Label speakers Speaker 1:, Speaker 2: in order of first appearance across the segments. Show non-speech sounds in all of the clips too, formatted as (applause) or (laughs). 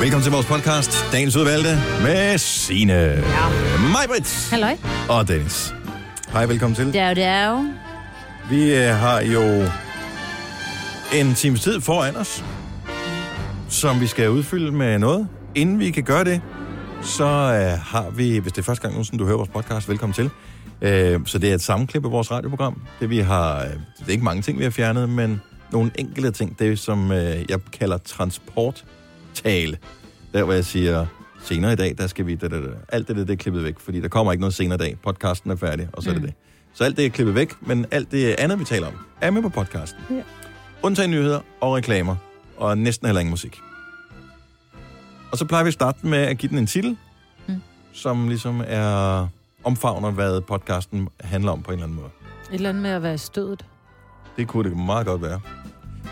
Speaker 1: Velkommen til vores podcast, Dagens Udvalgte, med Signe, ja. Majbrit
Speaker 2: Halløj.
Speaker 1: og Dennis. Hej, velkommen til.
Speaker 2: Dag, dag.
Speaker 1: Vi øh, har jo en times tid foran os, som vi skal udfylde med noget. Inden vi kan gøre det, så øh, har vi, hvis det er første gang nogensinde, du hører vores podcast, velkommen til. Øh, så det er et sammenklip af vores radioprogram. Det, vi har, øh, det er ikke mange ting, vi har fjernet, men nogle enkelte ting. Det, som øh, jeg kalder transporttale. Der, hvor jeg siger, senere i dag, der skal vi... Da, da, da. Alt det, der, det er klippet væk, fordi der kommer ikke noget senere i dag. Podcasten er færdig, og så mm. er det det. Så alt det er klippet væk, men alt det andet, vi taler om, er med på podcasten. Ja. Undtagen nyheder og reklamer, og næsten heller ingen musik. Og så plejer vi at starte med at give den en titel, mm. som ligesom er omfavner, hvad podcasten handler om på en eller anden måde.
Speaker 2: Et eller andet med at være i stødet.
Speaker 1: Det kunne det meget godt være.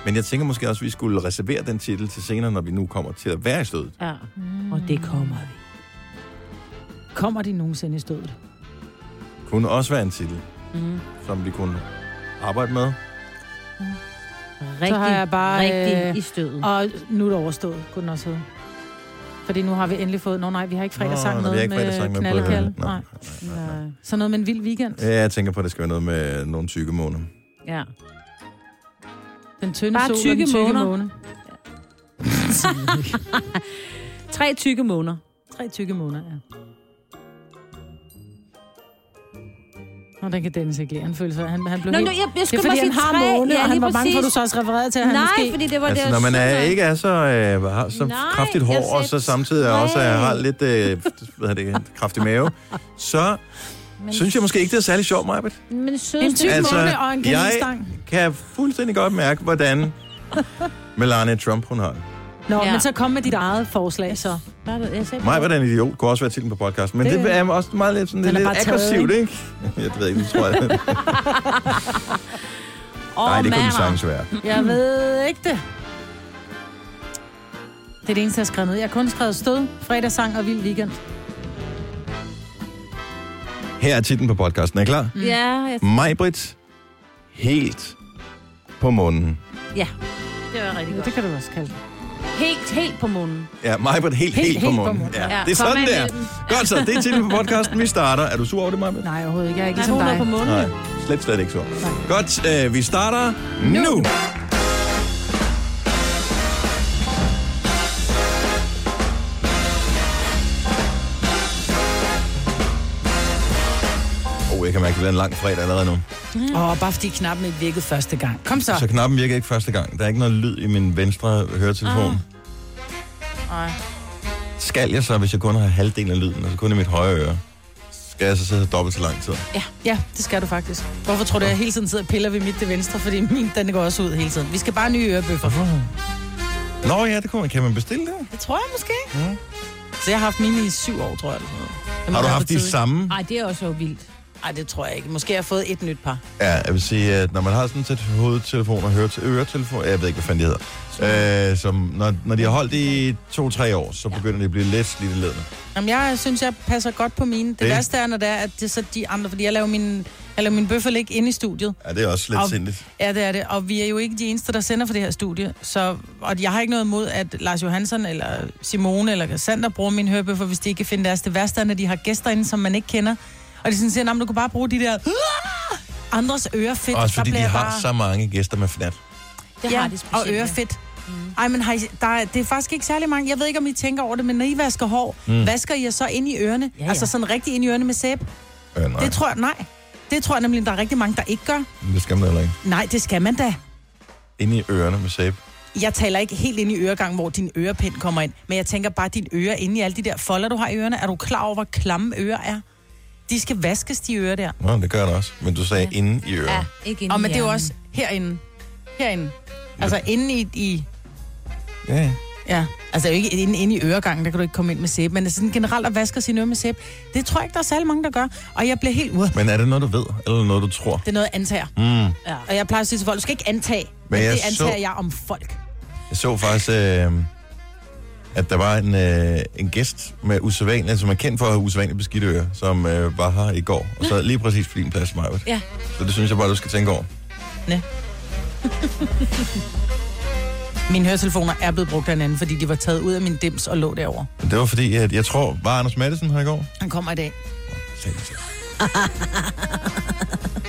Speaker 1: Men jeg tænker måske også, at vi skulle reservere den titel til senere, når vi nu kommer til at være i stødet.
Speaker 2: Ja.
Speaker 3: Mm. Og det kommer vi. Kommer de nogensinde i stødet?
Speaker 1: Kunne også være en titel,
Speaker 2: Mm.
Speaker 1: som vi kunne arbejde med.
Speaker 2: Rigtig,
Speaker 3: Så har jeg bare,
Speaker 2: rigtig
Speaker 3: øh,
Speaker 2: i stødet.
Speaker 3: Og nu er det overstået, kunne den også hedde. Fordi nu har vi endelig fået... Nå nej, vi har ikke
Speaker 1: Nå,
Speaker 3: fredagssang
Speaker 1: nej,
Speaker 3: med,
Speaker 1: vi har ikke fredagssang med
Speaker 3: med
Speaker 1: på-
Speaker 3: knaldekald.
Speaker 1: Nej,
Speaker 3: Nej.
Speaker 1: nej, nej, nej.
Speaker 3: nej. Så noget med en vild weekend.
Speaker 1: Ja, jeg tænker på, at det skal være noget med nogle tykke måneder.
Speaker 2: Ja.
Speaker 3: Den tynde
Speaker 2: Bare
Speaker 3: sol og
Speaker 2: tykke
Speaker 3: den tykke
Speaker 2: måner.
Speaker 3: måne.
Speaker 2: (laughs) Tre tykke måneder.
Speaker 3: Tre tykke måneder, ja. Nå, den kan Dennis ikke lide. Han føler sig... Han, han blev
Speaker 2: Nå,
Speaker 3: helt...
Speaker 2: nu, jeg, jeg
Speaker 3: det er
Speaker 2: skulle
Speaker 3: fordi,
Speaker 2: bare
Speaker 3: han
Speaker 2: sige
Speaker 3: har
Speaker 2: tre.
Speaker 3: måne, ja, og han
Speaker 2: lige
Speaker 3: var bange for, at du
Speaker 2: præcis.
Speaker 3: så også refererede til, at han
Speaker 2: Nej,
Speaker 3: måske...
Speaker 2: fordi det var
Speaker 1: Altså,
Speaker 2: det,
Speaker 1: når
Speaker 2: jeg
Speaker 1: man er,
Speaker 2: synes,
Speaker 1: ikke er så, øh, har så
Speaker 2: Nej,
Speaker 1: kraftigt
Speaker 2: jeg
Speaker 1: hår, og så
Speaker 2: sagde
Speaker 1: samtidig også er, har
Speaker 2: tre.
Speaker 1: lidt øh, (laughs) hvad er det, kraftig mave, så
Speaker 2: Men,
Speaker 1: synes jeg måske ikke, det er særlig sjovt, Majbet.
Speaker 2: Men
Speaker 3: En
Speaker 2: sødeste...
Speaker 3: tyk
Speaker 1: Altså,
Speaker 3: altså, måne og
Speaker 1: jeg-
Speaker 3: en kanelstang.
Speaker 1: Kan fuldstændig godt mærke, hvordan Melania Trump, hun har det.
Speaker 3: Nå,
Speaker 2: Ja.
Speaker 3: ja. men så kom med dit eget forslag, så.
Speaker 2: Bare du- jeg sagde-
Speaker 1: Mig var en idiot, kunne også være titlen på podcasten, men det,
Speaker 3: Det-
Speaker 1: det er også meget lidt, sådan, det er
Speaker 3: Den er
Speaker 1: lidt
Speaker 3: bare taget,
Speaker 1: aggressivt, ikke? (laughs) Jeg ved ikke, det tror jeg.
Speaker 2: Åh,
Speaker 1: Nej, det kunne
Speaker 2: mander.
Speaker 1: det sagtens være.
Speaker 3: Jeg ved ikke det. Det er det eneste, jeg har skrevet ned. Jeg har kun skrevet stød, fredagssang og vild weekend.
Speaker 1: Her er titlen på podcasten, er I klar?
Speaker 2: Ja, jeg,
Speaker 1: Majbrit, helt på munden.
Speaker 2: ja, det var rigtig
Speaker 3: Ja,
Speaker 2: godt.
Speaker 3: det kan du også kalde det.
Speaker 2: Helt, helt på munden.
Speaker 1: Ja, Majbrit, helt, helt, helt på munden. Ja, det er
Speaker 2: kom
Speaker 1: sådan
Speaker 2: af
Speaker 1: der.
Speaker 2: med den.
Speaker 1: Godt så, det er titlen på podcasten, vi starter. Er du sur over det, Majbrit?
Speaker 3: Nej, overhovedet ikke. Jeg er ikke
Speaker 2: Nej,
Speaker 3: ligesom
Speaker 2: hun er på
Speaker 3: dig.
Speaker 2: munden.
Speaker 1: Nej, slet, slet ikke så. Godt, øh, vi starter nu. nu. Oh, jeg kan mærke, at det bliver en lang fredag allerede nu.
Speaker 3: Åh, oh, bare fordi knappen ikke virkede første gang. Kom så.
Speaker 1: Så knappen virker ikke første gang. Der er ikke noget lyd i min venstre høretelefon.
Speaker 3: Ej.
Speaker 1: Skal jeg så, hvis jeg kun har halvdelen af lyden, altså kun i mit højre øre, skal jeg så sidde dobbelt så lang tid?
Speaker 3: Ja, ja, det skal du faktisk. Hvorfor tror du, at jeg hele tiden sidder og piller ved mit det venstre? Fordi min, den går også ud hele tiden. Vi skal bare have nye ørebøffer.
Speaker 1: Nå ja, det kunne man. Kan man bestille det?
Speaker 3: Det tror jeg måske. Mm. Så jeg har haft mine i syv år, tror jeg. Eller sådan noget. Det må
Speaker 1: Har du
Speaker 3: være
Speaker 1: haft
Speaker 3: for tidligt.
Speaker 1: de samme?
Speaker 2: Nej, det er også jo vildt.
Speaker 3: Nej, det tror jeg ikke. Måske har jeg fået et nyt par.
Speaker 1: Ja, jeg vil sige, at når man har sådan et sæt hovedtelefon og hører- øretelefon, jeg ved ikke, hvad fanden de hedder, øh, som, når, når de har holdt i to-tre år, så begynder de at blive lidt slidt i ledene.
Speaker 3: Jamen, jeg synes, jeg passer godt på mine. Det
Speaker 1: Det.
Speaker 3: værste er, når det er, at det er så de andre, fordi jeg laver min, jeg laver min bøffel ikke inde i studiet.
Speaker 1: Ja, det er også lidt
Speaker 3: Og-
Speaker 1: sindigt.
Speaker 3: Ja, det er det. Og vi er jo ikke de eneste, der sender for det her studie. Så, og jeg har ikke noget imod, at Lars Johansson eller Simone eller Sander bruger min hørbøffer, hvis de ikke kan finde deres. Det værste er, når de har gæster inde, som man ikke kender. Og de sådan siger, "Nå, men du kan bare bruge de der andres ørefedt.
Speaker 1: Også
Speaker 3: Der
Speaker 1: fordi de
Speaker 3: bliver jeg
Speaker 1: har
Speaker 3: bare-
Speaker 1: så mange gæster med fnat.
Speaker 2: Det
Speaker 3: ja,
Speaker 2: har de
Speaker 3: og
Speaker 2: specielt. med.
Speaker 3: ørefedt. Mm. Ej, men har I, der er, det er faktisk ikke særlig mange. Jeg ved ikke, om I tænker over det, men når I vasker hår, mm. vasker I jer så ind i ørerne?
Speaker 2: Ja,
Speaker 3: Ja,
Speaker 2: ja.
Speaker 3: ja. Altså sådan rigtig ind i ørerne med sæbe?
Speaker 1: Øh, nej,
Speaker 3: Det tror jeg, nej. Det tror jeg nemlig, der er rigtig mange, der ikke gør.
Speaker 1: det skal man heller ikke.
Speaker 3: Nej, det skal man da.
Speaker 1: Inde i ørerne med sæbe.
Speaker 3: Jeg taler ikke helt ind i øregangen, hvor din ørepind kommer ind, men jeg tænker bare, at dine ører inde i alle de der folder, du har i ørerne, er du klar over, hvor klamme ører er? De skal vaskes, de ører der.
Speaker 1: Nå, det gør det også. Men du sagde ja. inde i ørerne.
Speaker 2: Ja,
Speaker 1: Ja.
Speaker 2: ikke inde
Speaker 3: Og
Speaker 2: i
Speaker 3: men det er jo
Speaker 2: hjernen.
Speaker 3: også herinde. Herinde. Altså inde i, i
Speaker 1: ja.
Speaker 3: Ja, altså det er jo ikke inde, inde i øregangen, der kan du ikke komme ind med sæbe, men sådan generelt at vaske sine ører med sæbe, det tror jeg ikke, der er særlig mange, der gør. Og jeg bliver helt... Uh, det
Speaker 1: Men er det noget, du ved, eller noget, du tror?
Speaker 3: er noget, jeg antager.
Speaker 1: Mm.
Speaker 3: Ja. Og jeg plejer at sige til folk, du skal ikke antage, men,
Speaker 1: jeg
Speaker 3: det antager
Speaker 1: så-
Speaker 3: jeg om folk.
Speaker 1: Jeg så faktisk, øh, at der var en, øh, en gæst med usædvanlig, som er kendt for at have usædvanligt beskidte ører, som øh, var her i går, og sad lige præcis på din plads, Maja.
Speaker 2: Ja.
Speaker 1: Så det synes jeg bare, du skal tænke over.
Speaker 3: Næ. Mine høretelefoner er blevet brugt af en anden, fordi de var taget ud af min dims og lå derovre.
Speaker 1: Det var fordi, at jeg tror, var Anders Madsen her i går?
Speaker 3: Han kommer i dag. (laughs)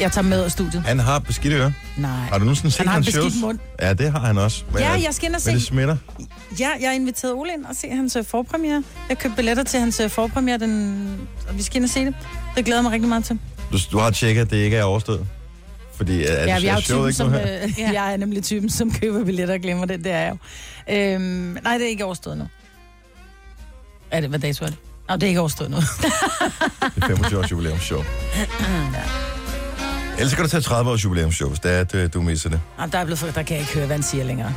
Speaker 3: Jeg tager med af studiet.
Speaker 1: Han har beskidte ører.
Speaker 3: Nej.
Speaker 1: Har du nogensinde set
Speaker 3: Han har en
Speaker 1: hans
Speaker 3: beskidt
Speaker 1: shows?
Speaker 3: mund.
Speaker 1: Ja, det har han også. Men,
Speaker 3: Ja,
Speaker 1: at-
Speaker 3: jeg skal ind og se.
Speaker 1: Men det smitter.
Speaker 3: Ja, jeg har inviteret Ole ind og se hans øh, forpremiere. Jeg købte billetter til hans øh, forpremiere, den... og vi skal ind og se det. Det glæder jeg mig rigtig meget til.
Speaker 1: Du, du har tjekket, at det ikke er overstået. Fordi øh, er,
Speaker 3: Ja,
Speaker 1: er,
Speaker 3: vi er jo
Speaker 1: showet
Speaker 3: typen,
Speaker 1: ikke
Speaker 3: som,
Speaker 1: nu her?
Speaker 3: øh, jeg er nemlig typen, som køber billetter og glemmer det. Det er jeg jo. Øhm, nej, det er ikke overstået nu. Er det, hvad dato er det? Nå, (laughs) det er ikke overstået nu. øh,
Speaker 1: (laughs) Det er 25 års jubilæumsshow. Ellers kan du tage 30 års jubilæumsshow, hvis det er, at øh, du misser det.
Speaker 3: Nå, der, er blevet for, der kan jeg ikke høre, hvad han siger længere.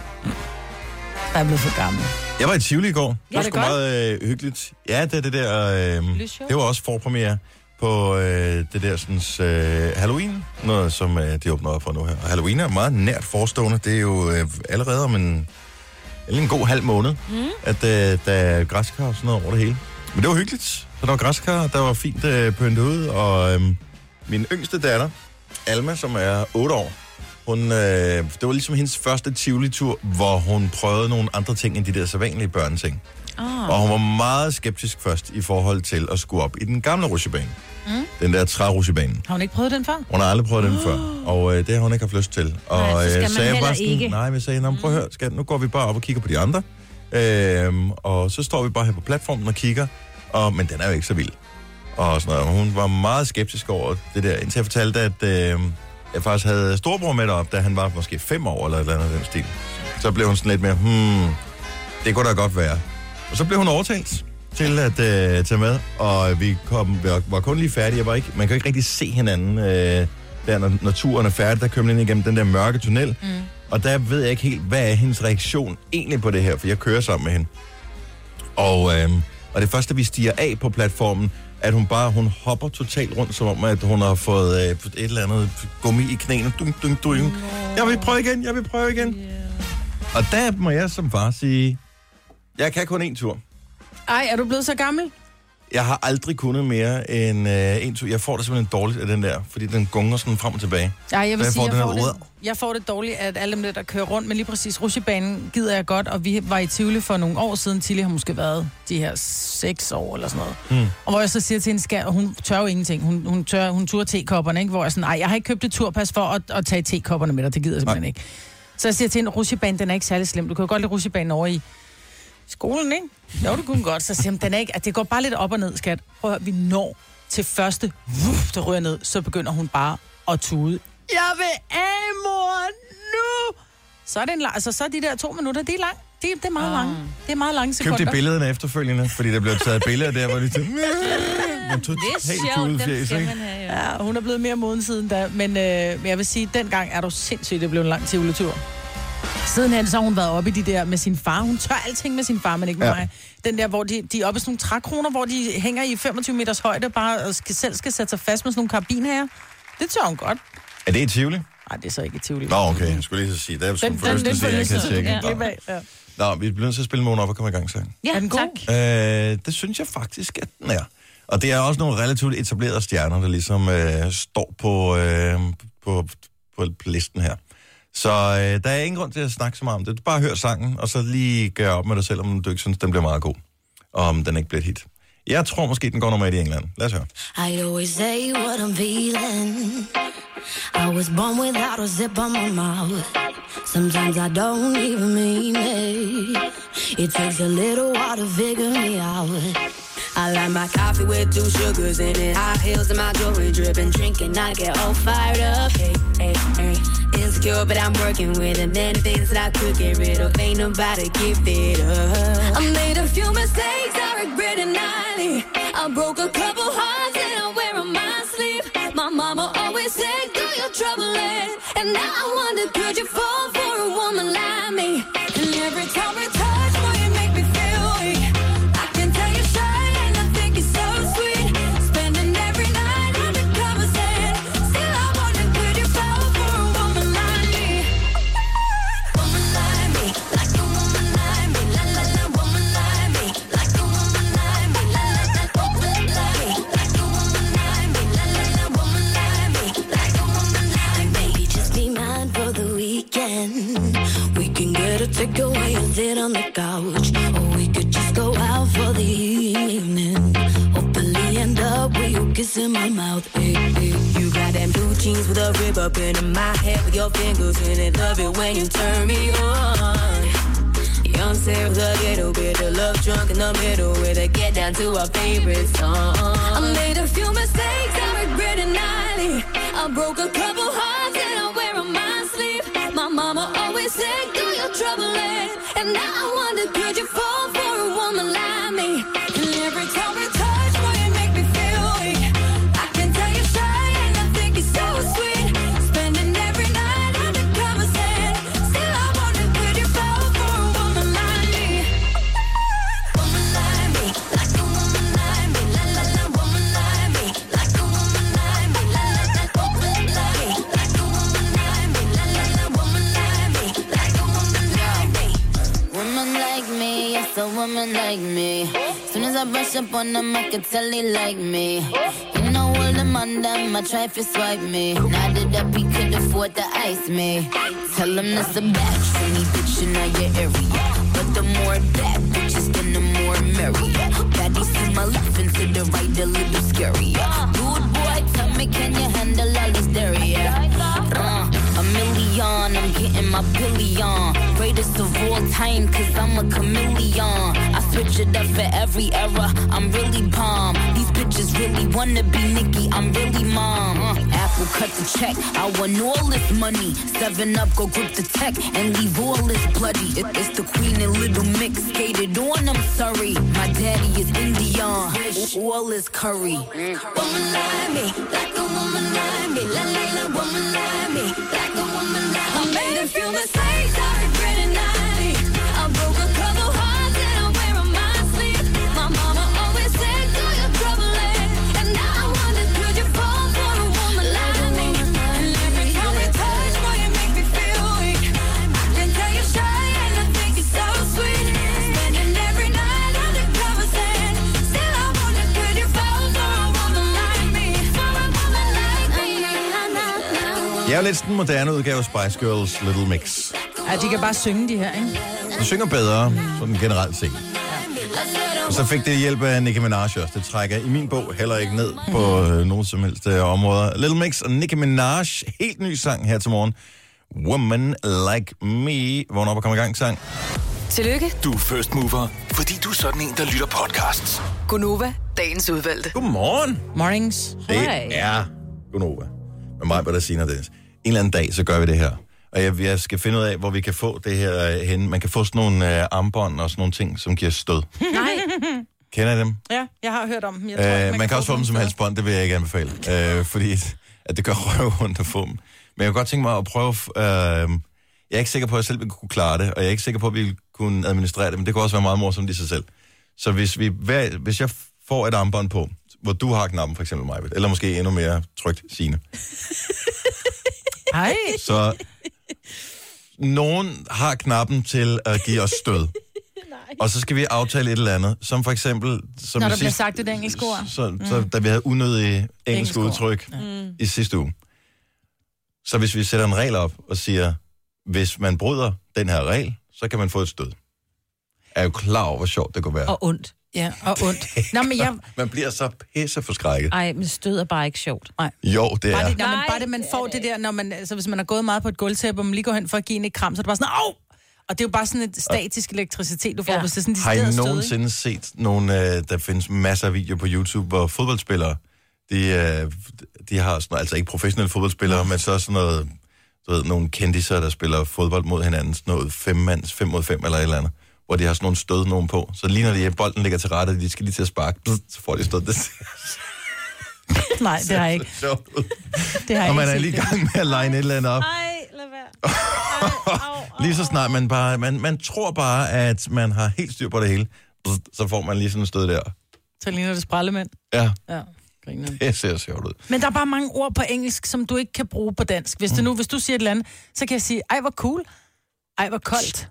Speaker 3: Der er blevet for gammel.
Speaker 1: Jeg var i Tivoli i går. Det var
Speaker 3: det
Speaker 1: sgu
Speaker 3: godt?
Speaker 1: meget øh, hyggeligt. Ja, det er det der... Øh,
Speaker 2: Lysshow?
Speaker 1: det var også forpremiere på øh, det der sådan, øh, Halloween. Noget, som øh, de åbner op for nu her. Og Halloween er meget nært forestående. Det er jo øh, allerede om en, eller en god halv måned, mm. at øh, der er græskar og sådan noget over det hele. Men det var hyggeligt. Så der var græskar, der var fint øh, pyntet ud. Og øh, min yngste datter, Alma, som er 8 år, hun, øh, det var ligesom hendes første Tivoli-tur, hvor hun prøvede nogle andre ting end de der sædvanlige børneting.
Speaker 2: Ah.
Speaker 1: Og hun var meget skeptisk først i forhold til at skulle op i den gamle rutsjebane. Mm. Den der trærusjebane.
Speaker 3: Har hun ikke prøvet den før?
Speaker 1: Hun har aldrig prøvet den før, og øh, det har hun ikke haft lyst til. Og
Speaker 2: Nej, så skal
Speaker 1: øh,
Speaker 2: man
Speaker 1: sagde jeg
Speaker 2: heller
Speaker 1: bare sådan,
Speaker 2: ikke. Mm.
Speaker 1: Nej, vi sagde, "Nå, men prøv at høre, skat, nu går vi bare op og kigger på de andre. Øhm, og så står vi bare her på platformen og kigger, og, men den er jo ikke så vild. Og sådan noget. Hun var meget skeptisk over det der, indtil jeg fortalte, at øh, jeg faktisk havde storbror med derop, da han var måske fem år eller et eller andet i den stil. Så blev hun sådan lidt mere, hmm, det kunne da godt være. Og så blev hun overtalt til at øh, tage med, og vi kom, var, var kun lige færdige. Jeg var ikke, man kan jo ikke rigtig se hinanden, øh, der, når naturen er færdig, der kører man ind igennem den der mørke tunnel. Mm. Og der ved jeg ikke helt, hvad er hendes reaktion egentlig på det her, for jeg kører sammen med hende. Og, øh, og det første, vi stiger af på platformen, at hun bare hun hopper totalt rundt, som om at hun har fået øh, et eller andet gummi i knæene. Dun, dun, dun. Jeg vil prøve igen, jeg vil prøve igen. Og der må jeg som far sige, jeg kan kun én tur.
Speaker 3: Ej, er du blevet så gammel?
Speaker 1: Jeg har aldrig kunnet mere end øh, en tur. Jeg får det simpelthen dårligt af den der, fordi den gunger sådan frem og tilbage.
Speaker 3: Ej, jeg vil
Speaker 1: Hvad får
Speaker 3: sige, jeg
Speaker 1: den
Speaker 3: får,
Speaker 1: her
Speaker 3: det,
Speaker 1: ord?
Speaker 3: jeg får det dårligt, at alle dem der, der kører rundt, men lige præcis rusjebanen gider jeg godt, og vi var i Tivoli for nogle år siden. Tilly har måske været de her seks år eller sådan
Speaker 4: (laughs)
Speaker 3: noget. Mm. Og hvor jeg så siger til hende, skal, og hun tør jo ingenting. Hun, hun, tør, hun turer tekopperne, ikke? hvor jeg sådan, nej, jeg har ikke købt et turpas for at, at tage tekopperne med dig, det gider jeg simpelthen
Speaker 1: Nej.
Speaker 3: ikke. Så jeg siger til hende, rusjebanen, den er ikke særlig slem. Du kan jo godt lide rusjebanen over i skolen, ikke? Jo, det kunne den godt. Så siger hun, den er ikke, at det går bare lidt op og ned, skat. Prøv at høre, vi når til første, vuff, der rører ned, så begynder hun bare at tude. Jeg vil af, mor, nu! Så er, det en, lang- altså, så er de der to minutter, det er lang. Det, det er meget
Speaker 2: Ah.
Speaker 3: lange. Det er meget lange
Speaker 1: Køb
Speaker 3: sekunder.
Speaker 1: de billederne efterfølgende, fordi der blev taget billeder der, hvor de tænkte, men
Speaker 2: Det er
Speaker 1: totalt
Speaker 2: sjovt, den
Speaker 1: tudefjæs,
Speaker 2: skal
Speaker 1: ikke?
Speaker 2: man have, ja.
Speaker 3: Ja, hun er blevet mere moden siden da, men øh, men jeg vil sige, at dengang er du sindssygt, det blev en lang tivletur. Sidenhen så har hun været oppe i de der med sin far. Hun tør alting med sin far, men ikke med
Speaker 1: Ja.
Speaker 3: ja. mig. Den der, hvor de, de er oppe i sådan nogle trækroner, hvor de hænger i 25 meters højde bare og skal, selv skal sætte sig fast med sådan nogle karbinhager. Det tør hun godt.
Speaker 1: Er det i Tivoli?
Speaker 3: Nej, det er så ikke i Tivoli.
Speaker 1: Nå, okay, jeg skulle lige så sige, det er sådan
Speaker 3: den-
Speaker 1: første,
Speaker 3: den
Speaker 1: så jeg kan
Speaker 3: følelse.
Speaker 1: tjekke.
Speaker 2: Ja.
Speaker 1: Nå.
Speaker 3: Ja.
Speaker 1: Nå, vi bliver nødt til at spille morgen op og komme i gang sang.
Speaker 2: Ja,
Speaker 3: Er den god?
Speaker 2: tak.
Speaker 1: Øh, det synes jeg faktisk, at den er. Og det er også nogle relativt etablerede stjerner, der ligesom øh, står på, øh, på, på, på listen her. Så øh, der er ingen grund til at snakke så meget om det. Bare hør sangen, og så lige gør op med dig selv, om du ikke synes, den bliver meget god. Og om den ikke bliver et hit. Jeg tror måske, den går nummer et i England. Lad os høre.
Speaker 5: I always say what I'm feeling. I was born without a zip on my mouth. Sometimes I don't even mean it. It takes a little while to figure me out.
Speaker 6: I like my coffee with two sugars in it. High heels and my jewelry dripping. Drinking, I get all fired up. Hey, hey, hey. Insecure, but I'm working with it. Many things that I could get rid of. Ain't nobody give it up.
Speaker 5: I made a few mistakes, I regret it nightly. I broke a couple hearts and I wear 'em on my sleeve. My mama always said, Do your troubling. And now I wonder, could you fall for a woman like me? And every time we touch, boy, you make me feel weak. I can tell you're shy and I think you're so sweet. Spending every night undercover saying, Still, I wonder, could you fall for a woman like me? Woman like me, like a woman like me, la la la. Woman like me, like a woman like me, la la la. Woman like me, like a
Speaker 6: taste in my mouth. Ay, ay. You got them blue jeans with a rib up in my head with your fingers in it. Love it when you turn me on. Young Sarah with a little bit of love drunk in the middle with a get down to our favorite song.
Speaker 5: I made a few mistakes, I regret it nightly. I broke a couple hearts and I wear 'em on my sleeve. My mama always said, Do your troubling. And now I wonder, could you fall for a woman like me? And every time we touch, boy, you make me feel weak. I can tell you're shy and I think you're so sweet. Spending every night undercover sand. Still, I wonder, could you fall for a woman like me? Woman like me, like a woman like me, la la la. Woman like me, like a woman like me, la la la. Woman like me, like a woman like me, la la la. Woman like me, like a woman like me.
Speaker 7: Woman like me, yes, a woman like me. Soon as I brush up on them, I can tell they like me. You know all them on them, I try to swipe me. Nodded up, he could afford to ice me. Tell him that's a bad for me, bitch, in all your area. But the more bad bitches, then the more merrier. Baddies to my left and to the right, a little scarier. Rude boy, tell me, can you handle all this dairy? Uh, a million, I'm getting my billion. Greatest of all time, cause I'm a chameleon. I switch it up for every era, I'm really bomb. These bitches really wanna be Nicki, I'm really mom. Uh, Apple cut the check, I want all this money. Seven up, go grip the tech, and leave all this bloody. It- it's the queen and little mix, skated on, I'm sorry. My daddy is Indian, all is curry.
Speaker 5: Woman like me, like a woman like me, la la la. Woman like me, like a woman like me. I made a few mistakes, I regret it nightly. I broke a couple hearts and I wear 'em on my sleeve. My mama always said, Do your troubling, and now I wonder, could you fall for a woman like me? And every time we touch, boy, you make me feel weak. I can tell you're shy and I think you're so sweet. Spending every night undercover sand. Still, I wonder, could you fall for a woman like me? For a woman like me.
Speaker 1: Jeg er lidt sådan en moderne udgave af Spice Girls Little Mix.
Speaker 3: Ja, de kan bare synge de her, ikke?
Speaker 1: De synger bedre, sådan generelt set. Og så fik det hjælp af Nicki Minaj også. Det trækker i min bog heller ikke ned på øh, nogen som helst øh, områder. Little Mix og Nicki Minaj. Helt ny sang her til morgen. Woman Like Me. Vågn op og kom i gang sang.
Speaker 8: Tillykke,
Speaker 9: Du er first mover, fordi du er sådan en, der lytter podcasts.
Speaker 8: Gunova, dagens udvalgte.
Speaker 1: Um. Godmorgen.
Speaker 3: Mornings.
Speaker 2: Hej.
Speaker 1: Det er Gunova. Med mig, hvad der siger det. En eller anden dag, så gør vi det her. Og jeg, jeg skal finde ud af, hvor vi kan få det her øh, henne. Man kan få sådan nogle øh, armbånd og sådan nogle ting, som giver stød.
Speaker 2: Nej,
Speaker 1: Kender I dem?
Speaker 3: (laughs) Ja, jeg har hørt om dem. Jeg tror,
Speaker 1: Øh, man, kan også få dem som
Speaker 3: steder.
Speaker 1: halsbånd, det vil jeg ikke anbefale. Øh, fordi at- at det gør (laughs) røv ondt at få dem. Men jeg kunne godt tænke mig at prøve... Øh, jeg er ikke sikker på, at jeg selv ville kunne klare det, og jeg er ikke sikker på, at vi ville kunne administrere det, men det kunne også være meget morsomt i sig selv. Så hvis, vi, hver, hvis jeg får et armbånd på, hvor du har knappen, for eksempel mig, eller måske endnu mere trygt, Signe,
Speaker 3: Ej,
Speaker 1: (laughs) så nogen har knappen til at give os (laughs) stød. Og så skal vi aftale et eller andet, som for eksempel... Som
Speaker 3: Når
Speaker 1: i
Speaker 3: der bliver sagt et engelsk ord.
Speaker 1: Så, mm. så da vi havde unødige engelske
Speaker 3: Engelsk
Speaker 1: engelsk
Speaker 3: ord.
Speaker 1: udtryk mm. i sidste uge. Så hvis vi sætter en regel op og siger, hvis man bryder den her regel, så kan man få et stød. Er jo klar over, hvor sjovt det kunne
Speaker 3: Mm.
Speaker 1: være.
Speaker 2: og ondt.
Speaker 3: ja, og ondt. Nå, men jeg...
Speaker 1: (laughs) Man bliver så pisseforskrækket.
Speaker 2: Ej, men stød er bare ikke sjovt.
Speaker 1: Jo, det
Speaker 3: Bare
Speaker 1: er.
Speaker 3: det, når man, bare det, man får det der, når man, altså, hvis man har gået meget på et gulvtæppe, og man lige går hen for at give en et kram, så er det bare sådan, au! Og det er jo bare sådan et statisk elektricitet, du får, ja.
Speaker 2: Ja.
Speaker 3: hvis det er sådan, de
Speaker 1: Har
Speaker 3: steder
Speaker 1: I
Speaker 3: stød, ikke?
Speaker 1: nogensinde set nogle, øh, der findes masser af videoer på YouTube, hvor fodboldspillere, de, øh, de har sådan, noget- altså ikke professionelle fodboldspillere, men så sådan noget, du ved, nogle kendiser, der spiller fodbold mod hinanden, sådan noget femmands, fem mod fem eller et eller andet, hvor de har sådan nogle stød nogen på. Så ligner det, at bolden ligger til rette, og de skal lige til at sparke, Bzz, så får de stød. Det ser
Speaker 3: (laughs) Nej, det har jeg ikke.
Speaker 1: så sjovt ud.
Speaker 3: Det har jeg
Speaker 1: Og man
Speaker 3: ikke
Speaker 1: er
Speaker 3: set
Speaker 1: lige i
Speaker 3: det.
Speaker 1: gang med at line et eller andet op. Lige så snart man bare, man, man tror bare, at man har helt styr på det hele, Bzz, så får man lige sådan en stød der.
Speaker 3: Så ligner det sprællemænd.
Speaker 1: Ja,
Speaker 3: Ja, griner.
Speaker 1: det ser sjovt ud.
Speaker 3: Men der er bare mange ord på engelsk, som du ikke kan bruge på dansk. Hvis,
Speaker 1: Mm.
Speaker 3: det nu, hvis du siger et eller andet, så kan jeg sige, ej, hvor cool. Ej, hvor koldt.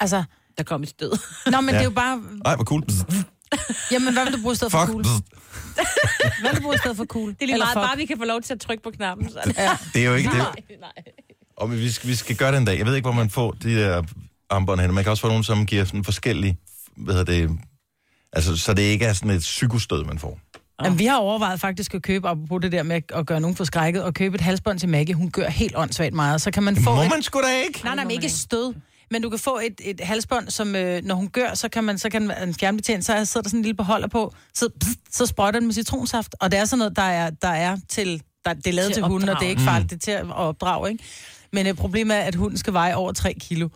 Speaker 3: Altså,
Speaker 2: Der kom et stød.
Speaker 3: nå, men ja. det
Speaker 1: Ja.
Speaker 3: er jo bare...
Speaker 1: Ej, hvor cool. Bzz.
Speaker 3: Jamen, hvad vil du bruge i stedet for
Speaker 1: Fuck.
Speaker 3: cool?
Speaker 1: Bzz.
Speaker 3: Hvad vil du bruge i stedet for cool?
Speaker 2: Det er lige meget, bare vi kan få lov til at trykke på knappen. Så. Ja.
Speaker 1: Det er jo ikke det.
Speaker 2: Nej.
Speaker 1: Og vi skal, vi skal gøre det en dag. Jeg ved ikke, hvor man får de der armbånd hen. Man kan også få nogen, som giver sådan forskellige, hvad hedder det, altså, så det ikke er sådan et psykostød, man får.
Speaker 3: Jamen, vi har overvejet faktisk at købe, apropos det der med at gøre nogen forskrækket, og købe et halsbånd til Maggie. Hun gør helt åndssvagt meget. Så kan man få...
Speaker 1: Må
Speaker 3: et-
Speaker 1: man sgu da ikke?
Speaker 3: Nej, nej, men
Speaker 2: man
Speaker 3: ikke
Speaker 2: ikke.
Speaker 3: stød. Men du kan få et, et halsbånd, som øh, når hun gør, så kan man så kan en fjernbetjent, så sidder der sådan en lille beholder på, så, pst, så sprøjter den med citronsaft. Og det er sådan noget, der er, der er til, der, det er lavet
Speaker 2: Til
Speaker 3: til, til
Speaker 2: at
Speaker 3: hunden, og det er
Speaker 2: opdrage.
Speaker 3: ikke farligt, det er til at opdrage, ikke? Men øh, problemet er, at hunden skal veje over 3 kilo.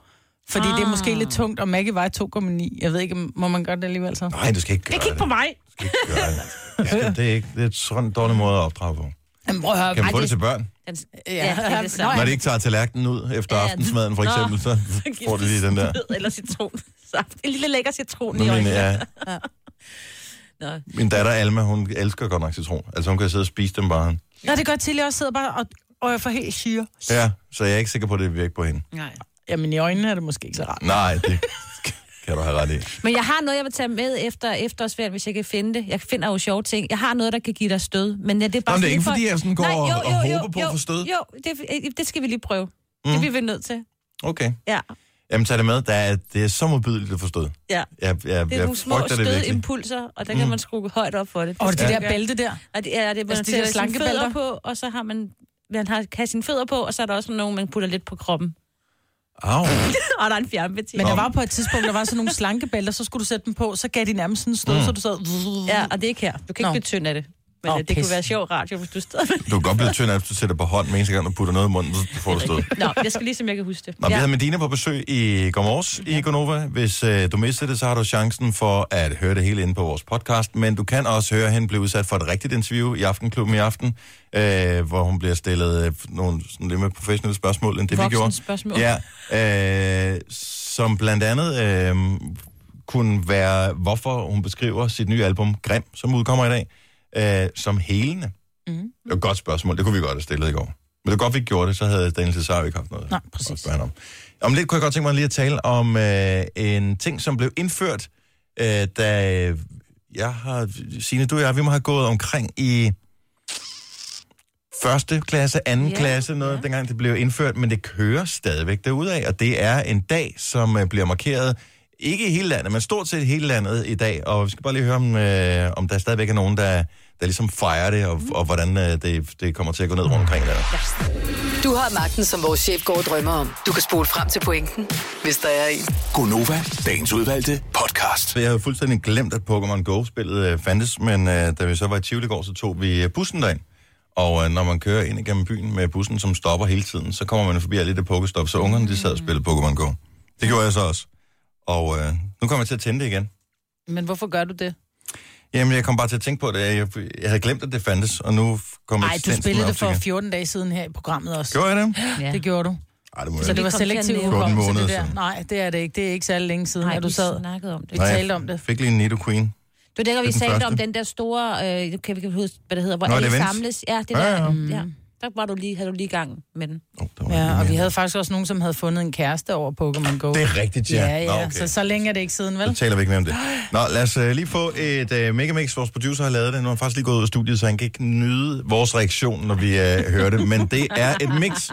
Speaker 3: Fordi ah. det er måske lidt tungt, og Maggie vejer 2,9. Jeg ved ikke, om- må man gøre det alligevel så?
Speaker 1: Nej, du skal ikke gøre det.
Speaker 2: på mig.
Speaker 1: Du skal ikke gøre
Speaker 3: (laughs)
Speaker 1: det. Du skal- Det er, ikke, det er sådan en dårlig måde at opdrage på.
Speaker 3: Jamen, prøv at høre.
Speaker 1: Kan man
Speaker 3: Ej,
Speaker 1: få det
Speaker 3: det-
Speaker 1: til børn?
Speaker 2: Den, ja,
Speaker 3: Ja.
Speaker 2: ja, det er det
Speaker 3: Nå,
Speaker 1: Når
Speaker 2: samme.
Speaker 1: de ikke tager tallerkenen ud efter
Speaker 2: Ja.
Speaker 1: aftensmaden, for eksempel,
Speaker 2: (laughs)
Speaker 3: (laughs)
Speaker 1: så får de lige den der.
Speaker 2: Nød Eller citronsaft. En lille lækker citron
Speaker 1: Nu
Speaker 2: i
Speaker 1: mener
Speaker 2: øjnene.
Speaker 1: jeg,
Speaker 2: Nå.
Speaker 1: min datter Alma, hun elsker godt nok citron. Altså, hun kan sidde og spise dem bare.
Speaker 3: Nå, det gør til, at jeg også sidder bare og, og jeg får helt syre.
Speaker 1: Ja, så jeg er ikke sikker på, at det virker på hende.
Speaker 2: Nej.
Speaker 3: Jamen, i øjnene er det måske ikke så rart.
Speaker 1: Nej, det kan du have ret i.
Speaker 2: Men jeg har noget, jeg vil tage med efter efterårsferien, hvis jeg kan finde det. Jeg finder jo sjove ting. Jeg har noget, der kan give dig stød. Men ja, det er bare
Speaker 1: Nå, men det er
Speaker 2: sådan
Speaker 1: ikke,
Speaker 2: for-
Speaker 1: fordi jeg sådan går
Speaker 2: Nej,
Speaker 1: og- og håber på at
Speaker 2: jo,
Speaker 1: få stød.
Speaker 2: Jo, det, øh, det skal vi lige prøve. Mm. Det bliver vi nødt til.
Speaker 1: Okay.
Speaker 2: Ja,
Speaker 1: Jamen, tag det med. Der er, det er så modbydeligt at forstå.
Speaker 2: ja.
Speaker 1: Jeg, jeg,
Speaker 2: Det er
Speaker 1: jeg
Speaker 2: nogle små
Speaker 1: frygter det virkelig. Mm.
Speaker 2: stødimpulser, og der kan man skrue højt op for det.
Speaker 3: Og det
Speaker 2: skal
Speaker 3: ja.
Speaker 2: vi
Speaker 3: der
Speaker 2: gøre.
Speaker 3: bælte der.
Speaker 2: Og det, ja, det er, man
Speaker 3: Altså, de
Speaker 2: sætter
Speaker 3: der
Speaker 2: sine
Speaker 3: slankebælter.
Speaker 2: fødder på, og så har man, man har, kan have sine fødder på, og så er der også nogen, man putter lidt på kroppen.
Speaker 1: Au.
Speaker 2: (laughs) og der er en fjernbetjening.
Speaker 3: Men der var på et tidspunkt, der var sådan nogle slankebælter, så skulle du sætte dem på, så gav de nærmest sådan en stød, mm. så du sad...
Speaker 2: Ja, og det er ikke her. Du kan ikke
Speaker 3: Nå.
Speaker 2: blive tynd af det. Men
Speaker 3: Nå,
Speaker 2: oh, det pis.
Speaker 3: pis.
Speaker 2: kunne være sjov radio, hvis du stadig...
Speaker 1: Du kan godt blive tynd, af, hvis du sætter på hånd, men eneste gang, du putter noget i munden, så får du stød.
Speaker 2: Nå, jeg skal lige, som jeg kan huske det.
Speaker 1: Nå, ja. vi havde Medina på besøg i går morges i Gonova. Hvis øh, du mistede det, så har du chancen for at høre det hele inde på vores podcast, men du kan også høre hende blive udsat for et rigtigt interview i Aftenklubben i aften, øh, hvor hun bliver stillet øh, nogle sådan lidt mere professionelle spørgsmål, end det vi gjorde.
Speaker 2: Voksenspørgsmål.
Speaker 1: Ja, øh, som blandt andet øh, kunne være, hvorfor hun beskriver sit nye album Grim, som udkommer i dag, øh, som helende. Mm. Det var et godt spørgsmål. Det kunne vi godt have stillet i går. Men det var godt, vi ikke gjorde det, så havde Daniel Cesar jo ikke haft noget
Speaker 3: Nej,
Speaker 1: at
Speaker 3: præcis.
Speaker 1: spørge ham om. Om lidt kunne jeg godt tænke mig lige at tale om øh, en ting, som blev indført, øh, da jeg har... Signe, du og jeg, vi må have gået omkring i første klasse, anden
Speaker 2: Ja,
Speaker 1: klasse, noget, ja. dengang det blev indført, men det kører stadigvæk derudad, og det er en dag, som øh, bliver markeret, ikke i hele landet, men stort set hele landet i dag, og vi skal bare lige høre, om, øh, om der stadigvæk er nogen, der, der ligesom fejrer det, og, og hvordan øh, det, det kommer til at gå ned rundt omkring i landet.
Speaker 8: Du har magten, som vores chef går og drømmer om. Du kan spole frem til pointen, hvis der er en.
Speaker 9: Gonova, dagens udvalgte podcast.
Speaker 1: Så jeg havde fuldstændig glemt, at Pokémon Go-spillet øh, fandtes, men øh, da vi så var i Tivoli i går, så tog vi øh, bussen derind. Og øh, når man kører ind igennem byen med bussen, som stopper hele tiden, så kommer man forbi alle det Pokestop, så ungerne de sad og spillede Pokémon Go. Det gjorde jeg så også. Og øh, nu kommer jeg til at tænde det igen.
Speaker 3: Men hvorfor gør du det?
Speaker 1: Jamen, jeg kom bare til at tænke på det. Jeg, jeg havde glemt, at det fandtes, og nu kom
Speaker 3: Nej, du
Speaker 1: eksistensen
Speaker 3: spillede
Speaker 1: op
Speaker 3: det
Speaker 1: til
Speaker 3: for
Speaker 1: igen.
Speaker 3: 14 dage siden her i programmet også.
Speaker 1: Gjorde jeg det?
Speaker 2: Ja.
Speaker 3: Det gjorde du.
Speaker 1: Ej, det må
Speaker 3: Så
Speaker 1: jeg
Speaker 3: det var
Speaker 2: kom til at
Speaker 3: selektiv
Speaker 2: nævne.
Speaker 3: hukommelse,
Speaker 1: 14
Speaker 3: det
Speaker 1: måneder
Speaker 3: der.
Speaker 1: siden.
Speaker 3: Nej, det er det ikke. Det er ikke særlig længe siden,
Speaker 2: Nej,
Speaker 3: at du sad.
Speaker 2: snakkede om det.
Speaker 3: Vi
Speaker 1: Nej, jeg
Speaker 3: talte om det.
Speaker 1: Fik lige en Nido Queen.
Speaker 2: Det var dengang, vi
Speaker 1: Det er den
Speaker 2: talte om
Speaker 1: første.
Speaker 2: den der store, øh, kan vi kan huske, hvad det hedder, hvor
Speaker 1: Nå,
Speaker 2: Nå, alle
Speaker 1: det er Vens.
Speaker 2: samles. Ja, det
Speaker 1: Ja,
Speaker 2: der,
Speaker 1: ja.
Speaker 2: ja, ja.
Speaker 3: Mm.
Speaker 2: Der var du lige, havde du lige gang med den.
Speaker 1: Oh, der var
Speaker 3: Ja,
Speaker 1: en
Speaker 3: og vi
Speaker 1: mere.
Speaker 3: havde faktisk også nogen, som havde fundet en kæreste over Pokémon Go.
Speaker 1: Det er rigtigt, ja.
Speaker 3: Ja, ja.
Speaker 1: Nå,
Speaker 3: okay. så, så længe er det ikke siden,
Speaker 1: Så
Speaker 3: vel?
Speaker 1: taler vi ikke mere om det. Nå, lad os uh, lige få et uh, megamix. Vores producer har lavet det. Nu er han faktisk lige gået ud af studiet, så han kan ikke nyde vores reaktion, når vi uh, hører det. Men det er et mix,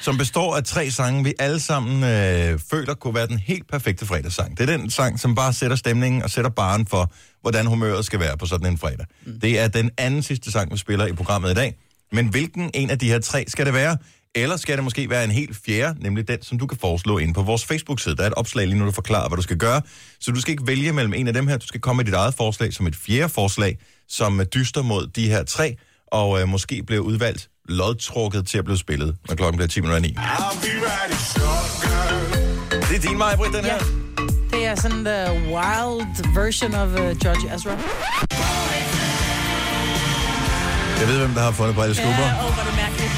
Speaker 1: som består af tre sange, vi alle sammen uh, føler kunne være den helt perfekte fredagssang. Det er den sang, som bare sætter stemningen og sætter baren for, hvordan humøret skal være på sådan en fredag.
Speaker 3: Mm.
Speaker 1: Det er den anden sidste sang, vi spiller i programmet i dag. Men hvilken en af de her tre skal det være? Eller skal det måske være en helt fjerde, nemlig den, som du kan foreslå inde på vores Facebook-side. Der er et opslag lige nu, der forklarer, hvad du skal gøre. Så du skal ikke vælge mellem en af dem her. Du skal komme med dit eget forslag som et fjerde forslag, som øh, dyster mod de her tre, og øh, måske bliver udvalgt lodtrukket til at blive spillet, når klokken bliver 10 minutter i ni. Det er din vej, Britt, den her.
Speaker 3: Ja. Det er sådan the wild version of uh, George Ezra.
Speaker 1: Jeg ved, hvem der har fundet på alle skubber. Ja,
Speaker 2: hvor er det mærkeligt.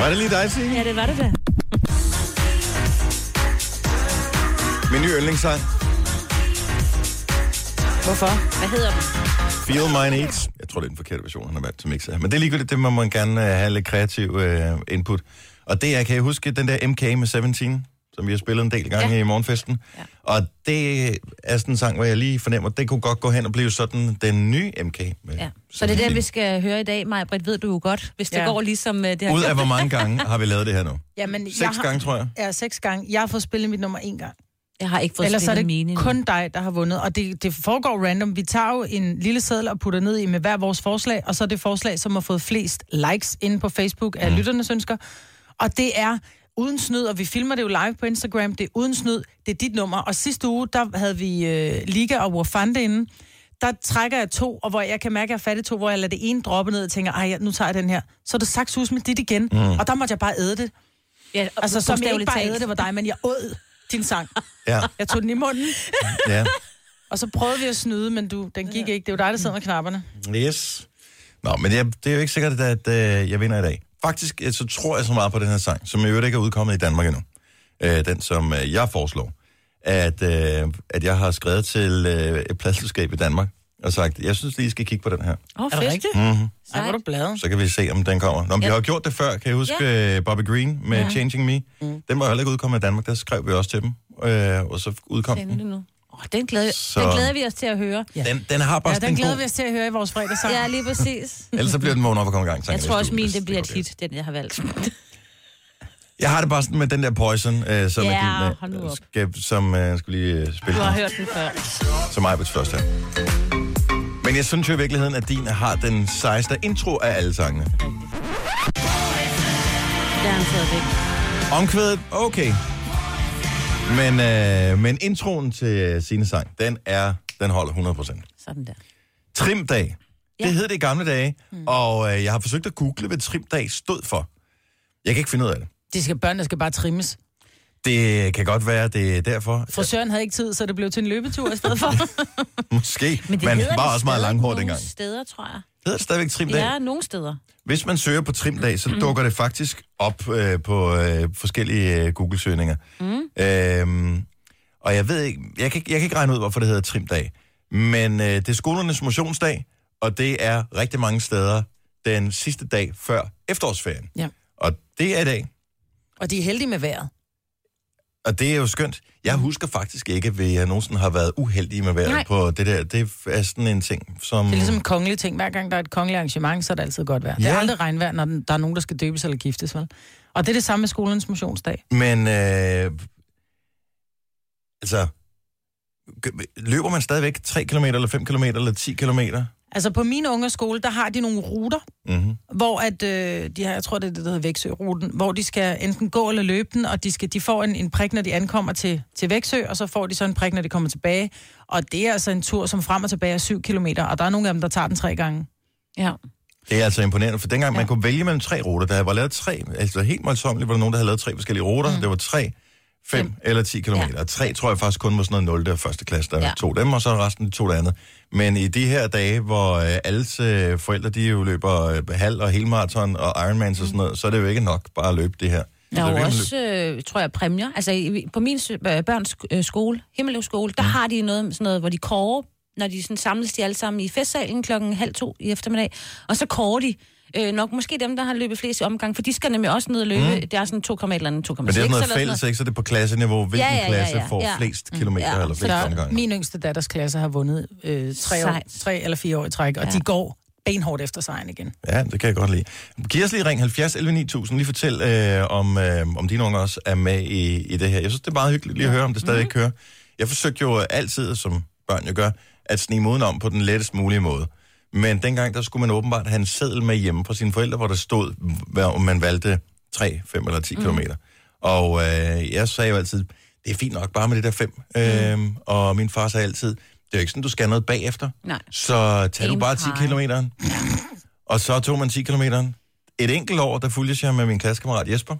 Speaker 1: Var det lige dig, Signe?
Speaker 2: Ja, det var det da.
Speaker 1: Min nye yndlingssang,
Speaker 3: Hvorfor?
Speaker 2: Hvad hedder den?
Speaker 1: Feel My Needs. Jeg tror, det er den forkerte version, han har valgt til mixer. Men det er ligegyldigt, det må man gerne øh, have lidt kreativ øh, input. Og det er, kan jeg huske, den der MK med 17, som vi har spillet en del gange ja. i morgenfesten. Ja. Og det er sådan en sang, hvor jeg lige fornemmer, det kunne godt gå hen og blive sådan den nye MK med
Speaker 2: Ja. Så det er den,
Speaker 1: 17.
Speaker 2: vi skal høre i dag. Maja Britt, ved du jo godt, hvis det
Speaker 3: Ja.
Speaker 2: ja. går ligesom øh, det her.
Speaker 1: Ud af hvor mange gange har vi lavet det her nu?
Speaker 3: Jamen, jeg
Speaker 1: Seks gange, tror jeg.
Speaker 3: Ja, seks gange. Jeg har fået spillet mit nummer en gang.
Speaker 2: Jeg har ikke fået
Speaker 3: Ellers er
Speaker 2: slettet
Speaker 3: det
Speaker 2: mine.
Speaker 3: kun dig, der har vundet. Og det, det foregår random. Vi tager jo en lille seddel og putter ned i med hver vores forslag, og så er det forslag, som har fået flest likes inde på Facebook
Speaker 1: Mhm.
Speaker 3: af lytternes ønsker. Og det er uden snyd, og vi filmer det jo live på Instagram. Det er uden snyd, det er dit nummer. Og sidste uge, der havde vi øh, Liga og Wafande inde. Der trækker jeg to, og hvor jeg kan mærke, at jeg er fat i to, hvor jeg lader det ene droppe ned og tænker, ej, nu tager jeg den her. Så er det sagt sus med dit igen, mm. og der måtte jeg bare æde det.
Speaker 2: Ja,
Speaker 3: Altså, som jeg ikke bare æde det var dig, men jeg åd din sang.
Speaker 1: Ja,
Speaker 3: Jeg tog den i munden.
Speaker 1: ja.
Speaker 3: Og så prøvede vi at snyde, men du, den gik ikke. Det var dig, der sad med knapperne.
Speaker 1: Yes. Nå, men det er, det er jo ikke sikkert, at øh, jeg vinder i dag. Faktisk øh, så tror jeg så meget på den her sang, som i øvrigt ikke er udkommet i Danmark endnu. Øh, den, som øh, jeg foreslår. At, øh, at jeg har skrevet til øh, et pladselskab i Danmark og sagt, jeg synes lige, I skal kigge på den her.
Speaker 2: Åh, oh,
Speaker 3: Er det
Speaker 2: fedt.
Speaker 3: rigtigt?
Speaker 1: Mm-hmm.
Speaker 3: Ej, hvor er du blad.
Speaker 1: Så kan vi se, om den kommer. Nå, men ja. vi har jo gjort det før, kan jeg huske ja. Bobby Green med ja. Changing Me. Mm. Den var heller ikke udkommet i Danmark, der skrev vi også til dem. Øh, og så udkom
Speaker 2: Send
Speaker 1: den.
Speaker 2: det nu. Åh, den, glæder,
Speaker 1: Så-
Speaker 2: den glæder vi os til at høre. Ja,
Speaker 1: Den, den har bare
Speaker 3: Ja,
Speaker 1: sådan
Speaker 3: den
Speaker 1: en
Speaker 3: glæder
Speaker 1: god...
Speaker 3: vi os til at høre i vores fredagssang.
Speaker 2: ja
Speaker 3: Ja.
Speaker 2: lige præcis.
Speaker 1: Ellers så bliver den vågen op og kommer i gang.
Speaker 2: Jeg
Speaker 1: tanken,
Speaker 2: tror
Speaker 1: hvis
Speaker 2: også,
Speaker 1: du-
Speaker 2: min
Speaker 1: hvis
Speaker 2: det bliver
Speaker 1: går
Speaker 2: et
Speaker 1: galt.
Speaker 2: hit, den jeg har valgt. (laughs)
Speaker 1: Jeg har det bare sådan med den der Poison, øh, som,
Speaker 2: Ja,
Speaker 1: er
Speaker 2: hold
Speaker 1: din,
Speaker 2: nu
Speaker 1: øh,
Speaker 2: op.
Speaker 1: skal, som øh, skulle lige øh, spille
Speaker 2: Du har
Speaker 1: den,
Speaker 2: hørt den før.
Speaker 1: som Ejberts første. Men jeg synes jo i virkeligheden, at din har den sejeste intro af alle sangene.
Speaker 2: Det har han taget væk.
Speaker 1: Omkvædet, okay. Men, øh, men introen til sine sang, den er, den holder 100%.
Speaker 2: Sådan der.
Speaker 1: Trimdag. Det
Speaker 2: Ja.
Speaker 1: hed det i gamle dage, mm. og øh, jeg har forsøgt at google, hvad trimdag stod for. Jeg kan ikke finde ud af det.
Speaker 3: De skal, børnene skal bare trimmes.
Speaker 1: Det kan godt være, det er derfor.
Speaker 3: Frisøren havde ikke tid, så det blev til en løbetur
Speaker 2: (laughs)
Speaker 3: i stedet for.
Speaker 1: Måske. Men Man
Speaker 2: hedder
Speaker 1: var
Speaker 2: det
Speaker 1: også meget
Speaker 2: stadig
Speaker 1: langhård
Speaker 2: nogle
Speaker 1: dengang.
Speaker 2: steder, tror jeg.
Speaker 1: Hedder det stadigvæk trimdag?
Speaker 2: Ja, nogle steder.
Speaker 1: Hvis man søger på trimdag, så dukker det faktisk op øh, på øh, forskellige øh, Google-søgninger. Mm. Øhm, og jeg ved ikke, jeg kan, ikke- jeg kan ikke regne ud, hvorfor det hedder trimdag. Men øh, det er skolernes motionsdag, og det er rigtig mange steder den sidste dag før efterårsferien.
Speaker 3: Ja.
Speaker 1: Og det er i dag,
Speaker 3: Og de er heldige med vejret.
Speaker 1: og det er jo skønt. Jeg husker faktisk ikke, at vi nogensinde har været uheldige med vejret
Speaker 2: Nej.
Speaker 1: på det der. Det er sådan en ting, som...
Speaker 3: Det er ligesom en kongelig ting. Hver gang der er et kongeligt arrangement, så er det altid godt vejr. Ja. Det
Speaker 1: Ja.
Speaker 3: er aldrig regnvejr, når den- der er nogen, der skal døbes eller giftes, vel? Og det er det samme med skolens motionsdag.
Speaker 1: Men øh, altså, g- løber man stadigvæk 3 km eller 5 km eller 10 km?
Speaker 3: Altså på min unge skole, der har de nogle ruter,
Speaker 1: Mm-hmm.
Speaker 3: hvor at, øh, de har, jeg tror, det er det, der hedder Væksø-ruten, hvor de skal enten gå eller løbe den, og de, skal, de får en, en prik, når de ankommer til, til Væksø, og så får de så en prik, når de kommer tilbage. Og det er altså en tur, som frem og tilbage er syv kilometer, og der er nogle af dem, der tager den tre gange.
Speaker 2: Ja.
Speaker 1: Det er altså imponerende, for dengang ja. man
Speaker 3: Ja.
Speaker 1: kunne vælge mellem tre ruter, der var lavet tre, altså helt møjsommeligt var der nogen, der havde lavet tre forskellige ruter. Mm. Det var 3, 5 eller 10 km.
Speaker 2: Mhm. Ja.
Speaker 1: Ja. 3 tror jeg faktisk kun var sådan noget 0. og første klasse, der ja.
Speaker 2: Ja.
Speaker 1: tog dem, og så resten tog det andet. Men i de her dage, hvor øh, alles øh, forældre, de jo løber øh, halv og helmarathon og Ironmans og sådan noget, så er det jo ikke nok bare at løbe det her.
Speaker 2: Mm.
Speaker 1: Så
Speaker 2: Der er
Speaker 1: kan
Speaker 2: jo
Speaker 1: man
Speaker 2: også, øh, tror jeg, præmier. Altså, i- på min sø- øh, børns øh, skole, Himmeløv skole,
Speaker 1: Mm.
Speaker 2: der har de noget, sådan noget, hvor de kårer, når de sådan samles de alle sammen i festsalen klokken halv to i eftermiddag, og så kårer de øh, nok måske dem, der har løbet flest i omgang, for de skal nemlig også ned og løbe. Mm. Det er sådan 2,1 eller andet, 2,6
Speaker 1: Men det er sådan
Speaker 2: eller
Speaker 1: noget
Speaker 2: sådan noget.
Speaker 1: fælles, ikke? Så det er på klasseniveau. Hvilken ja, ja, ja, ja. klasse Altså, får
Speaker 2: Ja. Mm.
Speaker 1: flest kilometer ja.
Speaker 2: Ja.
Speaker 1: eller
Speaker 3: Så
Speaker 1: flest
Speaker 3: der,
Speaker 1: omgange?
Speaker 3: min yngste datters klasse har vundet øh, tre, år,
Speaker 2: Sejt.
Speaker 3: tre eller fire år i træk, og ja. de går benhårdt efter sejren igen.
Speaker 1: Ja, det kan jeg godt lide. Giv os lige ring 70 11 9000. Lige fortæl, øh, om, øh, om dine unger også er med i, i det her. Jeg synes, det er meget hyggeligt lige at høre, om det stadig kører. Jeg forsøgte jo altid, som børn jo gør, at snige moden om på den lettest mulige måde. Men dengang, der skulle man åbenbart have en seddel med hjemme fra sine forældre, hvor der stod, hvad, om man valgte 3, 5 eller 10 mm. kilometer. Og øh, jeg sagde jo altid, det er fint nok bare med det der 5. Mm. Øh, og min far sagde altid, det er jo ikke sådan, du skal noget bagefter.
Speaker 2: Nej.
Speaker 1: Så tag du
Speaker 2: En
Speaker 1: bare 10
Speaker 2: pege.
Speaker 1: kilometeren. Og så tog man 10 km. Et enkelt år, der fulgte jeg med min klassekammerat Jesper.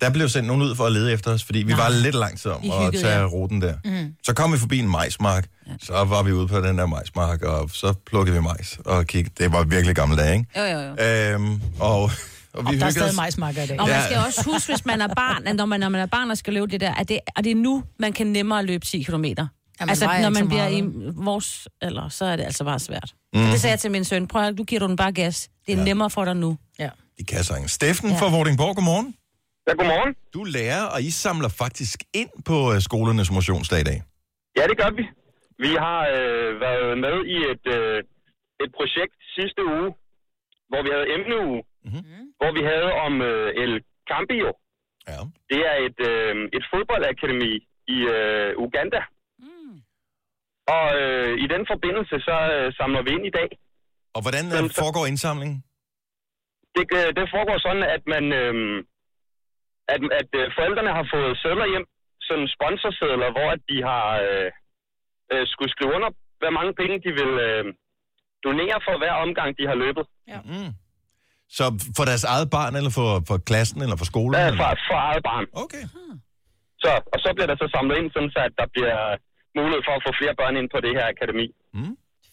Speaker 1: Der blev sendt nogen ud for at lede efter os, fordi vi var lidt lang tid om
Speaker 2: I
Speaker 1: at
Speaker 2: hyggede
Speaker 1: tage
Speaker 2: jer.
Speaker 1: ruten der. Mm. Så kom vi forbi en majsmark. Så var vi ude på den der majsmark, og så plukkede vi majs og kiggede. Det var virkelig gamle dage, ikke?
Speaker 2: Jo, jo, jo.
Speaker 1: Øhm, og, og vi
Speaker 3: Og der er
Speaker 1: hyggede
Speaker 3: stadig
Speaker 1: os.
Speaker 3: majsmarker i dag.
Speaker 2: Og
Speaker 1: Ja.
Speaker 2: man skal også huske, hvis man er barn, at når man, når man er barn og skal løbe det der, at det, og det er nu, man kan nemmere løbe 10 km. altså,
Speaker 3: vejer
Speaker 2: når
Speaker 3: ikke
Speaker 2: man
Speaker 3: så
Speaker 2: bliver i
Speaker 3: meget,
Speaker 2: vores alder, så er det altså bare svært.
Speaker 1: Mhm.
Speaker 2: Mm. Det sagde jeg til min søn, prøv at du giver du den bare gas. Det er ja. nemmere for dig nu.
Speaker 3: Ja.
Speaker 1: De kan sange. Steffen ja. fra Vordingborg, godmorgen.
Speaker 10: Ja, godmorgen.
Speaker 1: Du er lærer, og I samler faktisk ind på øh, skolernes motionsdag i dag.
Speaker 10: Ja, det gør vi. Vi har øh, været med i et, øh, et projekt sidste uge, hvor vi havde emneuge, mm-hmm. hvor vi havde om øh, El Campio.
Speaker 1: Ja.
Speaker 10: Det er et, øh, et fodboldakademi i øh, Uganda. Mm. Og øh, i den forbindelse, så øh, samler vi ind i dag.
Speaker 1: Og hvordan øh, foregår indsamlingen?
Speaker 10: Det, øh, det foregår sådan, at man, øh, at, at øh, forældrene har fået sædler hjem, sådan sponsorsedler, hvor at de har øh, øh, skulle skrive under, hvor mange penge de vil øh, donere for hver omgang, de har løbet.
Speaker 1: Mm. Så for deres eget barn, eller for, for klassen, eller for skolen?
Speaker 10: Ja,
Speaker 1: eller?
Speaker 10: for, for eget barn.
Speaker 1: Okay.
Speaker 10: Så, og så bliver der så samlet ind, sådan så at der bliver mulighed for at få flere børn ind på det her akademi.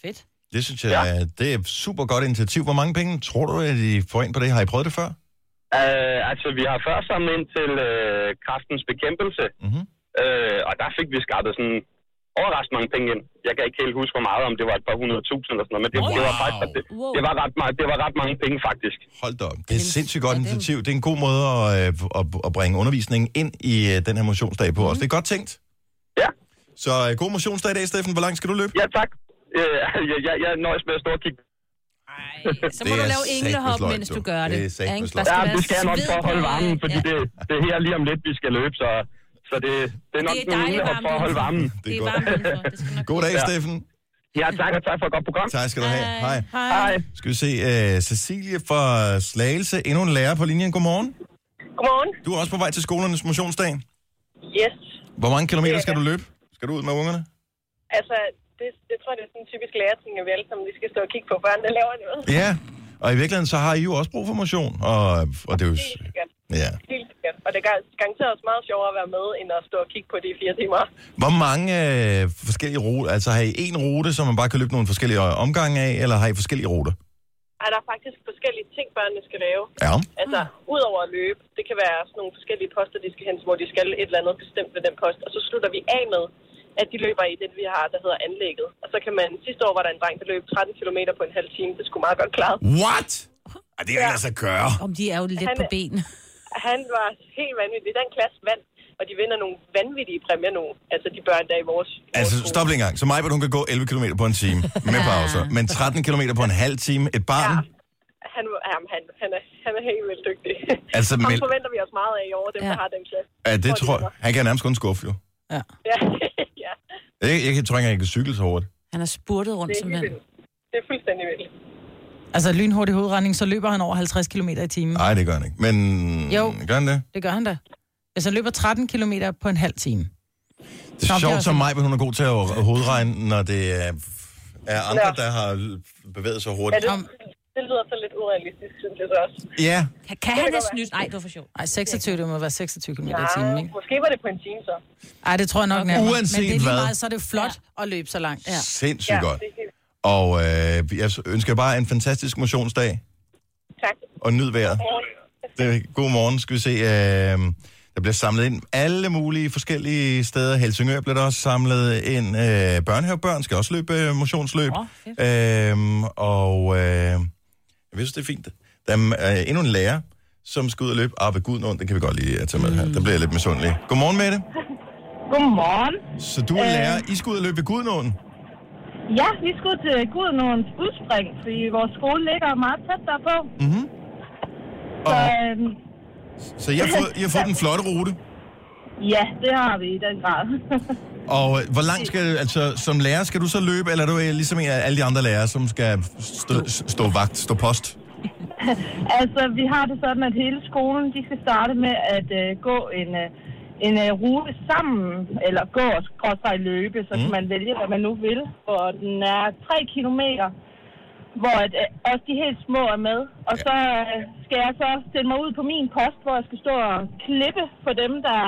Speaker 2: Fedt.
Speaker 1: Det synes jeg, ja. det er et super godt initiativ. Hvor mange penge tror du, at I får ind på det? Har I prøvet det før?
Speaker 10: Uh, altså, vi har før samlet ind til uh, kraftens bekæmpelse,
Speaker 1: Mhm.
Speaker 10: uh, og der fik vi skaffet sådan overraskende mange penge ind. Jeg kan ikke helt huske, hvor meget, om det var et par hundrede tusind eller sådan noget, men det, wow. det var faktisk det,
Speaker 2: Wow.
Speaker 10: det, var ret, meget, det var ret mange penge faktisk.
Speaker 1: Hold da op. Det er et sindssygt godt initiativ. Det er en god måde at, øh, at, at bringe undervisningen ind i øh, den her motionsdag på os. Det er godt tænkt.
Speaker 10: Mhm. Ja,
Speaker 1: Så øh, god motionsdag i dag, Steffen. Hvor langt skal du løbe?
Speaker 10: ja tak. Uh, (laughs) jeg, jeg, jeg nøjes med at stå og kigge.
Speaker 2: Ej, så må
Speaker 1: Det
Speaker 2: du
Speaker 1: er
Speaker 2: lave
Speaker 1: satme
Speaker 2: englehop,
Speaker 1: sløjt,
Speaker 2: mens
Speaker 1: du.
Speaker 2: du gør det.
Speaker 1: Det er satme
Speaker 2: ikke? Der
Speaker 1: sløjt.
Speaker 10: Ja,
Speaker 2: være
Speaker 10: det skal jeg nok
Speaker 2: sved
Speaker 10: for at holde
Speaker 2: på,
Speaker 10: varmen,
Speaker 2: øh,
Speaker 10: fordi
Speaker 2: ja.
Speaker 10: det, det er her lige om lidt, vi skal løbe, så, så det, det er nok
Speaker 2: Det er
Speaker 10: en
Speaker 2: dejligt
Speaker 10: mulighed
Speaker 2: varmt
Speaker 10: for at holde
Speaker 2: udenfor.
Speaker 10: varmen.
Speaker 1: Det
Speaker 2: Det
Speaker 1: er
Speaker 2: er
Speaker 1: godt.
Speaker 2: varmt udenfor. Det skal nok
Speaker 1: God dag,
Speaker 10: Ja.
Speaker 1: Steffen.
Speaker 10: Ja, tak, og tak for et godt program.
Speaker 1: Tak skal du have. Hej.
Speaker 3: Hej.
Speaker 10: Hej.
Speaker 1: Skal vi se, øh, Cecilie fra Slagelse, endnu en lærer på linjen. Godmorgen.
Speaker 11: Godmorgen.
Speaker 1: Du er også på vej til skolernes motionsdag.
Speaker 11: Yes.
Speaker 1: Hvor mange kilometer
Speaker 11: Ja.
Speaker 1: skal du løbe? Skal du ud med ungerne?
Speaker 11: Altså, det, jeg tror, det er sådan en typisk lærerting, at vi alle sammen lige skal stå og kigge på børn, der laver noget.
Speaker 1: Ja, og i virkeligheden så har I jo også brug for motion, og, og det er jo...
Speaker 11: Helt sikkert.
Speaker 1: Ja.
Speaker 11: Helt sikkert. Og det er gar- garanteret også meget sjovere at være med, end at stå og kigge på det i fire timer.
Speaker 1: Hvor mange øh, forskellige ruter, altså har I en rute, som man bare kan løbe nogle forskellige øh, omgange af, eller har I forskellige ruter?
Speaker 11: Ej, der er faktisk forskellige ting, børnene skal lave.
Speaker 1: Ja.
Speaker 11: Altså, udover at løbe, det kan være sådan nogle forskellige poster, de skal hen, til, hvor de skal et eller andet bestemt ved den post. Og så slutter vi af med, at de løber i det, vi har, der hedder anlægget. Og så kan man... Sidste år var der en dreng, der løb 13 km på en halv time. Det skulle meget godt klare.
Speaker 1: What? Ej, det kan
Speaker 11: Ja.
Speaker 1: altså gøre.
Speaker 2: Om de er jo lidt
Speaker 11: Han-
Speaker 2: på ben. (laughs)
Speaker 11: Han var helt vanvittig. Den klasse vandt, og de vinder nogle vanvittige præmier nu. Altså de børn, der er i vores...
Speaker 1: Altså,
Speaker 11: vores skole.
Speaker 1: stop lige en gang. Så Majbert, hun kan gå 11 km på en time med pauser, men 13 km på en halv time. Et barn?
Speaker 11: Ja. Han, jamen, han, han, er, han er helt vildt dygtig.
Speaker 1: Altså,
Speaker 11: Ham
Speaker 1: men-
Speaker 11: forventer vi os meget af i år, dem,
Speaker 2: Ja.
Speaker 11: ja. der har den klasse.
Speaker 1: Ja, det
Speaker 11: de
Speaker 1: tror jeg.
Speaker 11: vinder.
Speaker 1: Han kan nærmest kun skuffe, jo.
Speaker 11: (laughs) Ja, ja.
Speaker 1: Jeg, jeg tror ikke, han kan cykle så hurtigt.
Speaker 2: Han har spurtet
Speaker 11: Det
Speaker 2: rundt,
Speaker 11: er, helt
Speaker 2: simpelthen.
Speaker 11: vildt. det er fuldstændig vildt.
Speaker 3: Altså lynhurtig hovedregning, så løber han over 50 km i timen.
Speaker 1: Nej, det gør han ikke. Men
Speaker 3: Jo.
Speaker 1: gør han det?
Speaker 3: Det gør han da. Hvis han løber 13 km på en halv time.
Speaker 1: Det
Speaker 3: Nå,
Speaker 1: er
Speaker 3: det er
Speaker 1: sjovt
Speaker 3: også-
Speaker 1: som mig, men hun er god til at hovedregne, når det er, er andre,
Speaker 11: Nå.
Speaker 1: der har bevæget sig
Speaker 11: Ja,
Speaker 1: hurtigt.
Speaker 11: det,
Speaker 3: Om-
Speaker 11: det lyder så lidt urealistisk, synes jeg så også.
Speaker 1: Ja,
Speaker 2: Kan, kan han
Speaker 11: kan
Speaker 2: have
Speaker 11: godt
Speaker 2: snydt? Nej, det var for sjovt.
Speaker 3: Ej, 26, det må være 26 km i timen,
Speaker 11: Nej,
Speaker 3: ikke?
Speaker 11: måske var det på en time så.
Speaker 3: Ej, det tror jeg nok nærmere.
Speaker 1: Uanset
Speaker 3: Men det er lige
Speaker 1: hvad.
Speaker 3: meget, så er det flot at løbe så langt. Ja.
Speaker 1: sindssygt godt.
Speaker 11: det er helt-
Speaker 1: Og øh, jeg ønsker jer bare en fantastisk motionsdag,
Speaker 11: Tak.
Speaker 1: og nyd vejret. Det, er- god morgen, skal vi se. Øh, der bliver samlet ind alle mulige forskellige steder. Helsingør bliver der også samlet ind. Øh, børnehavebørn skal også løbe øh, motionsløb.
Speaker 2: Åh,
Speaker 1: Øhm, og øh, jeg synes, det er fint. Der er øh, endnu en lærer, som skal ud og løbe. Ah, ved Gud, den kan vi godt lige øh, tage med her. Der bliver jeg lidt misundelig. Godmorgen, Mette.
Speaker 11: Godmorgen.
Speaker 1: Så du er lærer. I skal ud og løbe ved Gudnåen.
Speaker 11: Ja, vi skulle til Gudnåens udspring, fordi vores skole ligger meget tæt derpå.
Speaker 1: Mm-hmm. Og,
Speaker 11: øhm,
Speaker 1: så jeg har fået, I har (laughs) fået den flotte rute.
Speaker 11: ja, det har vi i den grad.
Speaker 1: Og øh, hvor langt skal altså som lærer skal du så løbe, eller er du øh, ligesom en af alle de andre lærere, som skal stå, stå vagt, stå post?
Speaker 11: (laughs) altså, vi har det sådan, at hele skolen, de skal starte med at øh, gå en, øh, en øh, rute sammen, eller gå og skråstrej løbe,
Speaker 1: Mm.
Speaker 11: så kan man vælge, hvad man nu vil. Og den er 3 kilometer, hvor at, øh, også de helt små er med. Og så øh, skal jeg så stille mig ud på min post, hvor jeg skal stå og klippe for dem, der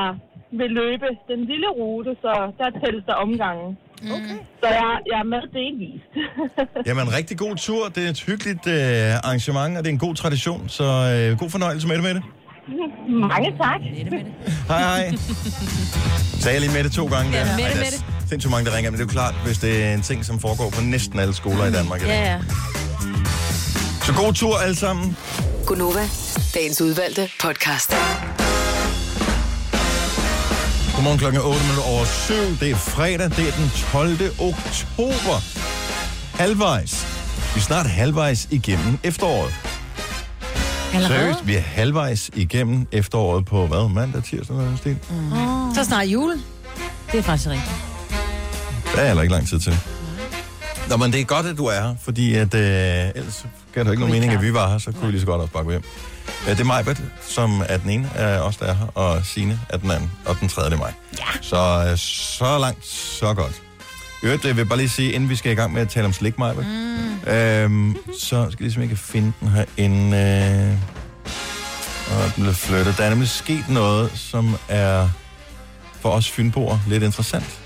Speaker 11: vil løbe den lille rute, så der tælles der omgangen. Okay. Så jeg, jeg er med delvist. (laughs)
Speaker 1: Jamen, rigtig god tur. Det er et hyggeligt øh, arrangement, og det er en god tradition. Så øh, god fornøjelse med det, med det.
Speaker 11: Mange tak.
Speaker 1: Hej, (laughs) hej. Sagde jeg lige Mette to gange? Ja, Mette, Ej, Mette. Sindssygt mange, der ringer, men det er jo klart, hvis det er en ting, som foregår på næsten alle skoler i Danmark. i dag.
Speaker 2: Ja, ja.
Speaker 1: Så god tur alle sammen.
Speaker 8: Gunova, dagens udvalgte podcast.
Speaker 1: Godmorgen klokken er 8 minutter over 7. Det er fredag, det er den 12. oktober. Halvvejs. Vi er snart halvvejs igennem efteråret. Seriøst, vi er
Speaker 3: Ah.
Speaker 1: halvvejs igennem efteråret på hvad? Mandag, tirsdag, eller noget i den stil.
Speaker 3: Så snart jul.
Speaker 2: Det er faktisk rigtigt.
Speaker 1: Der er heller ikke lang tid til. Nå, men det er godt, at du er her, fordi at, øh, ellers gav det jo ikke nogen mening, at vi var her, så kunne vi lige så godt også bakke hjem. Ja, det er mig, som er den ene af os, der er her, og Signe er den anden, og den tredje det er mig. Ja. Så, øh, så langt, så godt. I øvrigt, jeg vil bare lige sige, inden vi skal i gang med at tale om slik, Maja, mm. øhm, så skal jeg lige se, om jeg kan finde den herinde. Øh, og den blev flyttet. Der er nemlig sket noget, som er for os fynboer lidt interessant.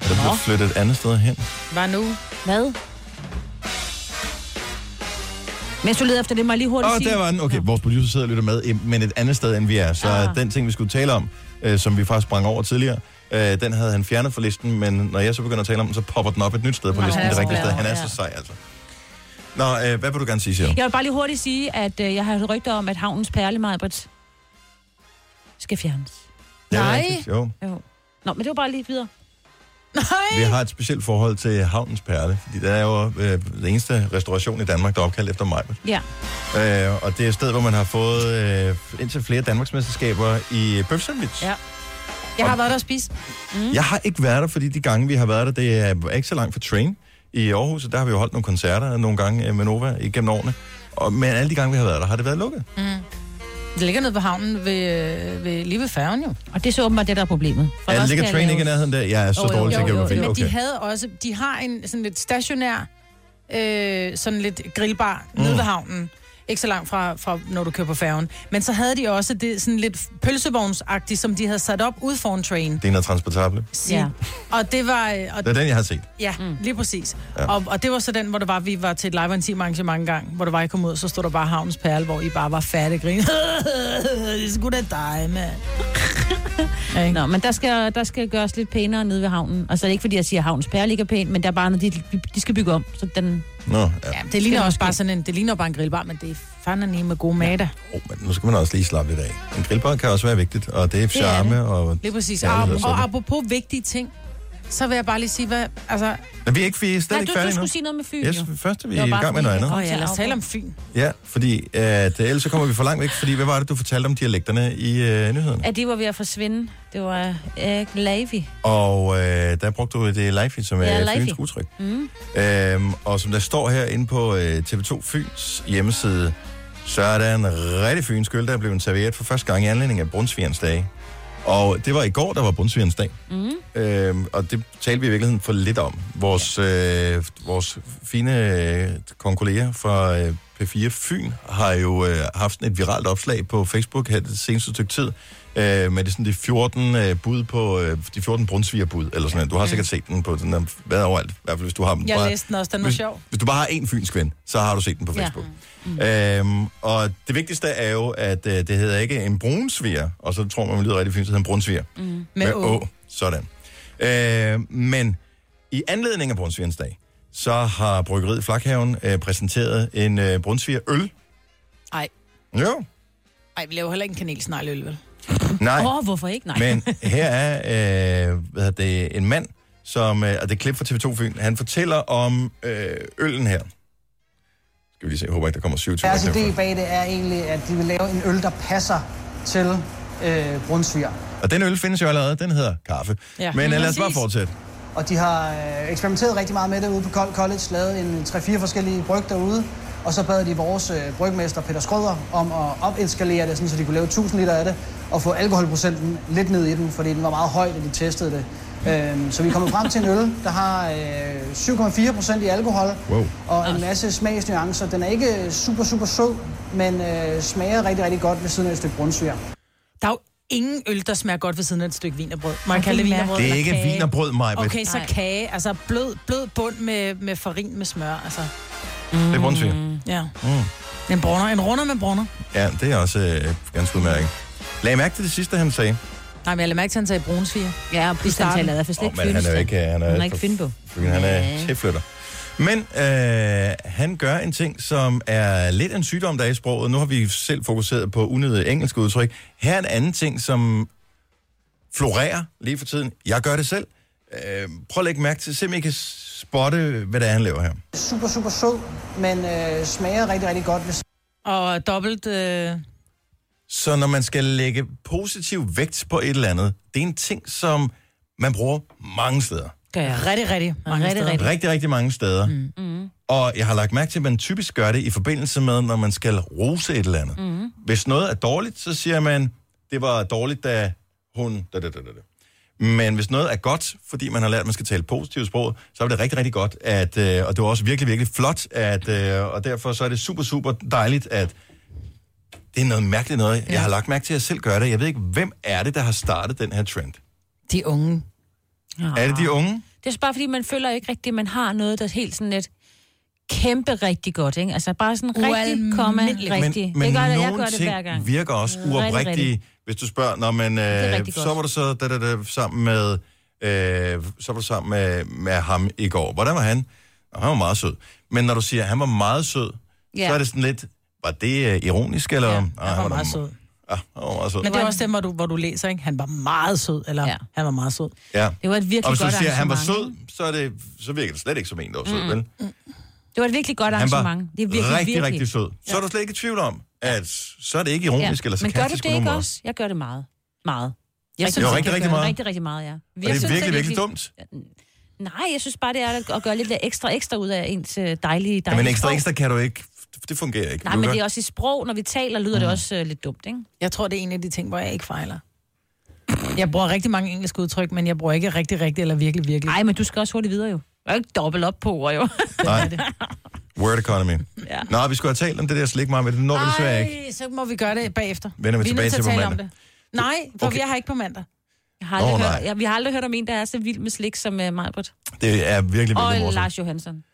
Speaker 1: Og Den blev flyttet et andet sted hen.
Speaker 3: Hvad nu?
Speaker 2: Hvad? Mens du leder efter det, må jeg lige hurtigt
Speaker 1: Åh,
Speaker 2: sige.
Speaker 1: der var den. Okay, vores producer sidder og lytter med, i- men et andet sted, end vi er. Så
Speaker 2: Ah.
Speaker 1: ah. den ting, vi skulle tale om, øh, som vi faktisk sprang over tidligere, øh, den havde han fjernet fra listen, men når jeg så begynder at tale om den, så popper den op et nyt sted på
Speaker 2: Nå,
Speaker 1: listen,
Speaker 2: han er
Speaker 1: det
Speaker 2: så
Speaker 1: rigtige
Speaker 2: glad.
Speaker 1: sted. Han er
Speaker 2: Ja.
Speaker 1: så sej, altså. Nå, øh, hvad vil du gerne sige, Sjæl?
Speaker 2: Jeg vil bare lige hurtigt sige, at øh, jeg har hørt rygter om, at havnens perle, Majbrit, skal fjernes. Nej.
Speaker 1: Jo.
Speaker 2: Jo. Nå, men det var bare lige videre.
Speaker 1: Vi har et specielt forhold til Havnens Perle, fordi der er jo øh, den eneste restauration i Danmark, der er opkaldt efter mig.
Speaker 2: Ja.
Speaker 1: Øh, og det er et sted, hvor man har fået øh, indtil flere Danmarksmesterskaber i bøfsandwich.
Speaker 3: Ja. Jeg har været der og spise. Mm.
Speaker 1: Jeg har ikke været der, fordi de gange, vi har været der, det er ikke så langt fra Train i Aarhus, og der har vi jo holdt nogle koncerter nogle gange øh, med Nova igennem årene. Og, men alle de gange, vi har været der, har det været lukket.
Speaker 3: Mm. Det ligger nede ved havnen, ved, øh, ved, lige ved færgen jo.
Speaker 2: Og det er så åbenbart det, der er problemet.
Speaker 1: Ja, der ligger Train ikke i nærheden der? Jeg er så dårlig til at geografi.
Speaker 3: Men de
Speaker 1: Okay.
Speaker 3: havde også, de har en sådan lidt stationær, øh, sådan lidt grillbar mm. nede ved havnen. Ikke så langt fra, fra, når du kører på færgen. Men så havde de også det sådan lidt pølsevognsagtigt, som de havde sat op ude foran train.
Speaker 1: Det er noget transportable.
Speaker 3: Ja. Og det var... øh, Og
Speaker 1: Det er den, jeg har set.
Speaker 3: Ja, mm. lige præcis.
Speaker 1: Ja.
Speaker 3: Ja. Og, og det var så den, hvor det var, vi var til et live intim arrangement gang, hvor det var, I kom ud, så stod der bare Havns Perle, hvor I bare var fatte grin. (laughs) det er sgu da dig, mand. Ja,
Speaker 2: Nå, men der skal, der skal gøres lidt pænere nede ved havnen. Og så er det ikke, fordi jeg siger, at havnens perle ikke er pæn, men der er bare noget, de, de skal bygge om. Så den...
Speaker 1: Nå, ja.
Speaker 3: Ja, det ligner også bare sådan en, det ligner bare en grillbar, men det er fandme med gode mad.
Speaker 1: Oh, men nu skal man også lige slappe lidt af. En grillbar kan også være vigtigt, og det er
Speaker 3: er
Speaker 1: charme.
Speaker 3: det.
Speaker 1: Og
Speaker 3: Lige præcis.
Speaker 1: Ja,
Speaker 3: Og,
Speaker 1: det er sådan.
Speaker 3: og apropos vigtige ting, så vil jeg bare lige sige, hvad... Altså,
Speaker 1: Men vi er ikke, vi er stadig
Speaker 3: Nej, du-
Speaker 1: færdige
Speaker 3: du skulle
Speaker 1: nu.
Speaker 3: sige noget med Fyn,
Speaker 1: Yes,
Speaker 3: jo.
Speaker 1: først er vi
Speaker 3: Det var
Speaker 1: i
Speaker 3: bare
Speaker 1: gang med
Speaker 3: fordi,
Speaker 1: noget andet.
Speaker 3: Åh ja, lad os tale om Fyn.
Speaker 1: Ja, fordi at, øh, ellers så kommer vi for langt væk, fordi hvad var det, du fortalte om dialekterne i øh, nyhederne?
Speaker 2: At de var ved at forsvinde. Det var øh, Erik Lavi.
Speaker 1: Og øh, der brugte du det Leifi, som er
Speaker 2: Ja,
Speaker 1: ja,
Speaker 2: Leifi.
Speaker 1: Fyns udtryk.
Speaker 2: Mm.
Speaker 1: Øhm, og som der står her inde på øh, TV2 Fyns hjemmeside, så er der en rigtig fynsk øl, der er blevet serveret for første gang i anledning af Brunsvigerens dag. Og det var i går, der var Brunsvigerens dag.
Speaker 3: Mhm.
Speaker 2: Mm.
Speaker 1: Øhm, og det talte vi i virkeligheden for lidt om. Vores, øh, vores fine øh, konkolleger fra øh, P4 Fyn har jo øh, haft sådan et viralt opslag på Facebook her det seneste stykke tid, øh, med det sådan de 14 øh, bud på, øh, de 14 brunsvigerbud, eller sådan noget. Du har sikkert set den på den der, hvad overalt, i hvert fald hvis du har den.
Speaker 3: Mm. Jeg
Speaker 1: Bare-
Speaker 3: læste den også, den var
Speaker 1: hvis,
Speaker 3: sjov.
Speaker 1: Hvis du bare har en fynsk ven, så har du set den på
Speaker 3: Ja.
Speaker 1: Facebook. Ja. Øhm, og det vigtigste er jo, at øh, det hedder ikke en brunsviger, og så tror man, man lyder rigtig fynsk, så hedder en brunsviger.
Speaker 3: Mm.
Speaker 1: Med å. Sådan. Øh, men i anledning af Brunsvigerens dag, så har Bryggeriet Flakhaven øh, præsenteret en øh, Brunsviger-øl.
Speaker 3: Ej,
Speaker 1: Jo,
Speaker 3: ej, vi laver heller ikke en kanelsnegløl, vel?
Speaker 1: nej.
Speaker 3: Åh, hvorfor ikke? Nej.
Speaker 1: Men her er øh, hvad hedder det, en mand, som, øh, og det er et klip fra TV2 Fyn, han fortæller om øh, øllen her. Skal vi lige se, jeg håber ikke, der kommer 27.
Speaker 12: Deres
Speaker 1: derfra.
Speaker 12: idé bag Altså, det er egentlig, at de vil lave en øl, der passer til øh, brunsviger.
Speaker 1: Og den øl findes jo allerede, den hedder kaffe.
Speaker 12: Ja.
Speaker 1: Ja, men
Speaker 12: Ja,
Speaker 1: øh, lad os bare
Speaker 12: præcis.
Speaker 1: fortsætte.
Speaker 12: Og de har øh, eksperimenteret rigtig meget med det ude på Kold College, lavet en 3-4 forskellige bryg derude. Og så bad de vores øh, brygmester Peter Skrøder om at opeskalere det, sådan, så de kunne lave 1000 liter af det, og få alkoholprocenten lidt ned i den, fordi den var meget høj, da de testede det. Øhm, så vi er kommet frem til en øl, der har øh, 7,4 procent i alkohol,
Speaker 1: Wow.
Speaker 12: og en masse smagsnuancer. Den er ikke super, super sød, men øh, smager rigtig, rigtig godt ved siden af et stykke brunsviger.
Speaker 3: Der er jo ingen øl, der smager godt ved siden af et stykke vinerbrød. Må jeg
Speaker 12: Ej,
Speaker 3: kalde det
Speaker 12: det er
Speaker 3: vinerbrød
Speaker 1: Det er
Speaker 3: eller
Speaker 1: ikke
Speaker 3: kage?
Speaker 1: wienerbrød, Maj-Brit.
Speaker 3: Okay, så
Speaker 1: Nej.
Speaker 3: kage. Altså blød, blød bund med, med farin med smør. Altså.
Speaker 1: Det er Brunsviger.
Speaker 3: Ja.
Speaker 1: Mm.
Speaker 3: En brunner. En runder med brunner.
Speaker 1: Ja, det er også øh, ganske udmærket. Lag mærke til det sidste, han sagde.
Speaker 3: Nej, men jeg lader mærke til, at han sagde brunsviger.
Speaker 2: Ja,
Speaker 3: i starten.
Speaker 2: taler i hvert fald slet
Speaker 1: Åh, men han er jo ikke, han er,
Speaker 2: Han er ikke finde på.
Speaker 1: Fordi han er tilflytter. Men øh, han gør en ting, som er lidt en sygdom, der er i sproget. Nu har vi selv fokuseret på unødige engelske udtryk. Her er en anden ting, som florerer lige for tiden. Jeg gør det selv. Øh, prøv at lægge mærke til, se om I kan spotte, hvad det er, han laver her.
Speaker 12: Super, super sød, men øh, smager rigtig, rigtig godt ved
Speaker 3: Og dobbelt... Øh...
Speaker 1: Så når man skal lægge positiv vægt på et eller andet, det er en ting, som man bruger mange steder.
Speaker 3: Gør jeg. Rigtig, rigtig mange rigtig, steder.
Speaker 1: Rigtig, rigtig mange steder. Mm.
Speaker 3: Mm.
Speaker 1: Og jeg har lagt mærke til, at man typisk gør det i forbindelse med, når man skal rose et eller andet.
Speaker 3: Mm.
Speaker 1: Hvis noget er dårligt, så siger man, det var dårligt, da hun... Da, da, da, da. da. Men hvis noget er godt, fordi man har lært, at man skal tale positivt sprog, så er det rigtig, rigtig godt, at, øh, og det var også virkelig, virkelig flot, at, øh, og derfor så er det super, super dejligt, at det er noget mærkeligt noget. Ja. Jeg har lagt mærke til, at jeg selv gør det. Jeg ved ikke, hvem er det, der har startet den her trend?
Speaker 3: De unge.
Speaker 1: Ja. Er det de unge?
Speaker 2: Det er så bare, fordi man føler ikke rigtigt, at man har noget, der er helt sådan lidt kæmpe rigtig godt, ikke? Altså bare sådan rigtig, komma,
Speaker 1: Ualmindeligt.
Speaker 2: rigtig.
Speaker 1: Men, men
Speaker 2: det gør det, jeg
Speaker 1: nogle
Speaker 2: gør det
Speaker 1: ting
Speaker 2: hver gang.
Speaker 1: virker også
Speaker 2: Rigtig,
Speaker 1: uoprigtige.
Speaker 2: rigtig.
Speaker 1: Hvis du spørger, når man,
Speaker 2: er
Speaker 1: øh,
Speaker 2: rigtig
Speaker 1: så
Speaker 2: godt.
Speaker 1: var du så, da, da, da, sammen med, øh, så var du sammen med, med ham i går. Hvordan var han? Og han var meget sød. Men når du siger, at han var meget sød,
Speaker 3: Ja.
Speaker 1: ja. så er det sådan lidt, var det øh, ironisk, eller? Ja, han, var
Speaker 3: var meget sød.
Speaker 1: Ja, han var meget sød.
Speaker 3: Men det er også dem, hvor du, hvor du læser, ikke? Han var meget sød, eller ja. han var meget sød.
Speaker 1: Ja.
Speaker 2: Det var et virkelig
Speaker 1: Og hvis
Speaker 2: godt
Speaker 1: du siger, at han var sød,
Speaker 2: arrangement,
Speaker 1: så, er det, så virker det slet ikke som en, der var sød,
Speaker 2: Mm.
Speaker 1: vel?
Speaker 2: Det var et virkelig godt
Speaker 1: Han var
Speaker 2: arrangement. det er virkelig,
Speaker 1: rigtig,
Speaker 2: virkelig.
Speaker 1: rigtig sød. Så er du slet ikke i tvivl om, at så er det ikke ironisk ja. eller sarkastisk
Speaker 2: Men gør du
Speaker 1: på
Speaker 2: det
Speaker 1: nogen
Speaker 2: ikke
Speaker 1: måde.
Speaker 2: også? Jeg gør det meget. Meget.
Speaker 1: Jeg synes, Jo, jeg rigtig, gør rigtig det. meget.
Speaker 2: Rigtig, rigtig meget, ja.
Speaker 1: Og det er virkelig, virkelig dumt.
Speaker 2: Nej, jeg synes bare, det er at gøre lidt ekstra ekstra ud af ens øh, dejlige, dejlige
Speaker 1: Ja, men ekstra
Speaker 2: sprog.
Speaker 1: ekstra kan du ikke. Det fungerer ikke.
Speaker 2: Nej,
Speaker 1: Du
Speaker 2: men
Speaker 1: kan-
Speaker 2: det er også i sprog, når vi taler, lyder mm. det også øh, lidt dumt, ikke?
Speaker 3: Jeg tror, det er en af de ting, hvor jeg ikke fejler. Jeg bruger rigtig mange engelske udtryk, men jeg bruger ikke rigtig, rigtig eller virkelig, virkelig.
Speaker 2: Nej, men du skal også hurtigt videre jo. Jeg er ikke dobbelt op på ord, jo. (laughs)
Speaker 1: Nej. Word economy.
Speaker 2: Ja.
Speaker 1: Nå, vi skulle have talt om det der slik meget, men det når vi desværre ikke.
Speaker 3: Ej, så må vi gøre det bagefter.
Speaker 1: Vender vi
Speaker 3: er
Speaker 1: tilbage
Speaker 3: nødt
Speaker 1: til på
Speaker 3: at tale om
Speaker 1: mandag.
Speaker 3: det. Nej,
Speaker 1: Okay.
Speaker 3: for okay. vi er her ikke på mandag.
Speaker 2: Jeg har aldrig
Speaker 1: Nå,
Speaker 2: hørt,
Speaker 1: nej.
Speaker 2: jeg, vi har aldrig hørt om en, der er så vild med slik som uh, Majbrit.
Speaker 1: Det er virkelig,
Speaker 2: Og
Speaker 1: virkelig morsomt.
Speaker 2: Lars Johansson.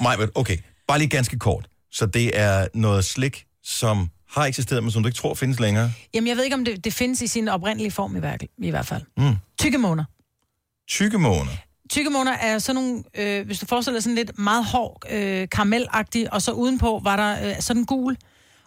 Speaker 1: Maj, men okay. Bare lige ganske kort. Så det er noget slik, som har eksisteret, men som du ikke tror findes længere.
Speaker 3: Jamen, jeg ved ikke, om det, det findes i sin oprindelige form i, hver, i hvert fald.
Speaker 1: Mm.
Speaker 3: Tykke måneder.
Speaker 1: Tykke måner.
Speaker 3: Tykkemåner er sådan nogle, øh, hvis du forestiller dig sådan lidt meget hård, øh, karamelagtig, og så udenpå var der øh, sådan gul.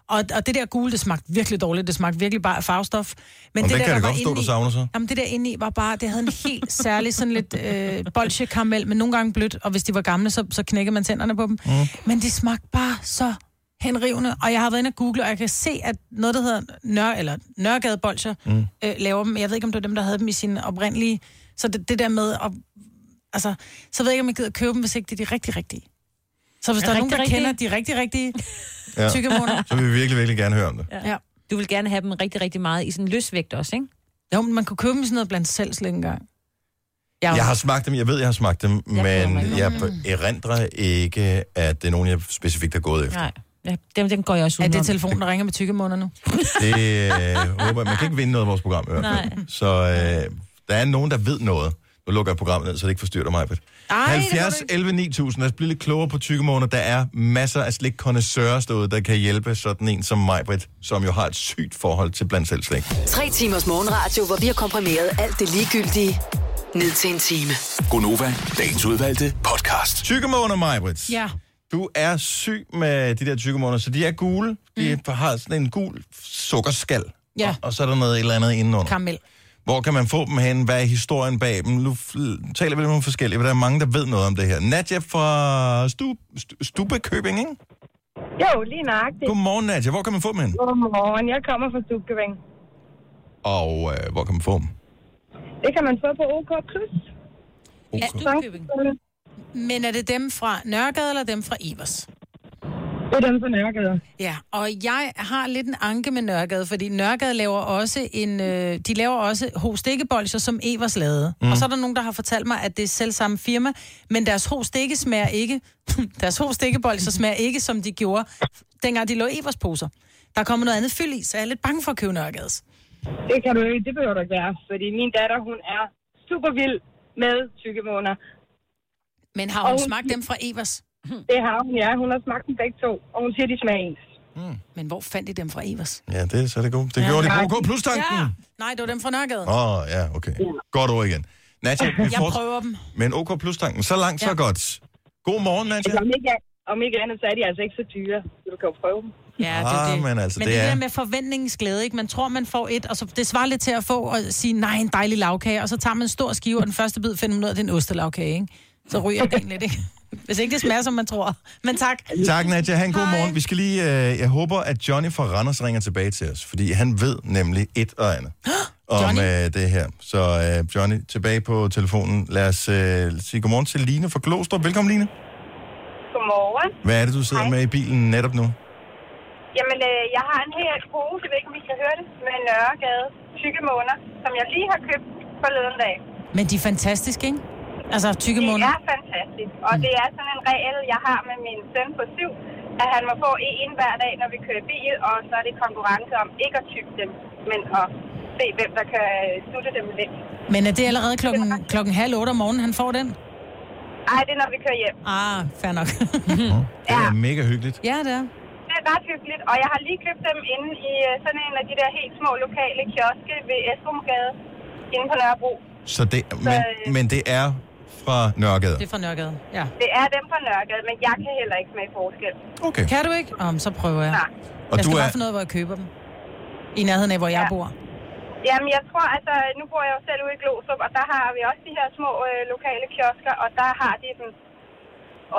Speaker 3: Og, og det der gule, det smagte virkelig dårligt. Det smagte virkelig bare af farvestof. Men
Speaker 1: Om
Speaker 3: det
Speaker 1: den
Speaker 3: der,
Speaker 1: kan jeg
Speaker 3: der
Speaker 1: da
Speaker 3: var
Speaker 1: godt forstå,
Speaker 3: indeni-
Speaker 1: du savner så.
Speaker 3: Jamen det der indeni var bare, det havde en
Speaker 1: (laughs)
Speaker 3: helt særlig sådan lidt øh, bolsje karamel, men nogle gange blødt, og hvis de var gamle, så, så knækkede man tænderne på dem. Mm. Men de smagte bare så henrivende, og jeg har været inde og google, og jeg kan se, at noget, der hedder Nør, eller Nørregade Bolsjer, mm. øh, laver dem. Jeg ved ikke, om det var dem, der havde dem i sin oprindelige. Så det, det der med at... Altså, så ved jeg ikke, om jeg gider købe dem, hvis ikke det er de rigtig rigtige. Så hvis
Speaker 2: Ja,
Speaker 3: der er
Speaker 2: rigtig,
Speaker 3: nogen, der
Speaker 2: rigtige.
Speaker 3: kender de rigtig rigtige... Tykke måneder.
Speaker 1: Så vil vi virkelig, virkelig gerne høre om det.
Speaker 3: Ja.
Speaker 2: Du vil gerne have dem rigtig, rigtig meget i sådan løsvægt også, ikke?
Speaker 3: Jo, men man kunne købe dem i sådan noget blandt selv slet ikke engang. Ja.
Speaker 1: Jeg har smagt dem, jeg ved, jeg har smagt dem, men
Speaker 2: ikke.
Speaker 1: jeg erindrer ikke, at det er nogen, jeg specifikt har gået efter.
Speaker 2: Nej. Ja, den, den går jeg også
Speaker 3: Er det
Speaker 2: udenom.
Speaker 3: telefonen, der ringer med tykke måneder nu?
Speaker 1: Det øh, håber jeg. Man kan ikke vinde noget af vores program. i hvert fald.
Speaker 3: Nej.
Speaker 1: Så øh, der er nogen, der ved noget. Nu lukker jeg programmet ned, så det ikke forstyrrer mig. Britt.
Speaker 3: Ej, det må du
Speaker 1: 70 11 9000. Lad os blive lidt klogere på tykkemåner. Der er masser af slik derude, der kan hjælpe sådan en som mig, Britt, som jo har et sygt forhold til blandt selv slik.
Speaker 8: Tre timers morgenradio, hvor vi har komprimeret alt det ligegyldige ned til en time.
Speaker 9: Gonova, dagens udvalgte podcast.
Speaker 1: Tykkemåner, mig, Britt.
Speaker 3: Ja.
Speaker 1: Du er syg med de der tykkemåner, så de er gule. De
Speaker 3: Mm.
Speaker 1: har sådan en gul sukkerskal.
Speaker 3: Ja.
Speaker 1: Og, og så er der noget et eller andet indenunder.
Speaker 3: Karamel.
Speaker 1: Hvor kan man få dem hen? Hvad er historien bag dem? Nu f- taler vi lidt om nogle forskellige, for der er mange, der ved noget om det her. Nadja fra Stu, Stu, Stubekøbing, ikke?
Speaker 11: Jo, lige nøjagtigt.
Speaker 1: Godmorgen, Nadja. Hvor kan man få dem hen?
Speaker 11: Godmorgen, jeg kommer fra Stubkøbing.
Speaker 1: Og øh, hvor kan man få dem?
Speaker 11: Det kan man få på OK Plus.
Speaker 1: Ja,
Speaker 3: Men er det dem fra Nørregade, eller dem fra Ivers?
Speaker 11: Det er dem fra Nørregade.
Speaker 3: Ja, og jeg har lidt en anke med Nørregade, fordi Nørregade laver også en, øh, de laver også hostikkebolser, som Evers lavede. Mm.
Speaker 13: Mhm.
Speaker 3: Og så er der nogen, der har fortalt mig, at det er selv samme firma, men deres hostikke smager ikke, (laughs) deres hostikkebolser smager ikke, som de gjorde, dengang de lå i Evers poser. Der kommer noget andet fyld i, så jeg er lidt bange for at købe Nørregades.
Speaker 11: Det kan du ikke, det behøver du ikke være, fordi min datter, hun er super vild med tykkemåner.
Speaker 3: Men har hun smagt dem fra Evers?
Speaker 11: (clears throat) Det har hun, ja. Hun har smagt dem begge to, og hun siger, de smager ens.
Speaker 1: Mm.
Speaker 3: Men hvor fandt de dem fra Evers?
Speaker 1: Ja, det, så er det godt. Det gjorde det gode plus-tanken.
Speaker 3: Ja. Nej, det var dem fra Nørregade.
Speaker 1: Åh, oh, ja, okay. Godt ord igen. Nadja, vi
Speaker 3: Jeg
Speaker 1: forts-
Speaker 3: prøver dem.
Speaker 1: Men OK plus-tanken. Så langt, så
Speaker 3: Ja.
Speaker 1: godt. God morgen, Nadja.
Speaker 11: Altså, om, ikke, om ikke andet, så er de altså ikke så dyre, så du kan jo prøve dem.
Speaker 3: Ja, det
Speaker 1: Ah,
Speaker 3: er det.
Speaker 1: men altså,
Speaker 3: men
Speaker 1: det
Speaker 3: det,
Speaker 1: er-
Speaker 3: der med forventningens glæde, ikke? Man tror, man får et, og så det svarer lidt til at få og sige, nej, en dejlig lavkage, og så tager man en stor skive, og den første bid finder man ud af, det er en ostelavkage, ikke? Så ryger den lidt, ikke? Hvis ikke det smager, som man tror. Men tak.
Speaker 1: Tak, Nadja. Han, god morgen. Vi skal (gasps) lige, øh, jeg håber, at Johnny fra Randers ringer tilbage til os, fordi han ved nemlig et og andet. om øh, det her. Så øh, Johnny, tilbage på telefonen. Lad os øh, sige godmorgen til Line fra Glostrup. Velkommen, Line.
Speaker 13: Godmorgen.
Speaker 1: Hvad er det, du sidder Hej. med i bilen netop nu?
Speaker 13: Jamen, øh, jeg har en hel pose, jeg ved ikke, om I kan høre det, med Nørregade tykke måneder, som jeg lige har købt forleden dag.
Speaker 3: Men de er fantastiske, ikke? Altså, tykke
Speaker 13: Det
Speaker 3: måneder. Mm.
Speaker 13: er fantastisk, og det er sådan en regel, jeg har med min søn på syv, at han må få en hver dag, når vi kører bil, og så er det konkurrence om ikke at tykke dem, men at se, hvem der kan øh, sutte dem lidt.
Speaker 3: Men er det allerede klokken, klokken halv otte om morgenen, han får den?
Speaker 13: Ej, det er, når vi kører hjem.
Speaker 3: Ah, fair nok. (laughs)
Speaker 1: Det er mega hyggeligt.
Speaker 3: ja, det er.
Speaker 13: Det er ret hyggeligt, og jeg har lige købt dem inde i øh, sådan en af de der helt små lokale kioske ved Esrumgade, inde på Nørrebro.
Speaker 1: Så øh, det, men, men det er fra Nørregade.
Speaker 3: er fra Nørregade, ja.
Speaker 13: Det er dem fra Nørregade, men jeg kan heller ikke smage forskel.
Speaker 1: Okay.
Speaker 3: Kan du ikke? Om, så prøver jeg.
Speaker 13: Nej.
Speaker 1: Og
Speaker 3: jeg
Speaker 1: du
Speaker 3: skal
Speaker 1: er-
Speaker 3: bare finde noget, hvor jeg køber dem. I nærheden af, hvor jeg bor.
Speaker 13: Jamen, jeg tror, altså, nu bor jeg jo selv ude i Glostrup, og der har vi også de her små øh, lokale kiosker, og der har de dem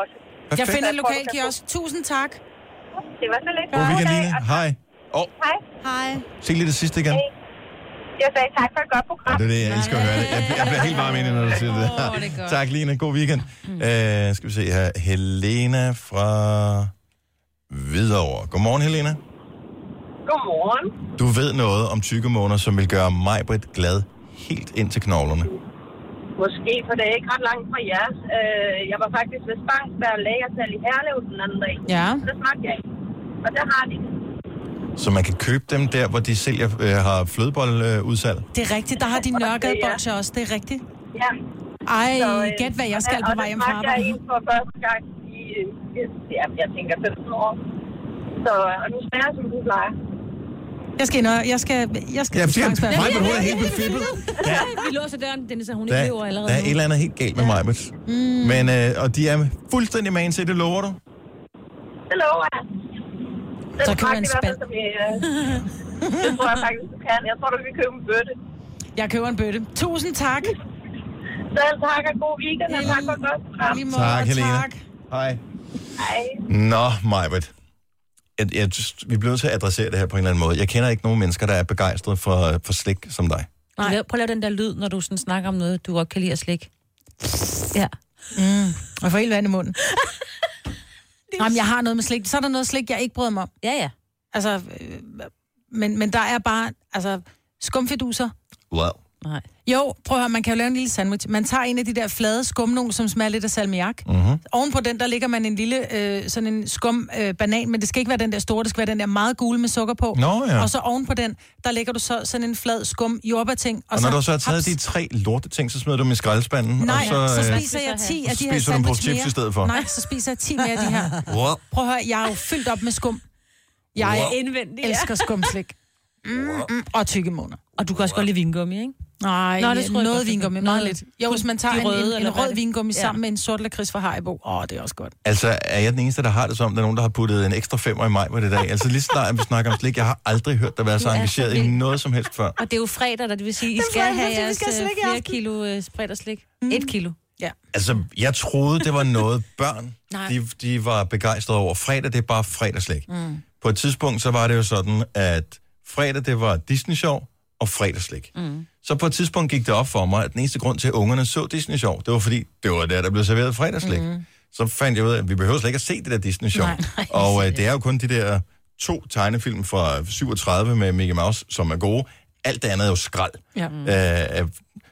Speaker 13: også.
Speaker 3: Jeg finder en
Speaker 13: Så tror,
Speaker 3: lokal
Speaker 13: du kan få-
Speaker 3: kiosk. Tusind tak.
Speaker 13: Det var så lidt.
Speaker 1: God weekend,
Speaker 13: dag,
Speaker 1: Line.
Speaker 13: og-
Speaker 1: Hej. Og
Speaker 13: Hej.
Speaker 3: Hej.
Speaker 1: se lige det sidste igen.
Speaker 13: Jeg sagde tak for et godt program.
Speaker 1: Og det er det, jeg elsker at høre det. Jeg, jeg bliver helt varm inde, når du siger det.
Speaker 13: Åh, det er godt. Mm.
Speaker 1: tak, Line. God weekend. Uh, skal vi se her. Helena fra Hvidovre. Godmorgen, Helena.
Speaker 14: Godmorgen.
Speaker 1: Du ved noget om tykke måneder, som vil gøre mig Britt glad helt ind til knoglerne.
Speaker 14: Måske, for det er ikke ret langt fra jer. Øh, jeg var faktisk ved Spangs, der lagersal i Herlev den anden dag.
Speaker 1: Ja.
Speaker 14: Så det smagte jeg ikke. Og der har de
Speaker 1: Så man kan købe dem der, hvor de sælger, øh, har flødebolludsalg. Øh,
Speaker 3: Det er rigtigt, der har de nørkede bolcher også, det er rigtigt.
Speaker 14: Ja.
Speaker 3: Ej,
Speaker 14: Så, øh,
Speaker 3: gæt hvad jeg
Speaker 14: og
Speaker 3: skal
Speaker 14: der-
Speaker 3: på
Speaker 14: og
Speaker 3: vej
Speaker 14: der
Speaker 3: hjem fra
Speaker 14: smagte Jeg
Speaker 3: arbejde.
Speaker 14: en for første gang i, øh, ja, jeg tænker 15 år. Så, og nu smager som du plejer.
Speaker 3: Jeg skal ind og, jeg skal, jeg skal
Speaker 1: Ja,
Speaker 3: til
Speaker 1: siger han.
Speaker 3: Frederiksberg.
Speaker 1: Maj, hvor hun er
Speaker 3: (laughs)
Speaker 1: helt befippet. Ja.
Speaker 2: Vi låser døren, Dennis, så hun ikke lever
Speaker 1: der,
Speaker 2: allerede
Speaker 1: der er et eller andet helt galt med mig, Britt. Mm. Men, øh, og de er fuldstændig man til, det lover du.
Speaker 14: Det lover jeg. Den
Speaker 3: Så køber
Speaker 14: smagte
Speaker 3: en
Speaker 14: i hvert fald, som jeg, øh, det tror jeg faktisk, du kan. Jeg tror, du kan købe en bøtte.
Speaker 3: Jeg køber en bøtte. Tusind tak.
Speaker 14: Selv tak, og god weekend, og tak for et godt program.
Speaker 1: tak, Helena. Hej.
Speaker 14: Hej.
Speaker 1: Nå, Majbert. Jeg, jeg, synes, vi bliver nødt til at adressere det her på en eller anden måde. Jeg kender ikke nogen mennesker, der er begejstrede for, for slik som dig.
Speaker 2: Nej. Lav, prøv at lave den der lyd, når du sådan snakker om noget, du godt kan lide at slik. Ja.
Speaker 3: Mm, jeg får helt vand i
Speaker 2: (laughs)
Speaker 3: munden. Jamen, jeg har noget med slik. Så er der noget slik, jeg ikke bryder mig om.
Speaker 2: Ja, ja.
Speaker 3: Altså, øh, men, men der er bare, altså, skumfiduser.
Speaker 1: Wow.
Speaker 2: Nej.
Speaker 3: Jo, prøv at høre, man kan jo lave en lille sandwich. Man tager en af de der flade skumnogel, som smager lidt af salmiak.
Speaker 1: Mm-hmm.
Speaker 3: Oven på den, der ligger man en lille øh, sådan en skum øh, banan, men det skal ikke være den der store, det skal være den der meget gule med sukker på.
Speaker 1: Nå, ja.
Speaker 3: Og så oven på den, der lægger du så sådan en flad skum jordbærting.
Speaker 1: Og, og når
Speaker 3: så,
Speaker 1: du så har taget de tre lorte ting, så smider du dem i skraldespanden.
Speaker 3: Nej,
Speaker 1: og
Speaker 3: så, så
Speaker 1: øh,
Speaker 3: spiser jeg 10 af de
Speaker 1: så
Speaker 3: her
Speaker 1: spiser du dem på
Speaker 3: sandwich
Speaker 1: chips
Speaker 3: mere.
Speaker 1: i stedet for.
Speaker 3: Nej, så spiser jeg 10 mere af de her.
Speaker 1: (laughs) Wow.
Speaker 3: Prøv at høre, jeg er jo fyldt op med skum. Jeg
Speaker 2: Wow.
Speaker 3: wow.
Speaker 2: Indvendig, ja.
Speaker 3: elsker skumslik. Mm, mm, og tykke måner.
Speaker 2: Og du kan også godt lide vingummi, ikke? (laughs)
Speaker 3: Nej,
Speaker 2: Nå,
Speaker 3: Nå,
Speaker 2: det
Speaker 3: det
Speaker 2: tror jeg godt,
Speaker 3: noget
Speaker 2: det-
Speaker 3: vingummi,
Speaker 2: Nå,
Speaker 3: meget lidt. Jo,
Speaker 2: de-
Speaker 3: hvis man tager
Speaker 2: de
Speaker 3: en,
Speaker 2: røde,
Speaker 3: en,
Speaker 2: eller
Speaker 3: en
Speaker 2: hvad er
Speaker 3: rød
Speaker 2: det?
Speaker 3: vingummi
Speaker 2: Ja.
Speaker 3: ja. sammen med en sort lakrids fra Haribo. Åh, oh, det er også godt.
Speaker 1: Altså, er jeg den eneste, der har det som, der er nogen, der har puttet en ekstra femmer i mig på det dag? Altså, lige så snart vi snakker om slik, jeg har aldrig hørt dig være så
Speaker 2: Du er så
Speaker 1: engageret i
Speaker 2: vild.
Speaker 1: noget som helst før.
Speaker 2: Og det er jo fredag, der det vil sige, I
Speaker 3: Det er
Speaker 2: skal
Speaker 3: fredag,
Speaker 2: have
Speaker 3: det vil sige, vi
Speaker 2: jeres
Speaker 3: skal
Speaker 2: øh,
Speaker 3: have slik i
Speaker 2: flere
Speaker 3: aften.
Speaker 2: kilo øh, spredt og slik. Mm. Et kilo.
Speaker 3: Ja.
Speaker 1: Altså, jeg troede, det var noget børn,
Speaker 2: Nej.
Speaker 1: de, de var begejstrede over. Fredag, det er bare fredagslæg.
Speaker 2: Mm.
Speaker 1: På et tidspunkt, så var det jo sådan, at fredag, det var Disney-show og fredagslæg. Mm. Så på et tidspunkt gik det op for mig, at den eneste grund til, at ungerne så Disney-show, det var fordi, det var der, der blev serveret fredagslæg. Mm. Så fandt jeg ud af, at vi behøver slet ikke at se det der Disney-show.
Speaker 15: Nej, nej,
Speaker 1: og øh, det er jo kun de der to tegnefilm fra 37 med Mickey Mouse, som er gode. Alt det andet er jo skrald.
Speaker 3: Ja.
Speaker 1: Mm. Øh, øh,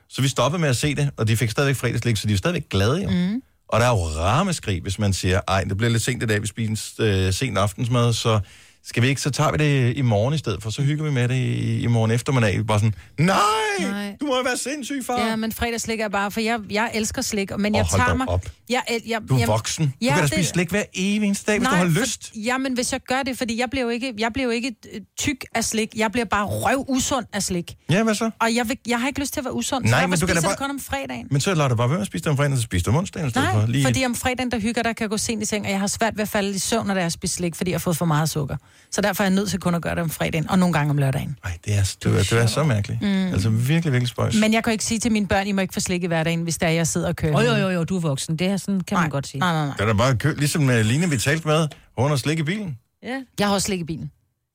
Speaker 1: så vi stoppede med at se det, og de fik stadigvæk fredagslæg, så de er jo stadigvæk glade jo. Mm. Og der er jo rammeskrig, hvis man siger, ej, det bliver lidt sent i dag, vi spiser øh, sen aftensmad, så skal vi ikke, så tager vi det i morgen i stedet for, så hygger vi med det i, i morgen eftermiddag. Bare sådan, nej, nej, du må jo være sindssyg, far.
Speaker 3: Ja, men fredagslik er bare, for jeg, jeg elsker slik, men
Speaker 1: Åh,
Speaker 3: jeg
Speaker 1: hold
Speaker 3: tager
Speaker 1: dog
Speaker 3: mig...
Speaker 1: op.
Speaker 3: Jeg, el- jeg,
Speaker 1: Du er
Speaker 3: jamen-
Speaker 1: voksen. Ja, du kan da spise slik hver evig eneste dag, hvis du har lyst.
Speaker 3: For, jamen, hvis jeg gør det, fordi jeg bliver jo ikke, jeg bliver jo ikke øh, tyk af slik. Jeg bliver bare røv usund af slik.
Speaker 1: Ja, hvad så?
Speaker 3: Og jeg, vil, jeg har ikke lyst til at være usund,
Speaker 1: Nej,
Speaker 3: så
Speaker 1: men
Speaker 3: derfor
Speaker 1: du kan da
Speaker 3: spiser bare...
Speaker 1: bare-
Speaker 3: det kun om fredagen.
Speaker 1: Men så lader du bare være med at spise det om fredagen, så spiser du om onsdagen i stedet
Speaker 3: Nej,
Speaker 1: for. Lige
Speaker 3: fordi om fredagen, der hygger, der kan jeg gå sent i seng, og jeg har svært ved at falde i søvn, når jeg spiser slik, fordi jeg har fået for meget sukker. Så derfor er jeg nødt til kun at gøre det om fredagen, og nogle gange om lørdagen.
Speaker 1: Ej, det er, det, er, det er så mærkeligt. Mm. Altså virkelig, virkelig spøjs.
Speaker 3: Men jeg kan jo ikke sige til mine børn, I må ikke få slik i hverdagen, hvis der jeg sidder og kører.
Speaker 2: Jo, jo, jo, jo, du er voksen. Det her sådan, kan nej. man godt sige.
Speaker 3: Nej, nej, nej.
Speaker 1: Det er da bare kø- ligesom med Line, vi talte med. Hun har slik i bilen.
Speaker 2: Ja.
Speaker 3: Jeg har også slik i bilen.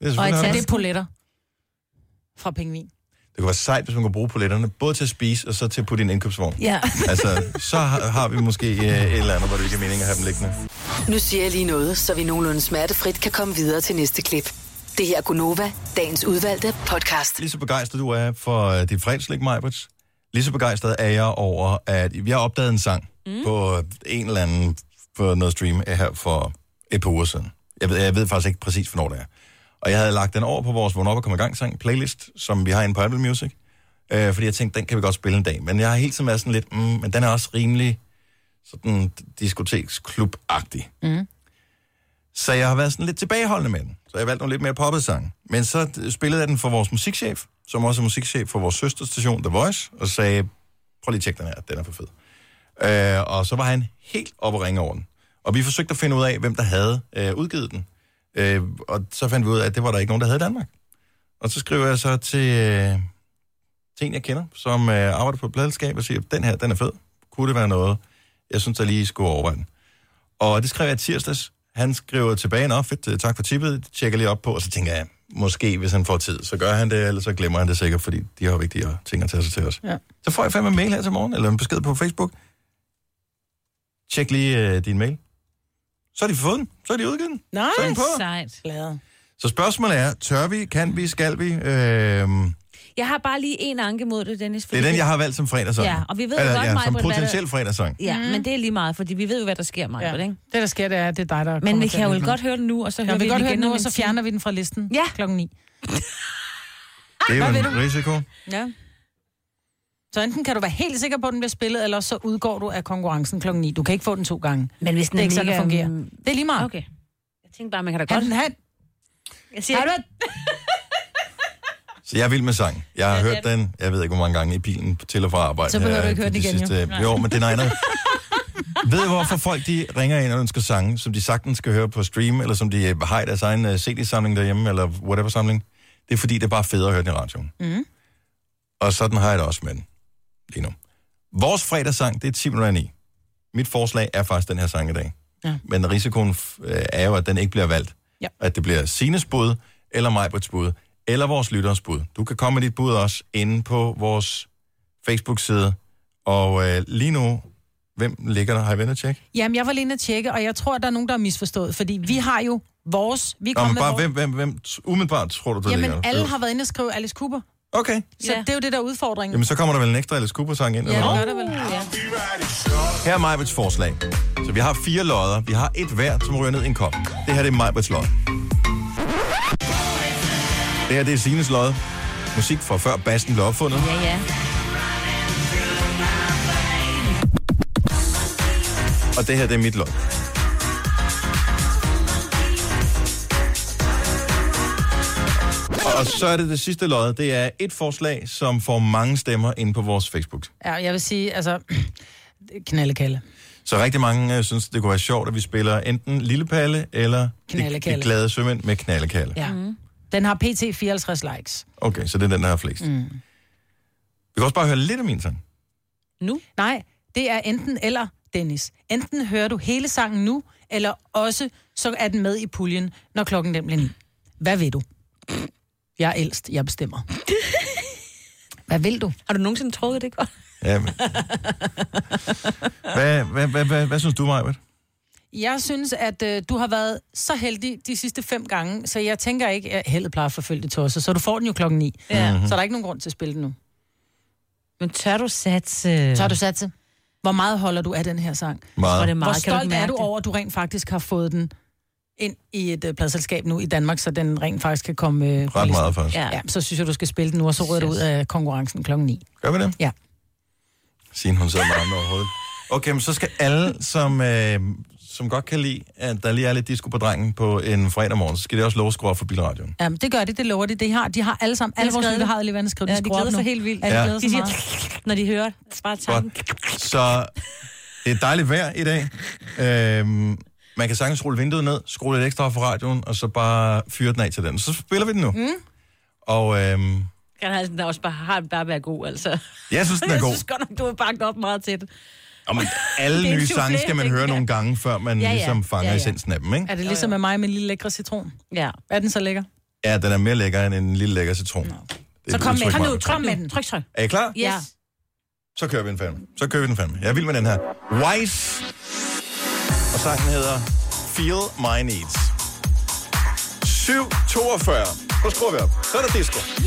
Speaker 1: Det er
Speaker 3: og
Speaker 1: selvfølgelig
Speaker 3: jeg
Speaker 1: har
Speaker 3: tager
Speaker 1: du.
Speaker 3: det poletter fra pingvin.
Speaker 1: Det kunne være sejt, hvis man kunne bruge poletterne både til at spise og så til at putte i en indkøbsvogn.
Speaker 2: Ja.
Speaker 1: Altså, så har, har vi måske øh, et eller andet, hvor det ikke er meningen at have dem liggende.
Speaker 8: Nu siger jeg lige noget, så vi nogenlunde smertefrit kan komme videre til næste klip. Det her er Gunova, dagens udvalgte podcast.
Speaker 1: Lige så begejstret du er for øh, dit fredagslæg, Majbrits, lige så begejstret er jeg over, at jeg opdagede en sang mm. på en eller anden på noget stream øh, her for et par uger siden. Jeg ved, jeg ved faktisk ikke præcis, hvornår det er. Og jeg havde lagt den over på vores Vågn op og kom i gang sang playlist, som vi har inde på Apple Music. Øh, fordi jeg tænkte, den kan vi godt spille en dag. Men jeg har hele tiden været sådan lidt, mm, men den er også rimelig sådan diskoteksklub-agtig.
Speaker 2: Mm.
Speaker 1: Så jeg har været sådan lidt tilbageholdende med den. Så jeg valgte nogle lidt mere poppet sange. Men så spillede jeg den for vores musikchef, som også er musikchef for vores søsterstation The Voice, og sagde, prøv lige at tjekke den her, den er for fed. Øh, og så var han helt oppe og ringe over den. Og vi forsøgte at finde ud af, hvem der havde øh, udgivet den. Øh, og så fandt vi ud af, at det var der ikke nogen, der havde i Danmark. Og så skriver jeg så til, øh, til en, jeg kender, som øh, arbejder på et pladselskab, og siger, den her, den er fed. Kunne det være noget? Jeg synes, der lige skulle overveje den. Og det skrev jeg tirsdags. Han skriver tilbage, nå fedt, øh, tak for tippet, Det tjekker lige op på, og så tænker jeg, måske hvis han får tid, så gør han det, eller så glemmer han det sikkert, fordi de har vigtigere ting at tage sig til os.
Speaker 3: Ja.
Speaker 1: Så får jeg fandme en mail her til morgen, eller en besked på Facebook. Tjek lige øh, din mail. Så har de fået den. Så har de udgivet den. Så er den på.
Speaker 2: Sejt. Glad.
Speaker 1: Så spørgsmålet er, tør vi, kan vi, skal vi? Øhm,
Speaker 2: Jeg har bare lige en anke mod det, Dennis.
Speaker 1: det er den, jeg har valgt som fredagssang.
Speaker 2: Ja, og vi ved jo
Speaker 1: Eller,
Speaker 2: godt,
Speaker 1: ja,
Speaker 2: Maja,
Speaker 1: som
Speaker 2: hvad der-
Speaker 1: potentiel fredagssang.
Speaker 2: Ja, mm. men det er lige meget, fordi vi ved jo, hvad der sker, Maja, ja. ikke?
Speaker 3: Det, der sker, det er, det er dig, der
Speaker 2: Men
Speaker 3: kommer
Speaker 2: vi kan
Speaker 3: til at
Speaker 2: jo
Speaker 3: hente den.
Speaker 2: godt høre den nu, og så
Speaker 3: Ja,
Speaker 2: hører
Speaker 3: vi
Speaker 2: vi
Speaker 3: godt
Speaker 2: den
Speaker 3: høre
Speaker 2: igen
Speaker 3: den nu,
Speaker 2: om
Speaker 3: og
Speaker 2: en
Speaker 3: så
Speaker 2: time.
Speaker 3: fjerner vi den fra listen
Speaker 2: Ja.
Speaker 3: klokken 9.
Speaker 1: Det er
Speaker 3: Hvad
Speaker 1: jo
Speaker 3: vil
Speaker 1: en
Speaker 3: du?
Speaker 1: risiko.
Speaker 3: Ja. Så enten kan du være helt sikker på, at den bliver spillet, eller så udgår du af konkurrencen klokken 9. Du kan ikke få den to gange.
Speaker 2: Men hvis den
Speaker 3: det er ikke sådan, det
Speaker 2: ikke er-
Speaker 3: fungerer. Det er lige meget.
Speaker 2: Okay. Jeg tænkte bare, man kan da
Speaker 3: Kan
Speaker 2: godt...
Speaker 3: den have...
Speaker 2: Jeg siger...
Speaker 3: Har du
Speaker 1: Så jeg er vild med sang. Jeg har hørt den, jeg ved ikke, hvor mange gange i bilen til og fra arbejde.
Speaker 3: Så
Speaker 1: her
Speaker 3: behøver
Speaker 1: øh,
Speaker 3: du ikke høre
Speaker 1: de
Speaker 3: den igen, jo.
Speaker 1: sidste-
Speaker 3: Nej.
Speaker 1: Jo, men
Speaker 3: (laughs)
Speaker 1: det er nej, Ved I, hvorfor folk de ringer ind og ønsker sange, som de sagtens skal høre på stream, eller som de øh, har i deres egen øh, CD-samling derhjemme, eller whatever-samling? Det er fordi, det er bare federe at høre den i radioen.
Speaker 3: Mm.
Speaker 1: Og sådan har jeg det også med den lige nu. Vores fredagssang, det er 10 minutter i. Mit forslag er faktisk den her sang i dag.
Speaker 3: Ja.
Speaker 1: Men risikoen f- øh, er jo, at den ikke bliver valgt.
Speaker 3: Ja.
Speaker 1: At det bliver Sines bud, eller Majbrits bud, eller vores lytteres bud. Du kan komme med dit bud også inde på vores Facebook-side. Og øh, lige nu, hvem ligger der? Har I vendt at tjekke?
Speaker 3: Jamen, jeg var lige inde at tjekke, og jeg tror, at der er nogen, der har misforstået, fordi vi har jo vores... Vi
Speaker 1: Nå,
Speaker 3: kom
Speaker 1: men
Speaker 3: med
Speaker 1: bare,
Speaker 3: vores...
Speaker 1: hvem, hvem, hvem, t- umiddelbart tror du, der ligger?
Speaker 3: Jamen, alle
Speaker 1: Øh.
Speaker 3: har været inde og skrive Alice Cooper.
Speaker 1: Okay.
Speaker 3: Så
Speaker 1: Ja.
Speaker 3: det er jo det, der er udfordringen.
Speaker 1: Jamen, så kommer der vel en ekstra Alice Cooper-sang ind?
Speaker 3: Ja,
Speaker 1: eller
Speaker 3: det
Speaker 1: hvad?
Speaker 3: gør der vel. Ja.
Speaker 1: Her er Majbets forslag. Så vi har fire lodder. Vi har et hver, som ryger ned i en kop. Det her det er Majbets lod. Det her det er Sines lod. Musik fra før bassen blev opfundet.
Speaker 2: Ja, ja.
Speaker 1: Og det her det er mit lod. Og så er det det sidste lod. Det er et forslag, som får mange stemmer inde på vores Facebook.
Speaker 3: Ja, jeg vil sige, altså... (clears throat) Knallekalle.
Speaker 1: Så rigtig mange øh, synes, det kunne være sjovt, at vi spiller enten Lille Palle eller de, de
Speaker 3: Knaldekalle.
Speaker 1: glade sømænd med knallekalle.
Speaker 3: Ja. Mm. Den har pt. 54 likes.
Speaker 1: Okay, så det er den, der har flest. Mm. Vi kan også bare høre lidt af min sang.
Speaker 3: Nu? Nej, det er enten eller, Dennis. Enten hører du hele sangen nu, eller også så er den med i puljen, når klokken den bliver ni. Hvad vil du? Jeg er ældst,
Speaker 2: (laughs)
Speaker 3: jeg bestemmer. Hvad vil du?
Speaker 2: Har du nogensinde troet, det går?
Speaker 1: Ja, men... hvad, hvad, hvad, hvad, hvad synes du, Majbert?
Speaker 3: Jeg synes, at øh, du har været så heldig de sidste fem gange, så jeg tænker ikke, at heldet plejer at forfølge det tosset, så du får den jo klokken ni. Mm-hmm.
Speaker 2: Ja.
Speaker 1: Mhm.
Speaker 3: Så er der ikke nogen grund til at spille den nu.
Speaker 2: Men tør du satse?
Speaker 3: Så har du sat til. Hvor meget holder du af den her sang?
Speaker 1: Meget.
Speaker 2: Hvor, det er
Speaker 3: Meget,
Speaker 2: meget.
Speaker 3: Hvor
Speaker 2: kan
Speaker 3: stolt
Speaker 2: du
Speaker 3: du
Speaker 2: ikke
Speaker 3: er du
Speaker 2: mærke
Speaker 3: over, at du rent faktisk har fået den ind i et øh, pladselskab nu i Danmark, så den rent faktisk kan komme... Øh, på
Speaker 1: Ret
Speaker 3: listen?
Speaker 1: meget, faktisk.
Speaker 3: Ja. ja. så synes jeg, du skal spille den nu, og så rydder du ud af konkurrencen klokken 9.
Speaker 1: Gør vi det?
Speaker 3: Ja.
Speaker 1: Siden hun sidder med armene over hovedet. Okay, men så skal alle, som, øh, som godt kan lide, at der lige er lidt disco på drengen på en fredag morgen, så skal det også lov at skrue op for bilradioen.
Speaker 3: Jamen, det gør de, det lover de. De har, de har alle sammen, alle vores
Speaker 2: skrevet
Speaker 3: lytter
Speaker 2: det.
Speaker 3: har alligevel skrevet,
Speaker 2: Ja,
Speaker 3: de
Speaker 2: de
Speaker 3: skruer op
Speaker 2: glæder sig
Speaker 3: nu.
Speaker 2: helt vildt.
Speaker 3: Ja, de
Speaker 1: Ja.
Speaker 3: glæder
Speaker 2: De
Speaker 3: sig
Speaker 2: siger,
Speaker 3: meget.
Speaker 2: når de hører det? Bare tager den.
Speaker 1: Godt. Så det er dejligt vejr i dag. Øhm, man kan sagtens rulle vinduet ned, skrue lidt ekstra op for radioen, og så bare fyre den af til den. Så spiller vi den nu. Mm. Og øhm,
Speaker 2: Kan han da også bare, har bare være god, altså.
Speaker 1: jeg synes, den er
Speaker 2: (laughs) Jeg
Speaker 1: god.
Speaker 2: synes godt nok, du har bakket op meget til det.
Speaker 1: Og man,
Speaker 2: Det
Speaker 1: alle
Speaker 2: er en
Speaker 1: nye sange skal man
Speaker 2: soufflé,
Speaker 1: høre
Speaker 2: ikke?
Speaker 1: nogle gange, før man
Speaker 2: Ja,
Speaker 1: ja,
Speaker 2: ja.
Speaker 1: ja. ligesom fanger
Speaker 2: Ja,
Speaker 1: ja,
Speaker 2: ja.
Speaker 1: ja. essensen af dem, (laughs) ikke?
Speaker 3: Er det ligesom med mig med en lille lækre citron?
Speaker 2: Ja.
Speaker 3: Er den så lækker?
Speaker 1: Ja, den er mere lækker end en lille lækker citron. No. Det
Speaker 2: Så
Speaker 1: er et
Speaker 2: kom med,
Speaker 1: udtryk,
Speaker 2: kom nu,
Speaker 1: Maja.
Speaker 2: tryk med den. Tryk, tryk.
Speaker 1: Er I klar?
Speaker 2: Ja.
Speaker 1: Så kører vi den fandme. Så kører vi den fandme. Jeg vil med den her. Wise. Og sangen hedder Feel My Needs. 7.42. Så skruer vi op. Så er der disco.
Speaker 4: Can you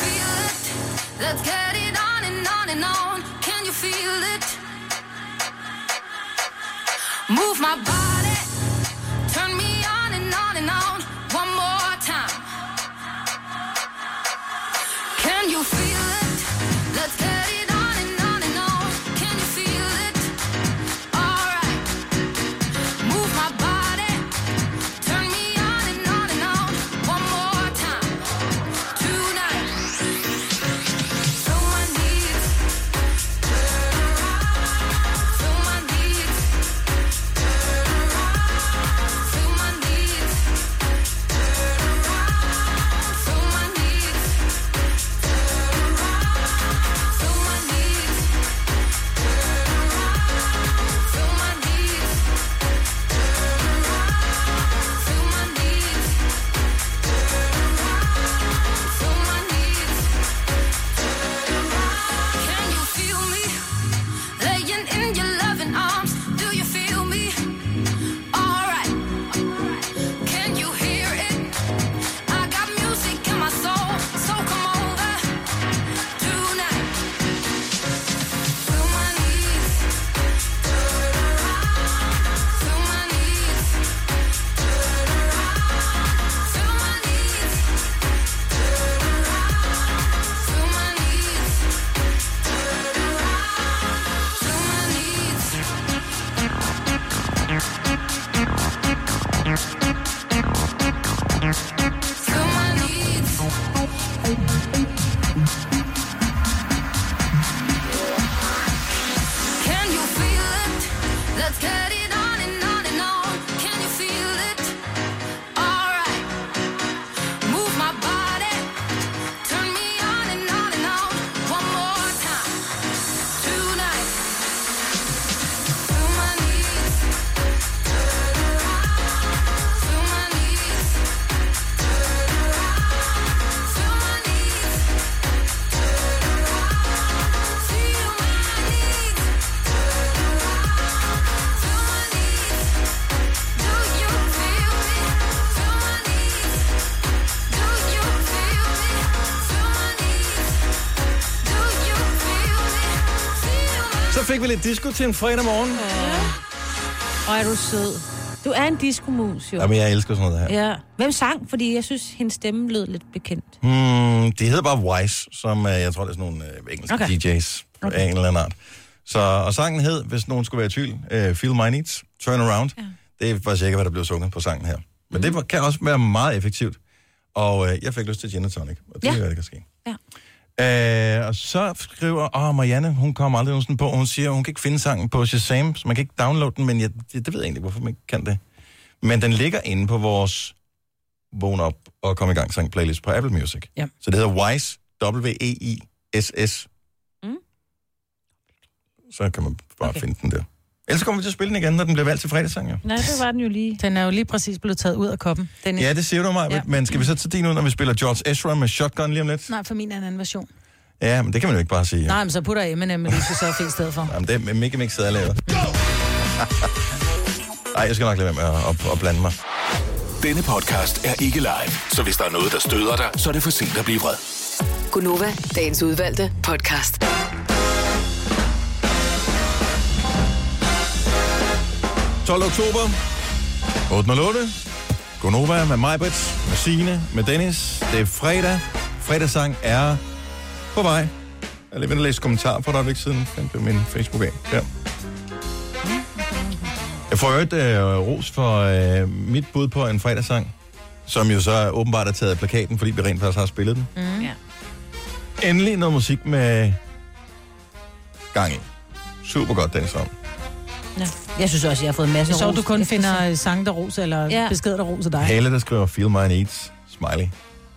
Speaker 4: feel it? Let's get it on and on and on. Can you feel it? Move my body. Turn me on and on and on. One more time. Can you feel it? Let's get it on and on and on. Can you feel it? All right. Move my body. Turn me on and on and on. One more time. Tonight, someone needs turn around. Someone needs turn around. Someone needs turn around. Someone needs turn around. Someone needs turn around. Someone needs turn around. Someone needs turn around. Someone needs turn around. Can you feel me laying in your loving arms? Do you feel me? All right. Can you hear it? I got music in my soul, so come over tonight. Someone needs turn around. Someone needs turn around. Someone needs turn around. Someone needs turn around. Someone needs. Someone needs. Can you feel it? Let's get it on and on and on. Can you feel it? All right. Move my body. Turn me on and on and on. One more time. Tonight. Someone needs turn around. Someone needs turn around. Someone needs turn around. Feel my needs turn around. Someone needs. Do you feel me? Someone needs. Do you feel me? Someone needs. Do you feel me? Feel my.
Speaker 1: Så fik vi lidt disco til en fredag morgen.
Speaker 2: Og er du sød. Du er en diskomus, jo.
Speaker 1: Jamen, jeg elsker sådan noget her.
Speaker 2: Ja. Hvem sang? Fordi jeg synes, hendes stemme lød lidt bekendt.
Speaker 1: Hmm, det hedder bare Wise, som øh, jeg tror, det er sådan nogle øh, engelske
Speaker 2: Okay.
Speaker 1: okay. DJ's okay. af en eller anden art. Så, og sangen hed, hvis nogen skulle være i tvivl, øh, Feel My Needs, Turn Around. Ja. Det var sikkert, hvad der blev sunget på sangen her. Men mm. det var- kan også være meget effektivt. Og øh, jeg fik lyst til gin and tonic, og det
Speaker 2: Ja.
Speaker 1: ja. er, hvad der kan ske. Ja. Øh, og så skriver, åh, Marianne, hun kommer aldrig nogensinde på, og hun siger, hun kan ikke finde sangen på Shazam, så man kan ikke downloade den, men jeg, det, det ved jeg egentlig, hvorfor man ikke kan det. Men den ligger inde på vores vågn op og kom i gang sang playlist på Apple Music.
Speaker 2: Ja.
Speaker 1: Så det hedder Wise, E W-E-I-S-S.
Speaker 2: Mm.
Speaker 1: Så kan man bare okay. finde den der. Ellers kommer vi til at spille den igen, når den bliver valgt til fredagssang, jo.
Speaker 3: Nej, det var den jo lige. Den er jo lige præcis blevet taget ud af koppen. Den
Speaker 1: Ja, det siger du mig, ja. men skal vi så til din ud, når vi spiller George Ezra med Shotgun lige om lidt?
Speaker 3: Nej, for min er en anden version.
Speaker 1: Ja, men det kan man jo ikke bare sige.
Speaker 3: Ja.
Speaker 1: jo.
Speaker 3: Nej, men så putter jeg M&M, Eminem i Lise Sophie i stedet for.
Speaker 1: Jamen, det er Mickey Mix, der har lavet. Nej, jeg skal nok lade være med at, at, at blande mig.
Speaker 16: Denne podcast er ikke live, så hvis der er noget, der støder dig, så er det for sent at blive vred.
Speaker 8: Gunova, dagens udvalgte podcast.
Speaker 1: Yes. 12. oktober. 8.08. Gonova med Majbrit, med Signe, med Dennis. Det er fredag. Fredagssang er på vej. Jeg er lige ved at læse kommentarer for et øjeblik siden. Den blev min Facebook af. Ja. Jeg får øvrigt øh, ros for øh, mit bud på en fredagssang, som jo så åbenbart er taget af plakaten, fordi vi rent faktisk har spillet den.
Speaker 2: Mm. Ja.
Speaker 1: Endelig noget musik med gang i. Super godt, Dennis Ravn.
Speaker 2: Ja. Jeg synes også, jeg har fået en masse
Speaker 3: Så
Speaker 2: ros
Speaker 3: du kun
Speaker 2: efter
Speaker 3: finder
Speaker 2: sangen.
Speaker 3: øh, sange, der roser, eller
Speaker 2: Ja.
Speaker 3: ja. beskeder, der roser dig.
Speaker 1: Hale, der skriver Feel My Needs. Smiley.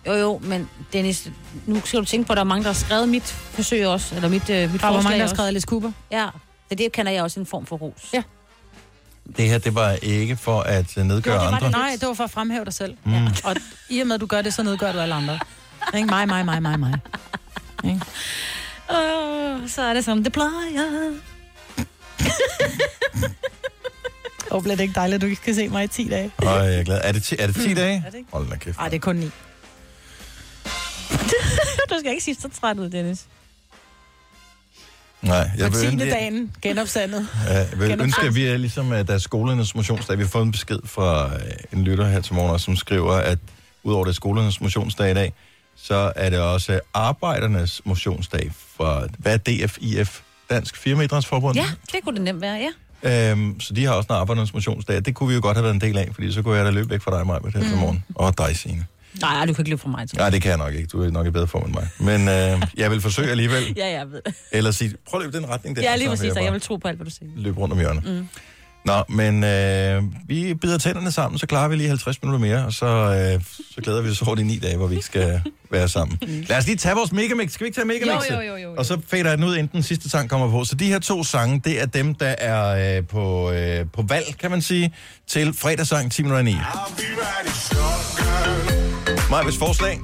Speaker 2: Jo, jo, men Dennis, nu skal du tænke på, at der er mange, der har skrevet mit forsøg også, eller mit, øh, mit
Speaker 3: Der
Speaker 2: forslag
Speaker 3: var mange, der har
Speaker 2: også.
Speaker 3: skrevet Alice Cooper.
Speaker 2: Ja, så det kender jeg også en form for ros. Ja.
Speaker 1: Det her, det var ikke for at øh, nedgøre
Speaker 3: det var
Speaker 1: andre.
Speaker 3: det. Nej, det var for at fremhæve dig selv.
Speaker 1: Mm.
Speaker 3: Og i og med, at du gør det, så nedgør du alle andre. Ikke? Mig, mig, mig, mig, mig.
Speaker 2: Åh, så er det som det
Speaker 3: (laughs)
Speaker 2: plejer.
Speaker 3: Og bliver det ikke dejligt, at du ikke kan se mig i 10 dage?
Speaker 1: Og jeg er glad. Er det 10, er det 10 dage?
Speaker 3: Mm. Er det ikke?
Speaker 1: Hold da kæft.
Speaker 3: Nej, det er kun 9.
Speaker 2: (laughs) du skal ikke sige så træt ud, Dennis.
Speaker 1: Nej, jeg
Speaker 3: Og
Speaker 1: vil,
Speaker 3: 10.
Speaker 1: ønske-
Speaker 3: dagen genopsandet.
Speaker 1: Ja, jeg Øh, vil
Speaker 3: Genopsat.
Speaker 1: ønske, at vi er ligesom, at der er skolernes motionsdag. Vi har fået en besked fra øh, en lytter her til morgen, også, som skriver, at udover det er skolernes motionsdag i dag, så er det også øh, arbejdernes motionsdag fra, hvad er DFIF? Dansk Firmaidrætsforbund?
Speaker 2: Ja, det kunne det nemt være, ja.
Speaker 1: Øhm, så de har også en arbejdernes motionsdag. Det kunne vi jo godt have været en del af, fordi så kunne jeg da løbe væk fra dig, Maja, her til
Speaker 2: Mm.
Speaker 1: morgen. Og dig, Signe.
Speaker 2: Nej, du kan ikke løbe fra mig. Tror
Speaker 1: Nej, det kan jeg nok ikke. Du er nok i bedre form end mig. Men øh, jeg vil forsøge alligevel.
Speaker 2: jeg. (laughs) (laughs) Ja, jeg ved det.
Speaker 1: Eller sige, prøv at løbe i den retning der.
Speaker 2: Ja, lige
Speaker 1: altså, så vil
Speaker 2: præcis,
Speaker 1: jeg
Speaker 2: og jeg
Speaker 1: bare-
Speaker 2: vil tro på alt, hvad du siger.
Speaker 1: løbe rundt om hjørnet.
Speaker 2: Mm.
Speaker 1: Nå, men øh, vi bider tænderne sammen, så klarer vi lige 50 minutter mere, og så, øh, så glæder vi os over de ni dage, hvor vi ikke skal være sammen. Lad os lige tage vores megamix. Skal vi ikke tage megamixet?
Speaker 15: Mm. Jo, jo, jo, jo, jo.
Speaker 1: Og så fader jeg den ud, inden den sidste sang kommer på. Så de her to sange, det er dem, der er øh, på, øh, på valg, kan man sige, til fredagssang 10 minutter i 9. Majvis forslag.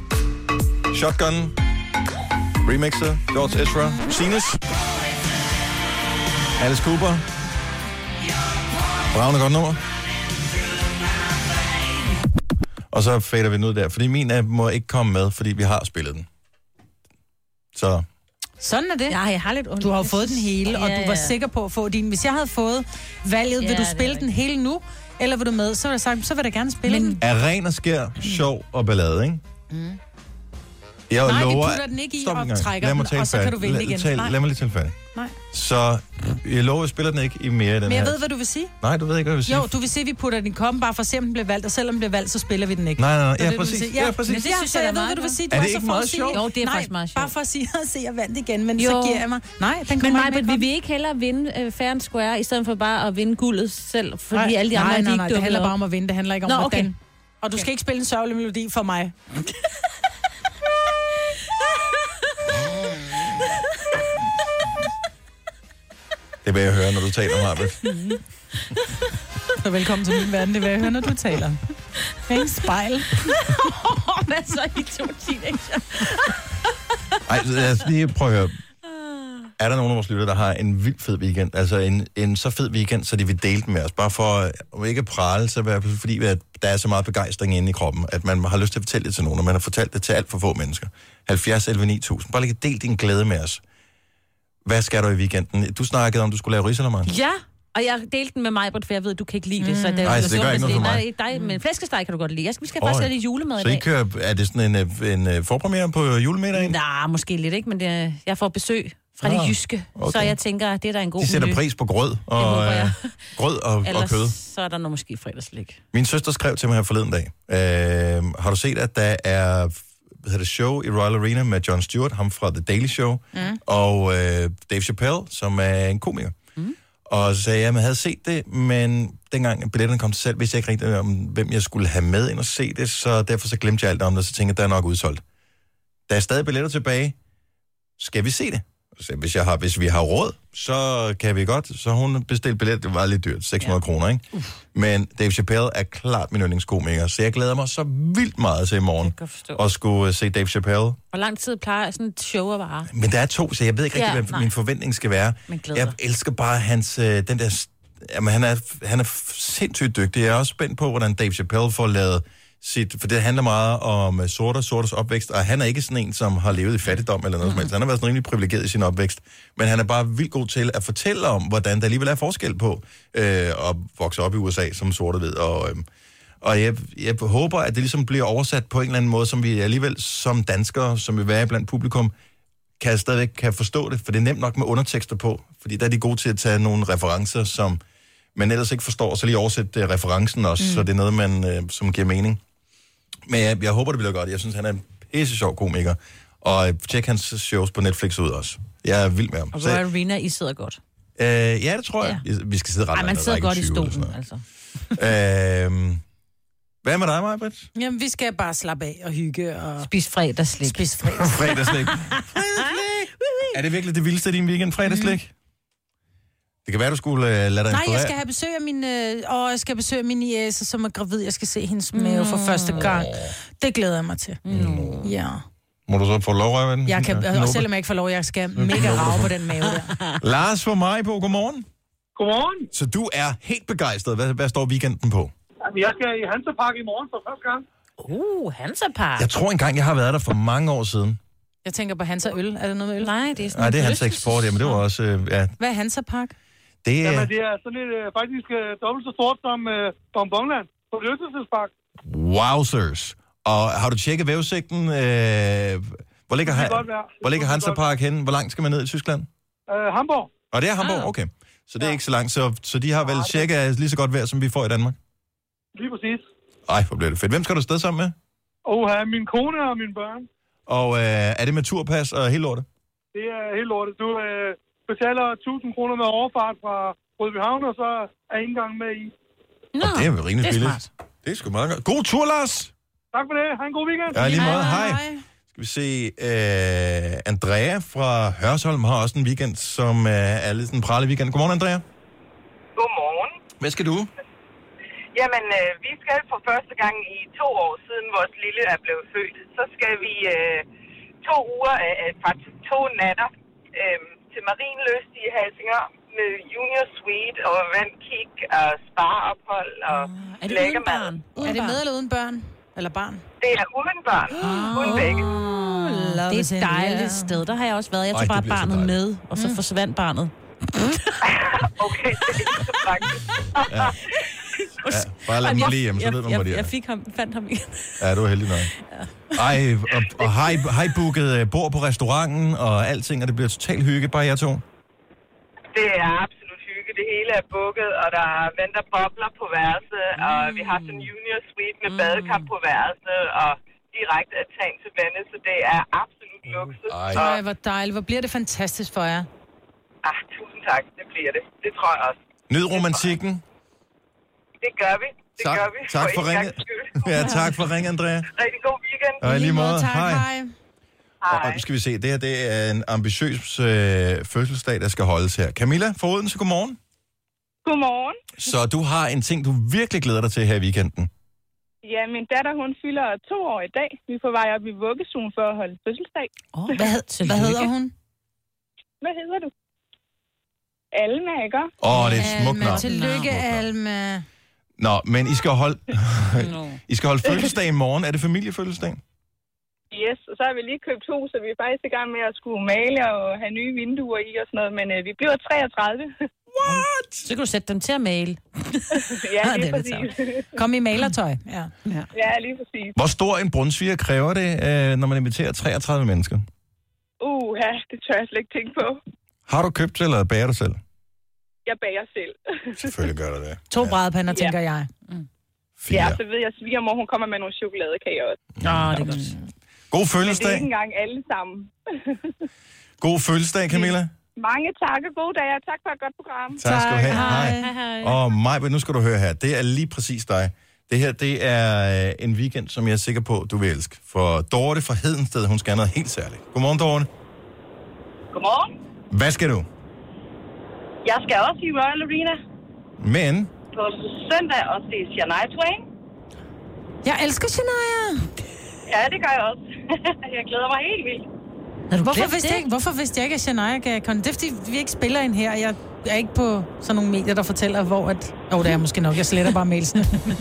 Speaker 1: Shotgun. Remixer. George Ezra. Sinus. Alice Cooper. Bravende godt nummer. Og så fader vi den ud der, fordi min app må ikke komme med, fordi vi har spillet den. Så
Speaker 3: Sådan er det. Ja, jeg har lidt du har jo fået den hele, og
Speaker 2: Ja,
Speaker 3: du var
Speaker 2: ja.
Speaker 3: sikker på at få din. Hvis jeg havde fået valget,
Speaker 2: Ja,
Speaker 3: vil du
Speaker 2: det er
Speaker 3: spille den hele nu, eller vil du med, så vil jeg sagt, så vil jeg da gerne spille Men, den.
Speaker 1: er ren og skær, sjov og ballade, ikke?
Speaker 3: Mm.
Speaker 1: Jeg
Speaker 3: Nej, vi
Speaker 1: lover...
Speaker 3: putter den ikke i
Speaker 1: Stop en
Speaker 3: og
Speaker 1: gang.
Speaker 3: trækker
Speaker 1: Lad mig
Speaker 3: den,
Speaker 1: tale
Speaker 3: og så kan
Speaker 1: færdigt.
Speaker 3: du vælge
Speaker 1: Lad-
Speaker 3: igen.
Speaker 1: tal-
Speaker 3: Nej.
Speaker 1: Lad mig lige tale færdigt.
Speaker 3: Nej.
Speaker 1: Så jeg lover, jeg spiller den ikke i mere i den
Speaker 3: Men jeg
Speaker 1: her.
Speaker 3: ved, hvad du vil sige.
Speaker 1: Nej, du ved ikke, hvad jeg vil sige.
Speaker 3: Jo, du vil sige, at vi putter den i kommen, bare for at se, om den bliver valgt, og selvom den bliver valgt, så spiller vi den ikke.
Speaker 1: Nej, nej, nej.
Speaker 3: Det er
Speaker 1: Ja,
Speaker 3: det, du vil
Speaker 1: præcis.
Speaker 3: sige.
Speaker 1: Ja, præcis.
Speaker 3: Men det ja, synes så jeg,
Speaker 2: er
Speaker 3: jeg ved,
Speaker 2: meget
Speaker 3: hvad du vil sige.
Speaker 1: Er
Speaker 3: Du
Speaker 1: det ikke meget
Speaker 3: forudsigelig.
Speaker 1: sjovt?
Speaker 2: Jo, det er
Speaker 3: nej,
Speaker 2: faktisk meget sjovt.
Speaker 3: bare for at sige, at se, jeg vandt igen, men jo. så giver jeg mig. Nej, den
Speaker 2: men
Speaker 3: kommer
Speaker 2: Maja, vil vi ikke hellere vinde uh, fair and square, i stedet for bare at vinde guldet selv, fordi
Speaker 3: Nej,
Speaker 2: alle de andre,
Speaker 3: nej, nej,
Speaker 2: de
Speaker 3: nej,
Speaker 2: ikke
Speaker 3: det handler
Speaker 2: dukker
Speaker 3: bare om at vinde, det handler ikke om,
Speaker 2: Nå, okay.
Speaker 3: hvordan. Og du skal ikke spille en sørgelig melodi for mig.
Speaker 1: Det vil jeg høre, når du taler om arbejde.
Speaker 3: Så velkommen til min verden, det vil jeg høre, når du taler. Ring spejl.
Speaker 2: (laughs) Hvad så i to teenager?
Speaker 1: Ej, lad os lige prøve at høre.
Speaker 2: Ah.
Speaker 1: Er der nogen af vores lytter, der har en vild fed weekend? Altså en, en så fed weekend, så de vil dele den med os. Bare for, øh, om ikke at prale, så i hvert fald fordi, at der er så meget begejstring inde i kroppen, at man har lyst til at fortælle det til nogen, og man har fortalt det til alt for få mennesker. 70 11 9000. Bare lige del din glæde med os. Hvad skal du i weekenden? Du snakkede om, du skulle lave risalemang.
Speaker 2: Ja, og jeg delte den med mig, Britt, for jeg ved, du kan ikke lide det. Så det, er jo
Speaker 1: Ej, så altså, det gør ikke noget for
Speaker 2: Nej,
Speaker 1: mig.
Speaker 2: dig, men flæskesteg kan du godt lide. Jeg skal, vi skal
Speaker 1: Åh,
Speaker 2: faktisk
Speaker 1: ja.
Speaker 2: have lidt julemad i
Speaker 1: Så I
Speaker 2: dag.
Speaker 1: kører, er det sådan en, øh, en øh, forpremiere på julemiddagen?
Speaker 2: Nej, måske lidt, ikke? Men det, er- jeg får besøg fra
Speaker 1: Ah,
Speaker 2: det jyske, okay. så
Speaker 1: okay.
Speaker 2: jeg tænker, det er der en god
Speaker 1: De sætter
Speaker 2: menu.
Speaker 1: pris på grød og,
Speaker 2: håber jeg.
Speaker 1: øh, grød og, og
Speaker 2: Ellers
Speaker 1: kød.
Speaker 2: så er der noget måske fredagslik.
Speaker 1: Min søster skrev til mig her forleden dag. Øh, har du set, at der er hvad hedder det, show i Royal Arena med Jon Stewart, ham fra The Daily Show,
Speaker 4: Mm.
Speaker 1: og øh, Dave Chappelle, som er en komiker. Mm. Og så sagde jeg, at jeg havde set det, men dengang billetterne kom til salg, vidste jeg ikke rigtig, om, hvem jeg skulle have med ind og se det, så derfor så glemte jeg alt om det, og så tænkte jeg, at der er nok udsolgt. Der er stadig billetter tilbage. Skal vi se det? Så hvis, jeg har, hvis vi har råd, så kan vi godt. Så hun bestilte billet, det var lidt dyrt, 600 ja. kroner, ikke? Men Dave Chappelle er klart min yndlingskomiker, så jeg glæder mig så vildt meget til i morgen at skulle øh, se Dave Chappelle.
Speaker 2: Hvor lang tid plejer sådan et show at vare?
Speaker 1: Men der er to, så jeg ved ikke rigtig,
Speaker 2: Ja,
Speaker 1: ja, hvad
Speaker 2: nej.
Speaker 1: min forventning skal være.
Speaker 2: Men glæder.
Speaker 1: Jeg elsker bare hans, øh, den der, s- jamen, han er, han er f- sindssygt dygtig. Jeg er også spændt på, hvordan Dave Chappelle får lavet sit, for det handler meget om øh, sorte og sorters opvækst, og han er ikke sådan en, som har levet i fattigdom eller noget mm. som
Speaker 2: Mhm.
Speaker 1: helst. Han har været sådan rimelig privilegeret i sin opvækst, men han er bare vildt god til at fortælle om, hvordan der alligevel er forskel på øh, at vokse op i USA som sort og hvid, og øh, og jeg, jeg håber, at det ligesom bliver oversat på en eller anden måde, som vi alligevel som danskere, som vil være blandt publikum, kan stadigvæk kan forstå det, for det er nemt nok med undertekster på, fordi der er de gode til at tage nogle referencer, som man ellers ikke forstår, og så lige oversætte øh, referencen også, mm. så det er noget, man, øh, som giver mening. Men jeg, jeg håber, det bliver godt. Jeg synes, han er en pisse sjov komiker, og øh, tjek hans shows på Netflix ud også. Jeg er vild med ham.
Speaker 2: Og
Speaker 1: Så,
Speaker 2: Royal Arena, I sidder godt.
Speaker 1: øh, ja, det tror jeg. Ja. Vi skal sidde ret
Speaker 2: Ej, man
Speaker 1: langt ned,
Speaker 2: sidder
Speaker 1: række
Speaker 2: godt i
Speaker 1: 20 eller sådan
Speaker 2: stolen, altså.
Speaker 1: noget. øh, hvad med dig, Maja
Speaker 3: Jamen, vi skal bare slappe af og hygge og...
Speaker 2: Spis fredagslik.
Speaker 3: Spis fredags.
Speaker 1: (laughs) Fredagslik. Er det virkelig det vildeste i din weekend, fredagslik? Mm. Det kan være, du skulle øh, lade dig
Speaker 3: Nej, jeg
Speaker 1: inspirere.
Speaker 3: skal have besøg af min, øh, og jeg skal besøge min jæse, som er gravid. Jeg skal se hendes mave for første gang. Det glæder jeg mig til.
Speaker 1: Mm.
Speaker 3: Ja.
Speaker 1: Må du så få lov at den?
Speaker 3: Jeg
Speaker 1: Ja,
Speaker 3: kan,
Speaker 1: Mm-hmm.
Speaker 3: og
Speaker 1: knopper.
Speaker 3: selvom jeg ikke får lov, jeg skal mega rave på den mave der.
Speaker 1: Lars fra Majbo, godmorgen.
Speaker 15: Godmorgen.
Speaker 1: Så du er helt begejstret. Hvad, hvad står weekenden på?
Speaker 15: Altså, jeg skal i Hansapark i morgen for første gang.
Speaker 3: Uh, Hansa Park.
Speaker 1: Jeg tror engang, jeg har været der for mange år siden.
Speaker 3: Jeg tænker på Hansa Øl. Er det noget med øl?
Speaker 2: Nej, det er
Speaker 1: Nej, det er hans eksport, ja, men det var også... øh, Ja,
Speaker 3: Hvad er Hansa Park?
Speaker 1: det er...
Speaker 15: Jamen, det er sådan et, øh, faktisk øh, dobbelt så stort som øh, Bonbonland på Løselsespark.
Speaker 1: Wowzers. Og har du tjekket vævesigten? Øh, hvor ligger,
Speaker 15: Det kan
Speaker 1: han,
Speaker 15: godt være.
Speaker 1: hvor ligger
Speaker 15: Det kan
Speaker 1: Hansa
Speaker 15: godt
Speaker 1: Park henne? Hvor langt skal man ned i Tyskland?
Speaker 15: Øh, Hamburg.
Speaker 1: Og det er
Speaker 15: Ah.
Speaker 1: Hamburg? Okay. Så det er ikke så langt. Så, så de har vel cirka lige så godt vejr, som vi får i Danmark?
Speaker 15: Lige præcis.
Speaker 1: Ej, hvor bliver det fedt. Hvem skal du afsted sammen med?
Speaker 15: Og her er min kone og mine børn.
Speaker 1: Og øh, er det med turpas og hele lortet?
Speaker 15: Det er helt lortet. Du øh, betaler 1000 kroner med overfart fra Rødbyhavn, og så er indgang med i.
Speaker 2: Nå,
Speaker 1: Ah, Det er jo rimelig billigt. Det er sgu meget godt. God tur, Lars!
Speaker 15: Tak for det. Ha' en god weekend.
Speaker 1: Ja, lige meget. Hej. Skal vi se, øh, Andrea fra Hørsholm har også en weekend, som øh, er lidt en prale weekend. Godmorgen, Andrea.
Speaker 4: Godmorgen.
Speaker 1: Hvad skal du?
Speaker 4: Jamen, øh, vi skal for første gang i to år siden vores lille er blevet født. Så skal vi øh, to uger, øh, øh, faktisk to natter, øh, til Marienløst i Helsingør med junior suite og vandkig og spareophold og
Speaker 3: Er det uden
Speaker 4: lækkermad.
Speaker 3: børn? Uden er det med eller uden børn? Eller barn? Ah.
Speaker 4: Det er uden børn. Oh. Uden begge.
Speaker 2: Ah, Det er et dejligt sted. Der har jeg også været. Jeg
Speaker 4: Ej,
Speaker 2: tog bare
Speaker 4: det bliver så
Speaker 2: barnet med, og så forsvandt (laughs) barnet.
Speaker 1: Ja. Ja, bare lad
Speaker 2: Ej,
Speaker 1: dem
Speaker 2: jeg-
Speaker 1: lige hjemme, så
Speaker 2: jeg-
Speaker 1: ved man,
Speaker 2: jeg-
Speaker 1: hvor de er.
Speaker 2: Jeg fik ham, fandt ham igen.
Speaker 1: Ja, du er heldig nok. Ej, og, og har, I, har I booket øh, bord på restauranten og alting, og det bliver totalt hygge, bare jer to?
Speaker 4: Det er absolut hygge. Det hele er bukket, og der venter bobler på værelset, mm. og vi har sådan en junior suite med mm. badekar på værelset, og direkte at tage til vandet, så det er absolut luksus.
Speaker 3: Ej.
Speaker 4: Og,
Speaker 3: Ej, hvor dejligt. Hvor bliver det fantastisk for jer.
Speaker 4: ah, tusind tak, det bliver det. Det tror jeg også.
Speaker 1: Nyd romantikken.
Speaker 4: Det gør vi. Det
Speaker 1: Tak,
Speaker 4: gør vi.
Speaker 1: tak for
Speaker 4: en
Speaker 1: ringet.
Speaker 4: gangs skyld.
Speaker 1: Ja, tak for ring, Andrea.
Speaker 4: Rigtig god weekend.
Speaker 1: Og i lige måde. Tak, Hej. hej. Og,
Speaker 4: Hej.
Speaker 1: og nu skal vi se, det her det er en ambitiøs øh, fødselsdag, der skal holdes her. Camilla fra Odense, godmorgen.
Speaker 17: Godmorgen.
Speaker 1: Så du har en ting, du virkelig glæder dig til her i weekenden.
Speaker 17: Ja, min datter, hun fylder to år i dag. Vi er på vej op i vuggestuen for at holde fødselsdag.
Speaker 3: Oh, hvad,
Speaker 17: (laughs)
Speaker 3: hed, hvad hedder hun?
Speaker 17: Hvad hedder du? Alma, ikke?
Speaker 1: Åh, det er et smukt navn.
Speaker 3: Tillykke, Alma.
Speaker 1: Nå, men I skal holde, (laughs) I skal holde fødselsdag i morgen. Er det familiefødselsdag?
Speaker 17: Yes, og så har vi lige købt hus, så vi er faktisk i gang med at skulle male og have nye vinduer i og sådan noget, men øh, vi bliver (laughs) 33.
Speaker 3: (laughs)
Speaker 1: What?
Speaker 2: (laughs) Så kan du sætte dem til at male.
Speaker 17: ja,
Speaker 2: Ah, det
Speaker 17: lige
Speaker 2: er lidt
Speaker 17: præcis.
Speaker 3: Kom i malertøj. Ja.
Speaker 17: (laughs) ja, lige præcis.
Speaker 1: Hvor stor en brunsviger kræver det, øh, når man inviterer 33 mennesker?
Speaker 17: Uh, ja, det tør jeg slet ikke tænke på.
Speaker 1: Har du købt det, eller bærer du selv?
Speaker 17: Jeg bager selv.
Speaker 1: Selvfølgelig gør du det.
Speaker 3: To brædpander,
Speaker 17: Ja.
Speaker 3: tænker jeg.
Speaker 1: Fire.
Speaker 17: (laughs) Ja, så ved jeg, at svigermor, hun kommer med nogle chokoladekager også.
Speaker 1: Nå, det er godt. God
Speaker 17: Men det er
Speaker 1: fødselsdag.
Speaker 17: ikke engang alle sammen. (laughs)
Speaker 1: God fødselsdag, Camilla.
Speaker 17: Mange tak og gode dage, og tak for et godt program.
Speaker 1: Tak skal du have. Hej.
Speaker 17: hej.
Speaker 1: Og mig, nu skal du høre her. Det er lige præcis dig. Det her, det er øh, en weekend, som jeg er sikker på, du vil elske. For Dorte fra Hedensted, hun skal noget helt særligt. Godmorgen, Dorte.
Speaker 18: Godmorgen.
Speaker 1: Hvad skal du?
Speaker 18: Jeg skal også i Royal Arena
Speaker 1: Men,
Speaker 18: på søndag og se Shania Twain.
Speaker 3: Jeg elsker Shania.
Speaker 18: Ja, det gør jeg også. (laughs) jeg glæder mig helt vildt.
Speaker 3: Hvorfor
Speaker 18: glemt
Speaker 3: vidste, jeg, ikke- hvorfor vidste jeg ikke, at Shania gav kon? Det er, fordi vi ikke spiller en her. Jeg er ikke på sådan nogle medier, der fortæller, hvor at... Åh, oh, det er jeg måske nok. Jeg sletter bare
Speaker 19: (laughs)
Speaker 3: mailsene.
Speaker 18: Men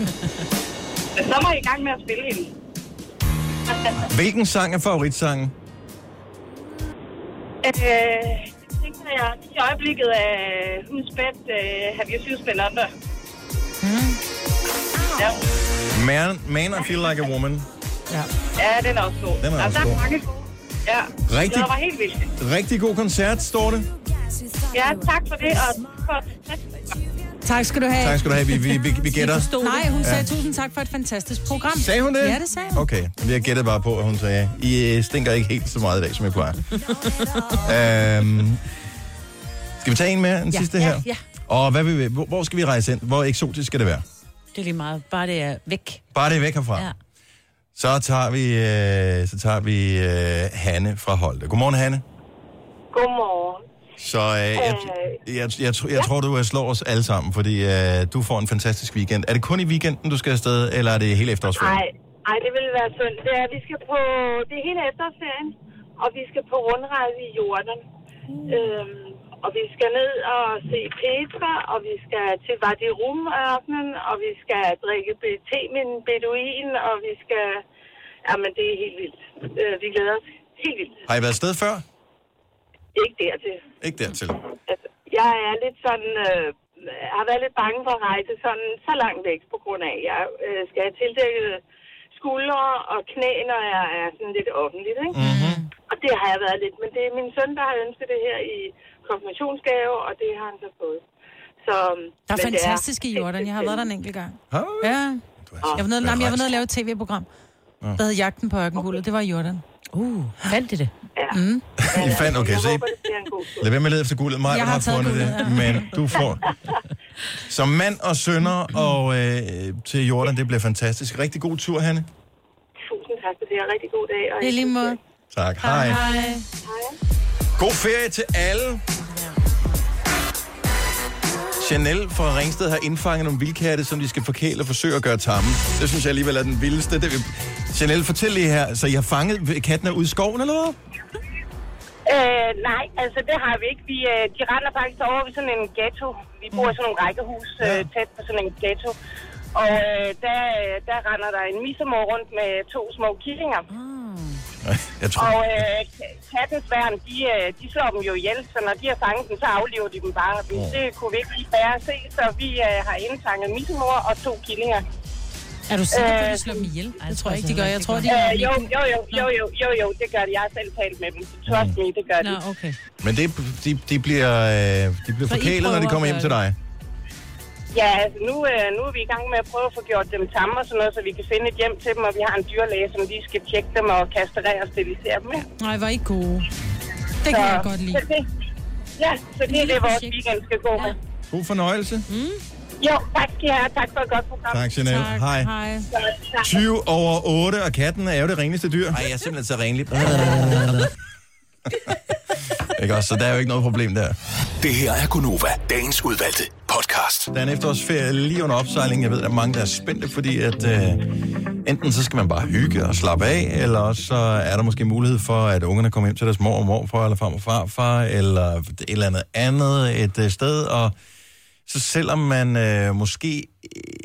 Speaker 18: så må I i gang med at spille
Speaker 17: (laughs)
Speaker 18: hende.
Speaker 1: hvilken sang er favoritsangen?
Speaker 18: Øh, det tænker jeg i øjeblikket af Who's
Speaker 17: øh,
Speaker 18: Bad, uh, Have You Seen Spin Under.
Speaker 1: Hmm.
Speaker 18: Ja.
Speaker 1: Man, man I Feel Like a Woman.
Speaker 18: ja, den er også god.
Speaker 1: Den er
Speaker 18: Nå,
Speaker 1: også
Speaker 18: der
Speaker 1: god.
Speaker 18: er mange gode. Ja,
Speaker 1: Rigtig-
Speaker 18: jeg glæder mig helt vildt.
Speaker 1: Rigtig god koncert, Dorte.
Speaker 18: Ja, tak for det, og for
Speaker 3: tak skal du have.
Speaker 1: Tak skal du have. Vi, vi, vi, vi gætter.
Speaker 3: Nej, hun sagde tusind tak for et fantastisk program.
Speaker 1: Sagde hun det?
Speaker 3: Ja, det sagde hun.
Speaker 1: Okay, jeg gættede bare på, at hun sagde, I øh, stinker ikke helt så meget i dag, som I plejer. øhm, skal vi tage en mere, en
Speaker 2: Ja,
Speaker 1: sidste
Speaker 2: ja,
Speaker 1: her?
Speaker 2: ja.
Speaker 1: Og hvad vil vi, hvor, hvor skal vi rejse hen? Hvor eksotisk skal det være?
Speaker 2: Det er lige meget. Bare det er væk.
Speaker 1: Bare det er væk herfra.
Speaker 2: Ja.
Speaker 1: Så tager vi, øh, så tager vi øh, Hanne fra Holte. Godmorgen, Hanne.
Speaker 19: Godmorgen.
Speaker 1: Så øh, jeg, jeg, jeg, jeg, tr- jeg tror, du øh, slår os alle sammen, fordi øh, du får en fantastisk weekend. Er det kun i weekenden, du skal afsted, eller er det hele efterårsferien?
Speaker 19: Nej, Ej, det ville være synd. Det er, vi skal på, det er hele efterårsferien, og vi skal på rundrejse i Jordan. Mm. Øhm, og vi skal ned og se Petra, og vi skal til Wadi Rum ørkenen, og vi skal drikke be- te med en beduin, og vi skal... Jamen, det er helt vildt. Øh, vi glæder os helt vildt.
Speaker 1: Har I været afsted før?
Speaker 19: Ikke dertil.
Speaker 1: Ikke dertil.
Speaker 19: Jeg er lidt sådan, øh, har været lidt bange for at rejse sådan så langt væk, på grund af, at jeg øh, skal have tildækket skuldre og knæ, når jeg er sådan lidt offentligt, ikke?
Speaker 3: Mhm.
Speaker 19: Mm-hmm. Og det har jeg været lidt, men det er min søn, der har ønsket det her i konfirmationsgave, og det har han så fået. Så, men
Speaker 3: Der er
Speaker 19: det
Speaker 3: fantastiske i Jordan. Jeg har været der en enkelt gang.
Speaker 1: Har
Speaker 3: Ja. Jeg var nede, nej, men jeg var nede og lave et tv-program, der hed Jagten på Ørkenhullet. Det var i Jordan.
Speaker 2: Uh, fandt det det?
Speaker 19: Ja.
Speaker 3: Mm.
Speaker 1: I fandt, okay, så I... Lad være med at lede efter guldet. Mig,
Speaker 3: Jeg
Speaker 1: har,
Speaker 3: har
Speaker 1: har
Speaker 3: taget
Speaker 1: fundet det, men du får... Som mand og sønner og øh, til Jordan, det bliver fantastisk. Rigtig god tur, Hanne.
Speaker 19: Tusind tak for det, og rigtig god dag. Og
Speaker 3: I lige måde.
Speaker 1: Tak, hej. God ferie til alle. Chanel fra Ringsted har indfanget nogle vildkatte, som de skal forkæle og forsøge at gøre tamme. Det synes jeg alligevel er den vildeste. Det vil... Chanel, fortæl lige her, så I har fanget kattene ud i skoven, eller hvad?
Speaker 18: Øh, nej, altså det har vi ikke. Vi, øh, de render faktisk over ved sådan en ghetto. Vi bor i sådan nogle rækkehus øh, tæt på sådan en ghetto. Og øh, der, øh, der render der en misemor rundt med to små killinger.
Speaker 1: Ah. Jeg tror...
Speaker 18: Og øh, ka- kattens værn, de, øh, de slår dem jo ihjel, så når de har fanget dem, så aflever de dem bare. Men det kunne vi ikke lige bære at se, så vi øh, har indfanget misemor og to killinger.
Speaker 3: Er du sikker på, at
Speaker 18: Øh,
Speaker 3: de slår dem ihjel? Det tror jeg ikke, de gør. altså, Jeg tror, de
Speaker 18: Øh, jo, jo, jo, jo, jo, jo, jo, det gør de. Jeg har selv talt med dem. Så trust me, det gør de.
Speaker 3: Nå, okay.
Speaker 1: Men det, de, de bliver, øh, de bliver
Speaker 18: Så I
Speaker 1: forkælet, når de
Speaker 18: prøver
Speaker 1: kommer
Speaker 18: at
Speaker 1: hjem til
Speaker 18: gøre
Speaker 1: dig.
Speaker 18: Ja, altså nu, øh, nu er vi i gang med at prøve at få gjort dem tamme og sådan noget, så vi kan finde et hjem til dem, og vi har en dyrlæge, som lige skal tjekke dem og kastrere og sterilisere dem. (laughs) ikke?
Speaker 3: Nej, var ikke gode. Det
Speaker 18: så,
Speaker 3: kan jeg godt lide.
Speaker 18: Så det, ja, så det er det, vores weekend skal gå med.
Speaker 1: God fornøjelse. Mm.
Speaker 18: Jo, tak skal I have, og tak for et godt program.
Speaker 1: Tak, Chanel. Tak. Hej.
Speaker 3: Hej.
Speaker 1: 20 over 8, og katten er jo det reneste dyr. Nej, jeg er simpelthen så renlig. (laughs) ikke også? Så der er jo ikke noget problem der.
Speaker 9: Det her er Gunova, dagens udvalgte podcast.
Speaker 1: Der er en efterårsferie lige under opsejling. Jeg ved, at mange der er spændte, fordi at øh, enten så skal man bare hygge og slappe af, eller også så er der måske mulighed for, at ungerne kommer hjem til deres mor og morfar, eller farmor og farfar, eller et eller andet andet et øh, sted. Og så selvom man øh, måske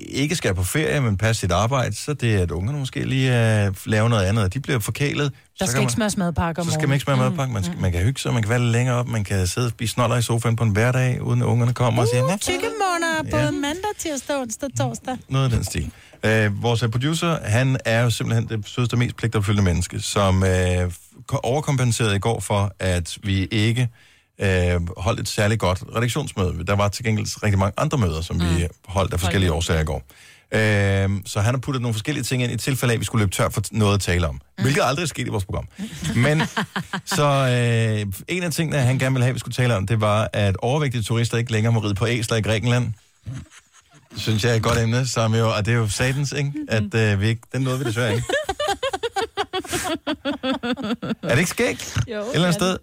Speaker 1: ikke skal på ferie, men passe sit arbejde, så det er, at ungerne måske lige øh, laver noget andet, og de bliver forkælet.
Speaker 3: Der
Speaker 1: så
Speaker 3: skal
Speaker 1: kan
Speaker 3: ikke smøres madpakke om Mm.
Speaker 1: så skal man ikke smage madpakke. Man, skal, man kan hygge sig, man kan være lidt længere op, man kan sidde og spise snoller i sofaen på en hverdag, uden at ungerne kommer og siger, "Nå,
Speaker 3: Tykkemåneder Uh, både
Speaker 1: Ja. Mm.
Speaker 3: mandag, tirsdag, onsdag, torsdag.
Speaker 1: noget af den stil. Øh, vores producer, han er jo simpelthen det sødeste og mest pligtopfyldende menneske, som øh, ko- overkompenserede i går for, at vi ikke øh, holdt et særligt godt redaktionsmøde. Der var til gengæld rigtig mange andre møder, som mm. vi holdt af forskellige årsager i går. Øh, så han har puttet nogle forskellige ting ind i tilfælde af, at vi skulle løbe tør for t- noget at tale om. Mm. Hvilket aldrig er sket i vores program. Men så øh, en af tingene, han gerne ville have, at vi skulle tale om, det var, at overvægtige turister ikke længere må ride på æsler i Grækenland synes jeg er et godt emne, som jo, og det er jo satans, ikke?
Speaker 2: Mhm.
Speaker 1: At øh, vi ikke, den nåede vi desværre ikke. Er det ikke skægt?
Speaker 20: Jo,
Speaker 1: Et eller andet sted.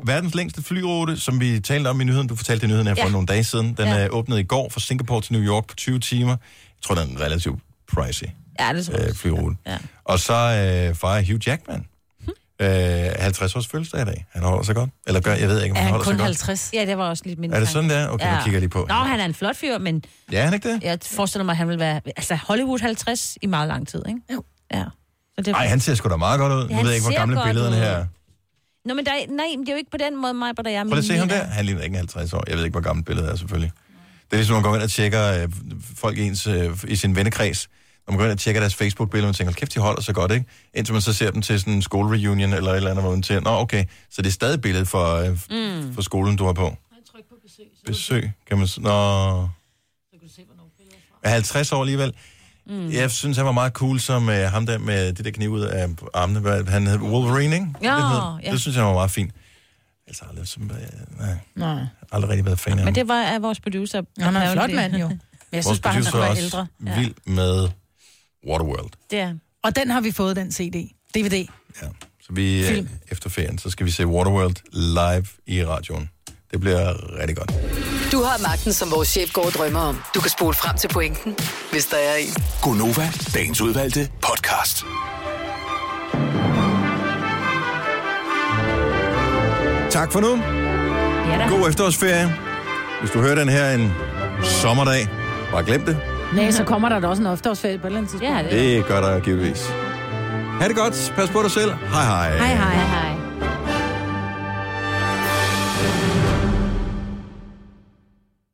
Speaker 1: Øh, verdens længste flyrute, som vi talte om i nyheden, du fortalte i nyheden her for
Speaker 20: Ja.
Speaker 1: nogle dage siden, den
Speaker 2: Ja.
Speaker 1: ja. øh, åbnede i går fra Singapore til New York på 20 timer. Jeg tror, den er relativt pricey
Speaker 2: Ja, Hm? det tror jeg.
Speaker 1: øh, flyrute. Ja. Og så øh, fejrer Hugh Jackman. Øh, 50 års fødselsdag i dag. Han holder sig godt. Eller gør, jeg ved ikke, om
Speaker 2: Er
Speaker 1: han,
Speaker 2: han
Speaker 1: holder sig
Speaker 2: kun
Speaker 1: godt.
Speaker 2: 50? Ja, det var også lidt mindre.
Speaker 1: Er det sådan, det er? Okay, nu kigger jeg lige på.
Speaker 2: Nå, han er en flot fyr, men...
Speaker 1: Ja, er han ikke det?
Speaker 2: Jeg forestiller mig, at han vil være... Altså, Hollywood 50 i meget lang tid, ikke? Jo. Ja. Så det...
Speaker 1: Nej, han ser sgu da meget godt ud.
Speaker 2: Ja,
Speaker 1: nu
Speaker 2: han
Speaker 1: ved jeg ikke, hvor
Speaker 2: ser
Speaker 1: gamle
Speaker 2: godt
Speaker 1: billederne
Speaker 2: ud.
Speaker 1: her er.
Speaker 2: Nå, men der, er- nej, men det er jo ikke på den måde, mig, hvor der er...
Speaker 1: Prøv lige at se ham der. Han ligner ikke en 50 år. Jeg ved ikke, hvor gammelt billedet er, selvfølgelig. Det er ligesom, at man går ind og tjekker øh, folk i ens, øh, i sin vennekreds. Når man går ind og tjekker deres Facebook-billeder, man tænker, "Hold kæft, de holder sig godt, ikke? Indtil man så ser dem til sådan en skolereunion eller et eller andet, hvor man tænker, nå okay, så det er stadig billedet for, øh,
Speaker 20: Mm.
Speaker 1: for skolen, du har på. Besøg, kan man... s- Nå... 50 år alligevel. Mm. Jeg synes, han var meget cool som øh, ham der med det der kniv ud af armene. Hvad- Han hed Wolverine, ikke?
Speaker 2: Ja,
Speaker 1: det, hed.
Speaker 2: ja.
Speaker 1: det synes jeg var meget fint. Altså aldrig, som, øh, nej,
Speaker 3: Nej.
Speaker 1: aldrig rigtig været fan af ham.
Speaker 2: Men det var af vores producer.
Speaker 3: Han er en flot
Speaker 2: apparently. (laughs)
Speaker 3: mand jo. Men jeg
Speaker 1: Vores
Speaker 3: synes bare, han
Speaker 1: producer
Speaker 3: skulle
Speaker 1: er
Speaker 3: være
Speaker 1: også
Speaker 3: ældre.
Speaker 1: vild med Waterworld.
Speaker 2: Det er.
Speaker 3: Og den har vi fået, den CD. DVD.
Speaker 1: Så vi, øh,
Speaker 3: Film.
Speaker 1: efter ferien, så skal vi se Waterworld live i radioen. Det bliver rigtig godt.
Speaker 8: Du har magten, som vores chef går og drømmer om. Du kan spole frem til pointen, hvis der er en.
Speaker 9: Gonova, dagens udvalgte podcast.
Speaker 1: Tak for nu.
Speaker 2: Ja da.
Speaker 1: God efterårsferie. Hvis du hører den her en sommerdag, bare glem det.
Speaker 3: Nej, så kommer der da også en efterårsferie på et eller andet tidspunkt.
Speaker 1: Det gør der givetvis. Ha' det godt. Pas på dig selv. Hej hej.
Speaker 3: hej. hej, hej.